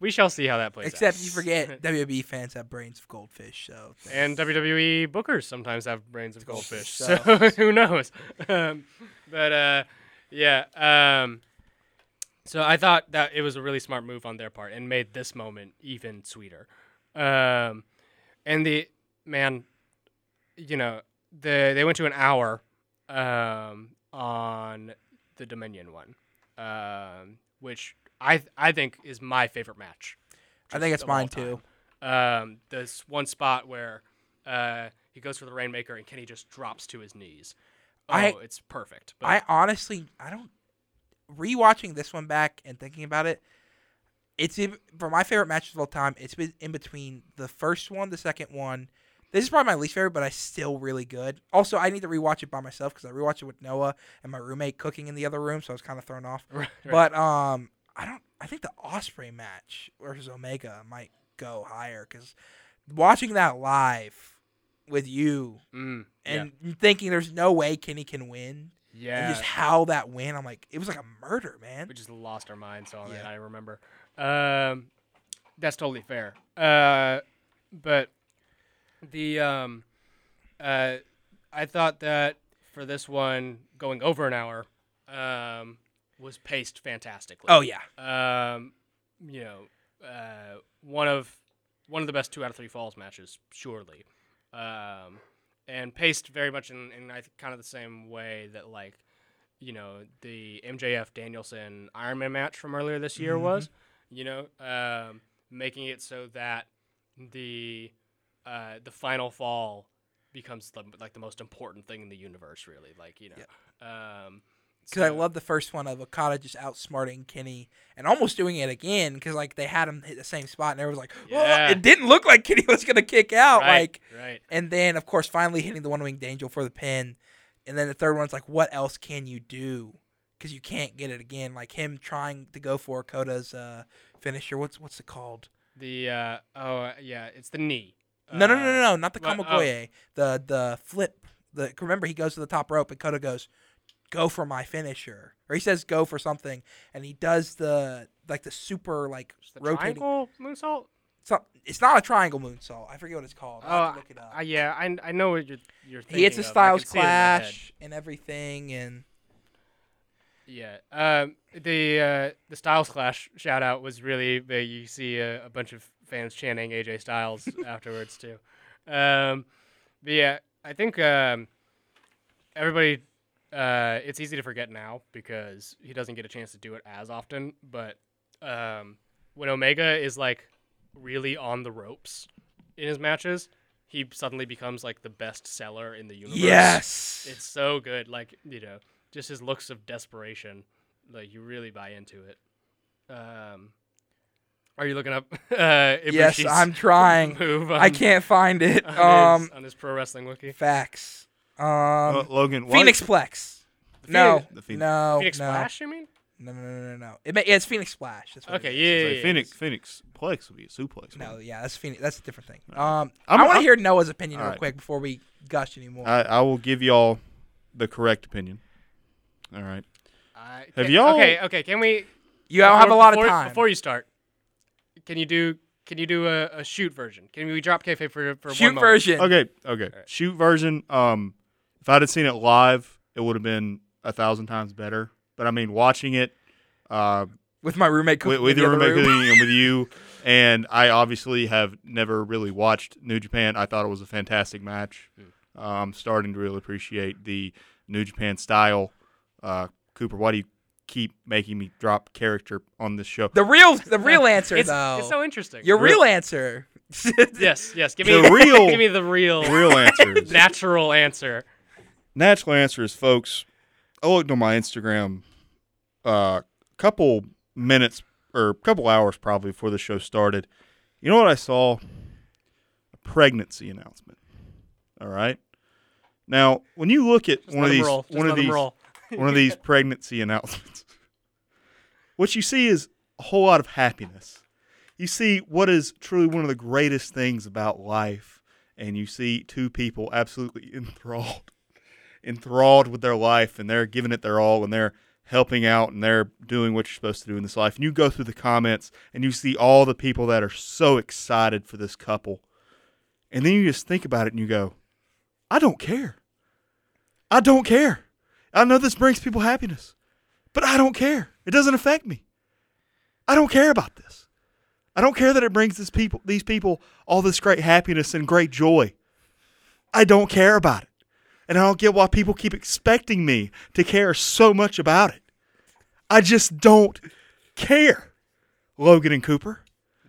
Speaker 6: we shall see how that plays out.
Speaker 4: Except you forget WWE fans have brains of goldfish. So
Speaker 6: And WWE bookers sometimes have brains of goldfish, so
Speaker 4: Goldfish.
Speaker 6: who knows? Um, but uh, yeah, um, so I thought that it was a really smart move on their part and made this moment even sweeter. Um, and the man, you know, the they went to an hour um, on the Dominion one, um, which I I think is my favorite match.
Speaker 4: I think it's
Speaker 6: of all
Speaker 4: mine
Speaker 6: time.
Speaker 4: too.
Speaker 6: Um, this one spot where uh, he goes for the Rainmaker and Kenny just drops to his knees. Oh,
Speaker 4: I-
Speaker 6: it's perfect. But
Speaker 4: I honestly, I don't. Rewatching this one back and thinking about it, it's in, for my favorite matches of all time. It's been in between the first one, the second one. This is probably my least favorite, but I still really good. Also, I need to rewatch it by myself because I rewatched it with Noah and my roommate cooking in the other room, so I was kind of thrown off. But um, I don't. I think the Osprey match versus Omega might go higher because watching that live with you
Speaker 6: Mm,
Speaker 4: and thinking there's no way Kenny can win
Speaker 6: yeah.
Speaker 4: and just how that win. I'm like, it was like a murder, man.
Speaker 6: we just lost our minds on it.
Speaker 4: Yeah.
Speaker 6: I remember. Um, that's totally fair. Uh, but the um, uh, I thought that for this one going over an hour um, was paced fantastically.
Speaker 4: oh yeah,
Speaker 6: Um, you know, uh, one of one of the best two out of three falls matches, surely. Um, and paced very much in, in I think, kind of the same way that like, you know, the MJF Danielson Iron Man match from earlier this year was.
Speaker 4: Mm-hmm.
Speaker 6: You know, um, making it so that the uh, the final fall becomes the, like the most important thing in the universe, really. Like you know, um,
Speaker 4: because I
Speaker 6: so-
Speaker 4: love the first one of Okada just outsmarting Kenny and almost doing it again because like they had him hit the same spot and everyone was like, "Whoa,"
Speaker 6: Yeah.
Speaker 4: it didn't look like Kenny was gonna kick out,
Speaker 6: right,
Speaker 4: like,
Speaker 6: right.
Speaker 4: and then of course finally hitting the one winged angel for the pin, and then the third one's like, what else can you do? Because you can't get it again, like him trying to go for Okada's uh, finisher. What's what's it called?
Speaker 6: The uh, oh uh, yeah, it's the knee.
Speaker 4: No, no,
Speaker 6: Uh,
Speaker 4: no, no, no, not the
Speaker 6: what- oh.
Speaker 4: Kamagoye. The the flip. The remember he goes to the top rope and Kota goes, "Go for my finisher," or he says, "Go for something," and he does the like the super like
Speaker 6: It's the
Speaker 4: rotating.
Speaker 6: triangle moonsault.
Speaker 4: It's not, it's not a triangle moonsault. I forget what it's called.
Speaker 6: Oh,
Speaker 4: I'll have to look it up.
Speaker 6: I- yeah, I, I know what you're you're thinking.
Speaker 4: he hits a
Speaker 6: of. I
Speaker 4: Styles
Speaker 6: can see it in my head.
Speaker 4: Clash and everything, and
Speaker 6: Yeah. Um, the uh, the Styles Clash shout out was really big. You see a, a bunch of fans chanting AJ Styles afterwards too. Um, but yeah, I think um, everybody. Uh, it's easy to forget now because he doesn't get a chance to do it as often. But um, when Omega is like really on the ropes in his matches, he suddenly becomes like the best seller in the universe.
Speaker 4: yes,
Speaker 6: It's so good. Like, you know, just his looks of desperation. Like, you really buy into it. Um, are you looking up? Uh,
Speaker 4: yes,
Speaker 6: Ibushi's
Speaker 4: I'm trying.
Speaker 6: Move on,
Speaker 4: I can't find it.
Speaker 6: On,
Speaker 4: Um,
Speaker 6: his, on his pro wrestling wiki.
Speaker 4: facts. Um,
Speaker 5: Uh, Logan, why-
Speaker 4: Phoenix Plex. No,
Speaker 5: The Phoenix-
Speaker 4: no,
Speaker 6: Phoenix
Speaker 4: no.
Speaker 6: Flash, you mean?
Speaker 4: No, no, no, no, no. It may, yeah, it's Phoenix Splash. That's what it is.
Speaker 6: Okay, yeah,
Speaker 5: Say
Speaker 6: yeah, yeah.
Speaker 5: Phoenix, Phoenix Plex would be a suplex.
Speaker 4: No,
Speaker 5: wouldn't
Speaker 4: yeah, that's Phoenix. That's a different thing. Um,
Speaker 5: I'm-
Speaker 4: I want to
Speaker 5: I'm-
Speaker 4: hear Noah's opinion real
Speaker 5: Alright.
Speaker 4: quick before we gush anymore.
Speaker 5: it?
Speaker 6: Uh,
Speaker 5: I, I will give y'all the correct opinion. All right.
Speaker 6: I-
Speaker 5: Have
Speaker 6: can-
Speaker 5: y'all-
Speaker 6: Okay, okay. Can we?
Speaker 4: you don't have a
Speaker 6: before-
Speaker 4: lot of
Speaker 6: before-
Speaker 4: time.
Speaker 6: Before you start, can you do? Can you do a, a shoot version? Can we drop kayfabe for for
Speaker 4: Shoot
Speaker 6: one moment?
Speaker 4: version.
Speaker 5: Okay, okay. Shoot version. Um, if I'd have seen it live, it would have been a thousand times better. But I mean, watching it, uh,
Speaker 4: with my roommate.
Speaker 5: with,
Speaker 4: cooking
Speaker 5: with
Speaker 4: in
Speaker 5: your
Speaker 4: the other
Speaker 5: roommate
Speaker 4: room.
Speaker 5: and with you, and I obviously have never really watched New Japan. I thought it was a fantastic match. Um, starting to really appreciate the New Japan style. Uh, Cooper, why do you keep making me drop character on this show?
Speaker 4: The real, the real answer
Speaker 6: It's,
Speaker 4: though.
Speaker 6: it's so interesting.
Speaker 4: your real answer.
Speaker 6: yes, yes. Give me
Speaker 5: The real-
Speaker 6: Give me the real,
Speaker 5: Real answers.
Speaker 6: natural answer.
Speaker 5: natural answer is, folks, I looked on my Instagram a couple minutes or a couple hours probably before the show started. You know what I saw? A pregnancy announcement. All right. Now, when you look at
Speaker 6: Just
Speaker 5: one of
Speaker 6: let 'em
Speaker 5: these,
Speaker 6: roll. Just
Speaker 5: one of
Speaker 6: let 'em
Speaker 5: these,
Speaker 6: roll.
Speaker 5: one of these pregnancy announcements, what you see is a whole lot of happiness. You see what is truly one of the greatest things about life, and you see two people absolutely enthralled enthralled with their life and they're giving it their all and they're helping out and they're doing what you're supposed to do in this life. And you go through the comments and you see all the people that are so excited for this couple. And then you just think about it and you go, I don't care. I don't care. I know this brings people happiness, but I don't care. It doesn't affect me. I don't care about this. I don't care that it brings this people, these people all this great happiness and great joy. I don't care about it. And I don't get why people keep expecting me to care so much about it. I just don't care. Logan and Cooper.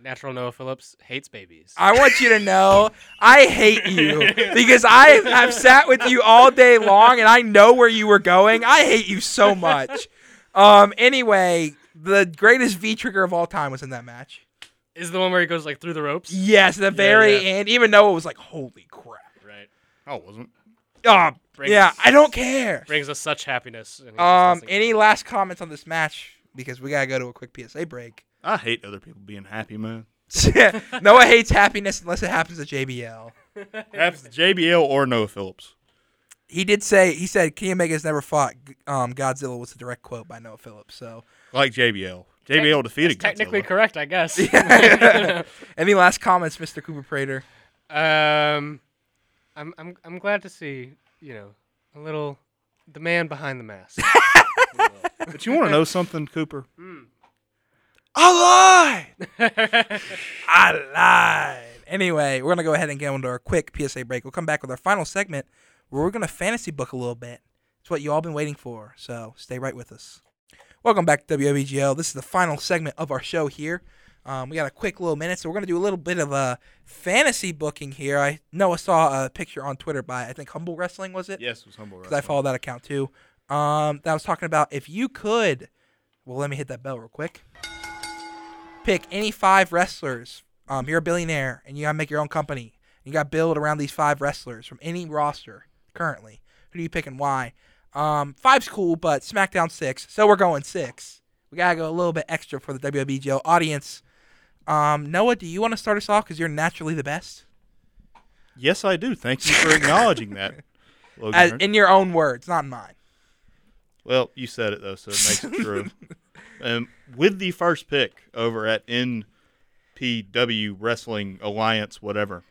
Speaker 6: Natural Noah Phillips hates babies.
Speaker 4: I want you to know I hate you because I have sat with you all day long and I know where you were going. I hate you so much. Um, anyway, the greatest V trigger of all time was in that match.
Speaker 6: Is the one where he goes like through the ropes?
Speaker 4: Yes, the very
Speaker 6: yeah.
Speaker 4: end. Even Noah was like, "Holy crap!"
Speaker 6: Right.
Speaker 5: I wasn't.
Speaker 4: Oh,
Speaker 6: Brings-
Speaker 4: yeah, I don't care.
Speaker 6: Brings us such happiness. and he just
Speaker 4: Um,
Speaker 6: doesn't-
Speaker 4: any last comments on this match? Because we gotta go to a quick PSA break.
Speaker 5: I hate other people being happy, man.
Speaker 4: Noah hates happiness unless it happens at JBL.
Speaker 5: Happens to JBL or Noah Phillips.
Speaker 4: He did say he said Kenny Omega's never fought um, Godzilla was a direct quote by Noah Phillips. So
Speaker 5: Like JBL. JBL defeated
Speaker 6: That's technically
Speaker 5: Godzilla.
Speaker 6: correct, I guess.
Speaker 4: any last comments, Mr. Cooper Prater?
Speaker 6: um, I'm I'm I'm glad to see you know a little the man behind the mask.
Speaker 5: But you want to know something, Cooper?
Speaker 4: I lied. I lied. Anyway, we're gonna go ahead and get into our quick PSA break. We'll come back with our final segment where we're gonna fantasy book a little bit. It's what you all been waiting for, so stay right with us. Welcome back to WBGL. This is the final segment of our show here. Um, we got a quick little minute, so we're gonna do a little bit of a fantasy booking here. I know I saw a picture on Twitter by I think Humble Wrestling was it?
Speaker 5: Yes, it was humble.
Speaker 4: because I follow that account too. Um, that was talking about if you could. Well, let me hit that bell real quick. Pick any five wrestlers. Um, you're a billionaire and you gotta make your own company. You gotta build around these five wrestlers from any roster currently. Who do you pick and why? Um, five's cool, but SmackDown six. So we're going six. We gotta go a little bit extra for the WBGO audience. Um, Noah, do you want to start us off because you're naturally the best?
Speaker 5: Yes, I do. Thank you for acknowledging that. Logan
Speaker 4: As,
Speaker 5: Ernst.
Speaker 4: in your own words, not in mine.
Speaker 5: Well, you said it though, so it makes it true. Um, with the first pick over at NPW Wrestling Alliance, whatever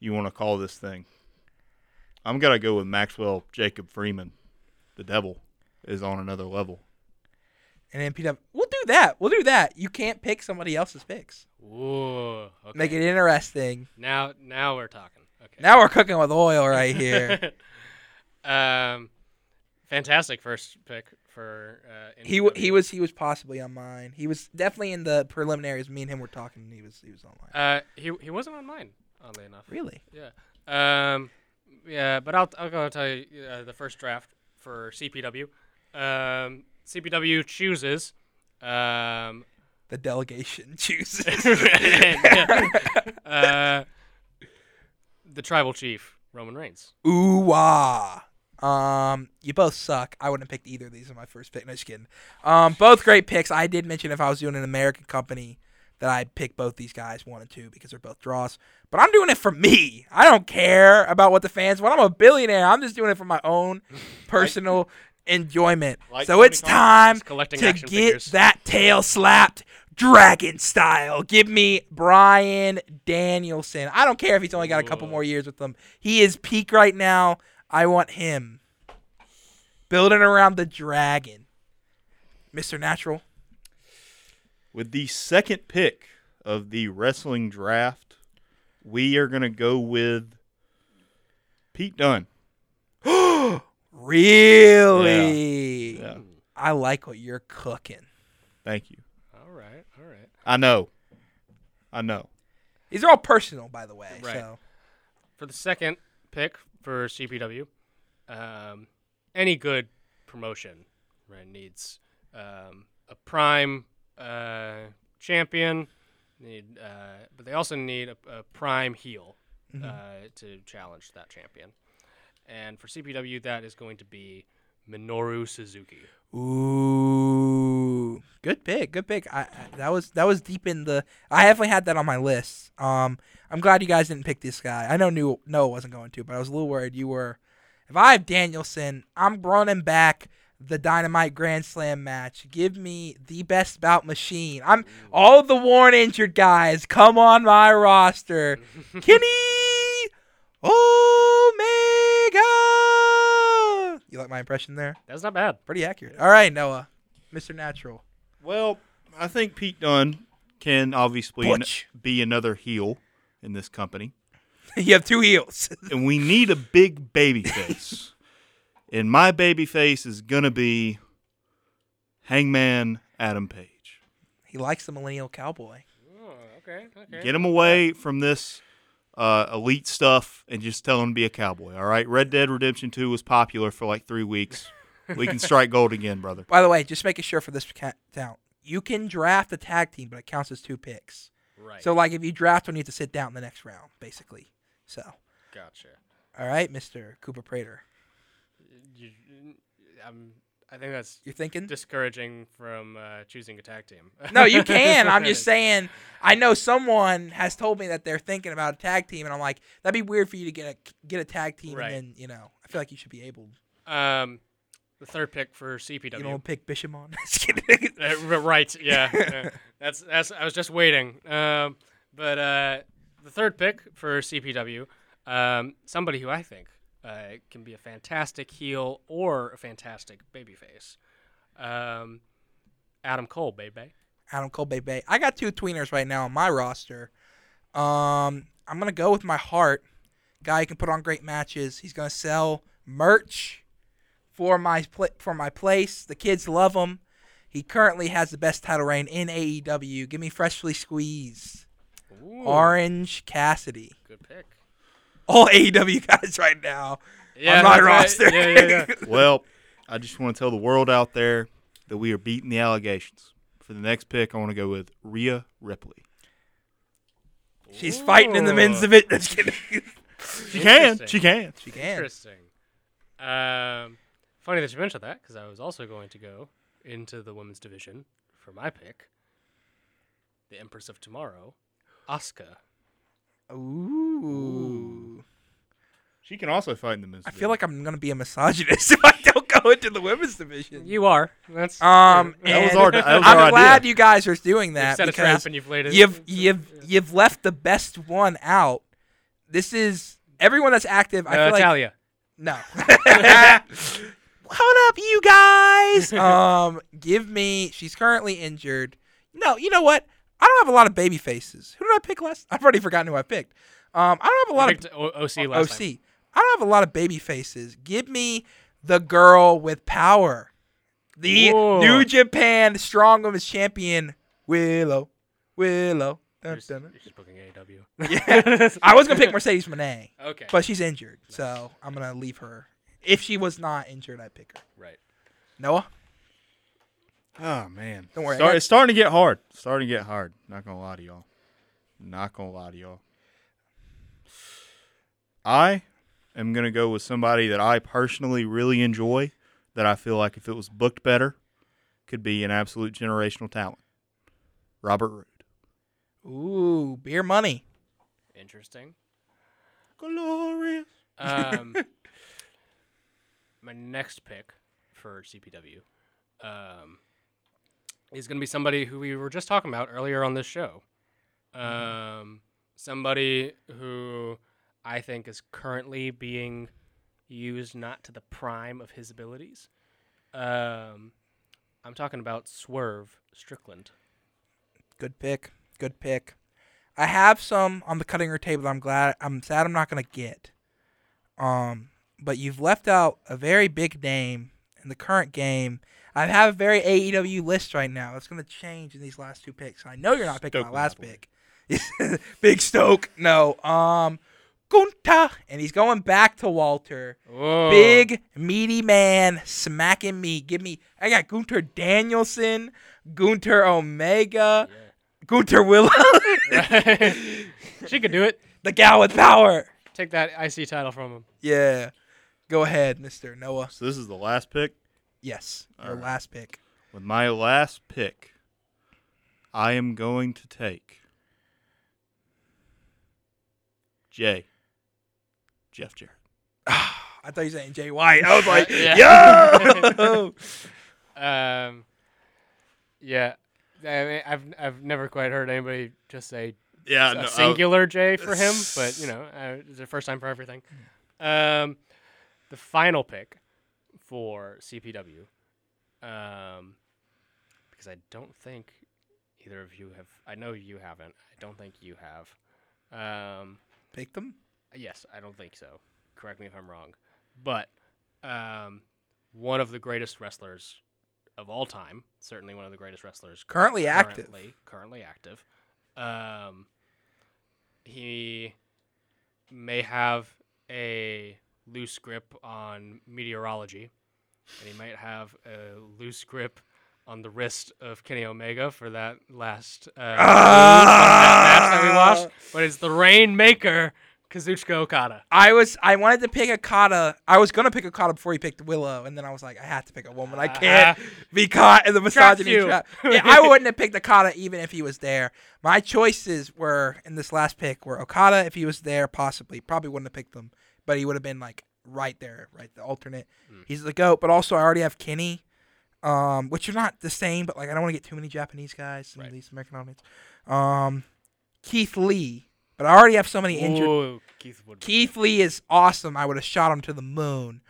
Speaker 5: you want to call this thing, I'm gonna go with Maxwell Jacob Freeman. The Devil is on another level.
Speaker 4: and NPW. We'll do that. We'll do that. You can't pick somebody else's picks.
Speaker 6: Ooh, okay.
Speaker 4: Make it interesting.
Speaker 6: now now we're talking. Okay.
Speaker 4: Now we're cooking with oil right here.
Speaker 6: um, fantastic first pick for uh,
Speaker 4: he w-
Speaker 6: NPW.
Speaker 4: he was he was possibly on mine. He was definitely in the preliminaries. Me and him were talking. And he was he was on mine.
Speaker 6: Uh, he he wasn't on mine, oddly enough.
Speaker 4: Really?
Speaker 6: Yeah. Um, yeah, but I'll I'll go tell you uh, the first draft for CPW. Um, CPW chooses. Um,
Speaker 4: The delegation chooses.
Speaker 6: uh, the tribal chief Roman Reigns.
Speaker 4: Ooh wah. Um, you both suck. I wouldn't have picked either of these in my first pick. No, just kidding. Um, both great picks. I did mention if I was doing an American company that I'd pick both these guys one and two because they're both draws. But I'm doing it for me. I don't care about what the fans want. I'm a billionaire. I'm just doing it for my own personal enjoyment. so
Speaker 5: Tony
Speaker 4: it's time
Speaker 6: Just collecting
Speaker 4: to
Speaker 6: action
Speaker 4: get
Speaker 6: figures.
Speaker 4: that tail slapped dragon style. Give me Brian Danielson. I don't care if he's only got a couple more years with them. He is peak right now. I want him. Building around the dragon. Mr. Natural.
Speaker 5: With the second pick of the wrestling draft, we are gonna go with Pete Dunne.
Speaker 4: Really?
Speaker 5: Yeah.
Speaker 4: I like what you're cooking.
Speaker 5: Thank you.
Speaker 6: All right, all right.
Speaker 5: I know. I know.
Speaker 4: These are all personal, by the way.
Speaker 6: Right.
Speaker 4: So
Speaker 6: For the second pick for CPW, um, any good promotion right, needs um, a prime uh, champion. Need, uh, but they also need a, a prime heel uh, to challenge that champion. And for CPW, that is going to be Minoru Suzuki.
Speaker 4: Ooh, good pick, good pick. I, I that was that was deep in the. I definitely had that on my list. Um, I'm glad you guys didn't pick this guy. I know knew no wasn't going to, but I was a little worried you were. If I have Danielson, I'm running back the Dynamite Grand Slam match. Give me the best bout machine. I'm all the worn injured guys. Come on my roster, Kenny Omega. You like my impression there?
Speaker 6: That's not bad.
Speaker 4: Pretty accurate. All right, Noah, Mr. Natural.
Speaker 5: Well, I think Pete Dunne can obviously n-
Speaker 4: Butch.
Speaker 5: be another heel in this company,
Speaker 4: you have two heels.
Speaker 5: and we need a big baby face. and my baby face is gonna be Hangman Adam Page.
Speaker 4: he likes the millennial cowboy.
Speaker 6: Okay, okay.
Speaker 5: Get him away from this uh, elite stuff and just tell him to be a cowboy. All right, Red Dead Redemption Two was popular for like three weeks. We can strike gold again, brother.
Speaker 4: By the way, just making sure for this ca- count, you can draft a tag team, but it counts as two picks.
Speaker 6: Right.
Speaker 4: So like if you draft one, you have to sit down in the next round, basically. So
Speaker 6: gotcha.
Speaker 4: all right, Mister Cooper Prater,
Speaker 6: You, I'm, I think that's
Speaker 4: you're thinking?
Speaker 6: discouraging from uh, choosing a tag team.
Speaker 4: no, you can. I'm just saying. I know someone has told me that they're thinking about a tag team, and I'm like, that'd be weird for you to get a get a tag team,
Speaker 6: Right.
Speaker 4: and then you know, I feel like you should be able.
Speaker 6: Um, the third pick for CPW.
Speaker 4: You don't pick Bishamon. Just kidding.
Speaker 6: Uh, r- right. Yeah. yeah. That's that's. I was just waiting. Um, but uh, the third pick for CPW, um, somebody who I think uh, can be a fantastic heel or a fantastic babyface, um, Adam Cole, baby.
Speaker 4: Adam Cole Bay Bay. I got two tweeners right now on my roster. Um, I'm gonna go with my heart. Guy who can put on great matches. He's gonna sell merch for my pla- for my place. The kids love him. He currently has the best title reign in AEW. Give me freshly squeezed
Speaker 6: Ooh,
Speaker 4: Orange Cassidy.
Speaker 6: good pick.
Speaker 4: All AEW guys right now
Speaker 6: Yeah,
Speaker 4: on my
Speaker 6: that's
Speaker 4: roster.
Speaker 6: right. Yeah, yeah, yeah.
Speaker 7: Well, I just want to tell the world out there that we are beating the allegations. For the next pick, I want to go with Rhea Ripley.
Speaker 4: She's fighting in the men's division. Just kidding.
Speaker 7: She can.
Speaker 6: Interesting.
Speaker 7: She can.
Speaker 4: She can.
Speaker 6: Interesting. Um, funny that you mentioned that because I was also going to go into the women's division for my pick, the Empress of Tomorrow, Asuka.
Speaker 4: Ooh.
Speaker 7: She can also fight in the men's.
Speaker 4: I feel like I'm gonna be a misogynist if I don't go into the women's division.
Speaker 6: You are. That's
Speaker 4: Um,
Speaker 7: That was
Speaker 4: and
Speaker 7: our- that was
Speaker 4: I'm
Speaker 7: our
Speaker 4: glad
Speaker 7: idea.
Speaker 4: you guys are doing that
Speaker 6: set a trap
Speaker 4: because
Speaker 6: and you've laid it. Uh,
Speaker 4: you've you've you've left the best one out. This is everyone that's active. I
Speaker 6: Uh,
Speaker 4: feel like
Speaker 6: Talia.
Speaker 4: no. Hold up, you guys. Um, give me. She's currently injured. No, you know what? I don't have a lot of baby faces. Who did I pick last? I've already forgotten who I picked. Um, I don't have a lot of
Speaker 6: Picked O- OC last
Speaker 4: OC.
Speaker 6: time.
Speaker 4: Oh, I don't have a lot of baby faces. Give me the girl with power. The
Speaker 6: Whoa.
Speaker 4: New Japan Strong Women's Champion, Willow. Willow. Dun,
Speaker 6: You're just,
Speaker 4: dun, dun.
Speaker 6: you're just booking AW. Yeah.
Speaker 4: I was going to pick Mercedes Monet,
Speaker 6: okay.
Speaker 4: but she's injured. So I'm going to leave her. If she was not injured, I'd pick her.
Speaker 6: right.
Speaker 4: Noah?
Speaker 7: Oh man,
Speaker 4: Don't worry, I
Speaker 7: Start,
Speaker 4: got-
Speaker 7: it's starting to get hard. It's starting to get hard. Not gonna lie to y'all. Not gonna lie to y'all. I am gonna go with somebody that I personally really enjoy. That I feel like if it was booked better, could be an absolute generational talent. Robert Roode.
Speaker 4: Ooh, beer money.
Speaker 6: Interesting.
Speaker 7: Glorious.
Speaker 6: Um, my next pick for CPW um, is going to be somebody who we were just talking about earlier on this show. Um, somebody who I think is currently being used not to the prime of his abilities. Um, I'm talking about Swerve Strickland.
Speaker 4: Good pick. Good pick. I have some on the cutting room table. that I'm glad. I'm sad. I'm not gonna get. Um, but you've left out a very big name in the current game. I have a very AEW list right now. It's gonna change in these last two picks. I know you're not picking
Speaker 7: Stoke
Speaker 4: my last
Speaker 7: Monopoly.
Speaker 4: pick. big Stoke. No. Um, Gunta, and he's going back to Walter. Big meaty man smacking me. Give me. I got Gunter Danielson, Gunter Omega, Gunter Willow,
Speaker 6: Oh, she could do it.
Speaker 4: the gal with power.
Speaker 6: Take that IC title from him.
Speaker 4: Yeah. Go ahead, Mister Noah.
Speaker 7: So this is the last pick.
Speaker 4: Yes, your
Speaker 7: right.
Speaker 4: last pick.
Speaker 7: With my last pick, I am going to take Jay. Jeff Jarrett.
Speaker 4: I thought you were saying Jay White. I was like,
Speaker 6: Yeah.
Speaker 4: yo.
Speaker 6: Um, yeah, I mean, I've I've never quite heard anybody just say
Speaker 7: Yeah, uh,
Speaker 6: a singular J for him, but you know, uh, it's the first time for everything. Um, the final pick for CPW, um, because I don't think either of you have. I know you haven't. I don't think you have. Um,
Speaker 4: Pick them.
Speaker 6: Yes, I don't think so. Correct me if I'm wrong. But um, one of the greatest wrestlers of all time, certainly one of the greatest wrestlers
Speaker 4: Currently active.
Speaker 6: currently, currently active. Um, he may have a loose grip on meteorology, and he might have a loose grip on the wrist of Kenny Omega for that last uh, move that match that we watched, but it's the Rainmaker Kazuchika Okada.
Speaker 4: I was I wanted to pick Okada. I was gonna pick Okada before he picked Willow, and then I was like, I have to pick a woman. I can't be caught in the misogyny
Speaker 6: you.
Speaker 4: trap. Yeah, I wouldn't have picked Okada even if he was there. My choices were in this last pick were Okada if he was there, possibly probably wouldn't have picked him, but he would have been like right there, right the alternate. He's the goat, but also I already have Kenny, um, which are not the same, but like I don't want to get too many Japanese guys, some of these American audience. Um, Keith Lee, but I already have so many injured.
Speaker 6: Ooh, Keith Wood.
Speaker 4: Keith Lee is awesome. I would have shot him to the moon.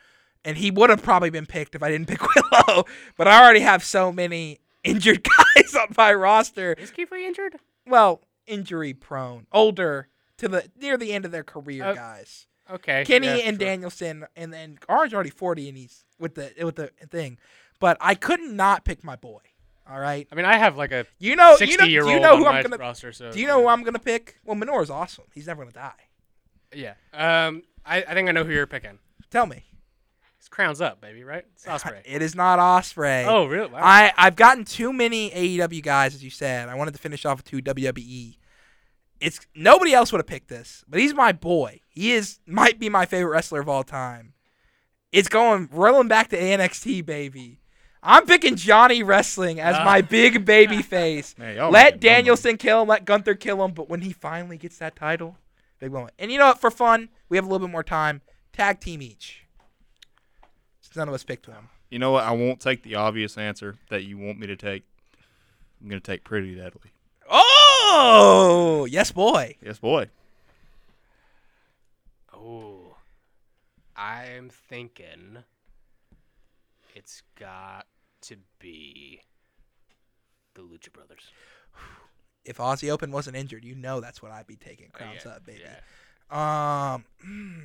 Speaker 4: And he would have probably been picked if I didn't pick Willow. But I already have so many injured guys on my roster.
Speaker 6: Is Keith Lee injured?
Speaker 4: Well, injury prone, older to the near the end of their career
Speaker 6: Oh.
Speaker 4: guys.
Speaker 6: Okay.
Speaker 4: Kenny
Speaker 6: yeah,
Speaker 4: and
Speaker 6: sure.
Speaker 4: Danielson, and then Orange already forty, and he's with the with the thing. But I couldn't not pick my boy. All right,
Speaker 6: I mean, I have like a
Speaker 4: Oh, you know, you know,
Speaker 6: sixty-year-old
Speaker 4: you know who
Speaker 6: on my
Speaker 4: I'm gonna.
Speaker 6: roster. So
Speaker 4: Do you know who I'm gonna pick? Well, Minoru's awesome. He's never gonna die.
Speaker 6: Yeah. Um, I, I think I know who you're picking.
Speaker 4: Tell me,
Speaker 6: It's Crowns Up, baby, right? It's Osprey.
Speaker 4: it is not Osprey.
Speaker 6: Oh, really? Wow.
Speaker 4: I, I've gotten too many AEW guys, as you said. I wanted to finish off with two WWE. It's nobody else would have picked this, but he's my boy. He is might be my favorite wrestler of all time. It's going rolling back to NXT, baby. I'm picking Johnny Wrestling as my big baby face.
Speaker 7: Ah. Man, y'all
Speaker 4: let
Speaker 7: making no
Speaker 4: Danielson kill him, let Gunther kill him, but when he finally gets that title, big moment. And you know what? For fun, we have a little bit more time. Tag team each. Since none of us picked one.
Speaker 7: You know what? I won't take the obvious answer that you want me to take. I'm going to take Pretty Deadly.
Speaker 4: Oh, yes, boy.
Speaker 7: Yes, boy.
Speaker 6: Oh, I'm thinking it's got to be the Lucha Brothers.
Speaker 4: If Aussie Open wasn't injured, you know that's what I'd be taking. Crowns
Speaker 6: yeah,
Speaker 4: up, baby.
Speaker 6: yeah.
Speaker 4: Um,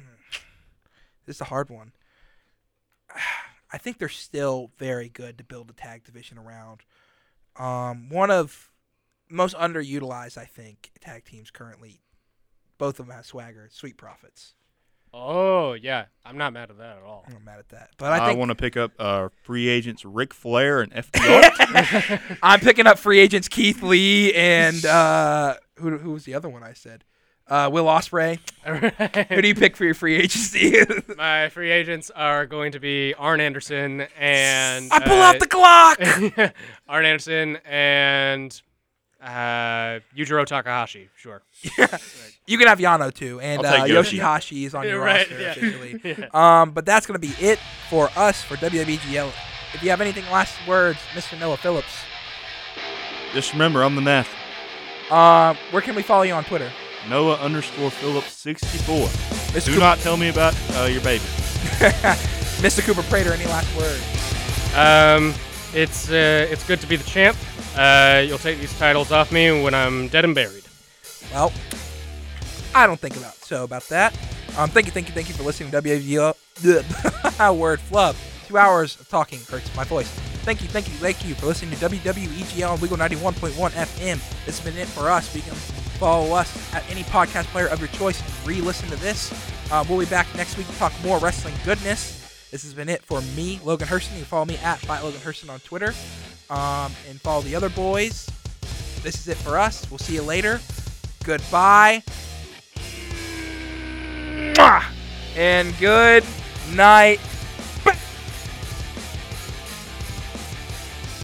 Speaker 4: this is a hard one. I think they're still very good to build a tag division around. Um, one of most underutilized, I think, tag teams currently. Both of them have swagger. Sweet profits.
Speaker 6: Oh yeah, I'm not mad at that at all.
Speaker 4: I'm not mad at that, but I
Speaker 7: I,
Speaker 4: think
Speaker 7: want to pick up uh, free agents Ric Flair and FDR.
Speaker 4: I'm picking up free agents Keith Lee and uh, who who was the other one I said? Uh, Will Osprey. Who do you pick for your free agency?
Speaker 6: My free agents are going to be Arn Anderson and
Speaker 4: I pull out the clock.
Speaker 6: the Arn Anderson and uh, Yujiro Takahashi. Sure.
Speaker 4: You can have Yano too, and uh,
Speaker 7: I'll take Yoshi.
Speaker 4: Yoshihashi is on your
Speaker 6: Right,
Speaker 4: roster
Speaker 6: yeah.
Speaker 4: officially. Um, but that's gonna be it for us for WWBGL. If you have anything last words, Mr. Noah Phillips,
Speaker 7: Just remember, I'm the master.
Speaker 4: uh, where can we follow you on Twitter?
Speaker 7: Noah underscore Phillips 64.
Speaker 4: Mr.
Speaker 7: Do
Speaker 4: Cooper,
Speaker 7: not tell me about uh, your baby.
Speaker 4: Mr. Cooper Prater, any last words?
Speaker 6: Um, it's uh, it's good to be the champ. Uh, you'll take these titles off me when I'm dead and buried.
Speaker 4: Well, I don't think about so about that. Um, thank you, thank you, thank you for listening to WWEL. Word flub. Two hours of talking hurts my voice. Thank you, thank you, thank you for listening to E WWEGL and Wiggle 91.1 FM. This has been it for us. You can follow us at any podcast player of your choice and re-listen to this. Uh, we'll be back next week to talk more wrestling goodness. This has been it for me, Logan Hurston. You can follow me at by Logan Hurston on Twitter, um, and follow the other boys. This is it for us. We'll see you later goodbye. Mwah! And good night.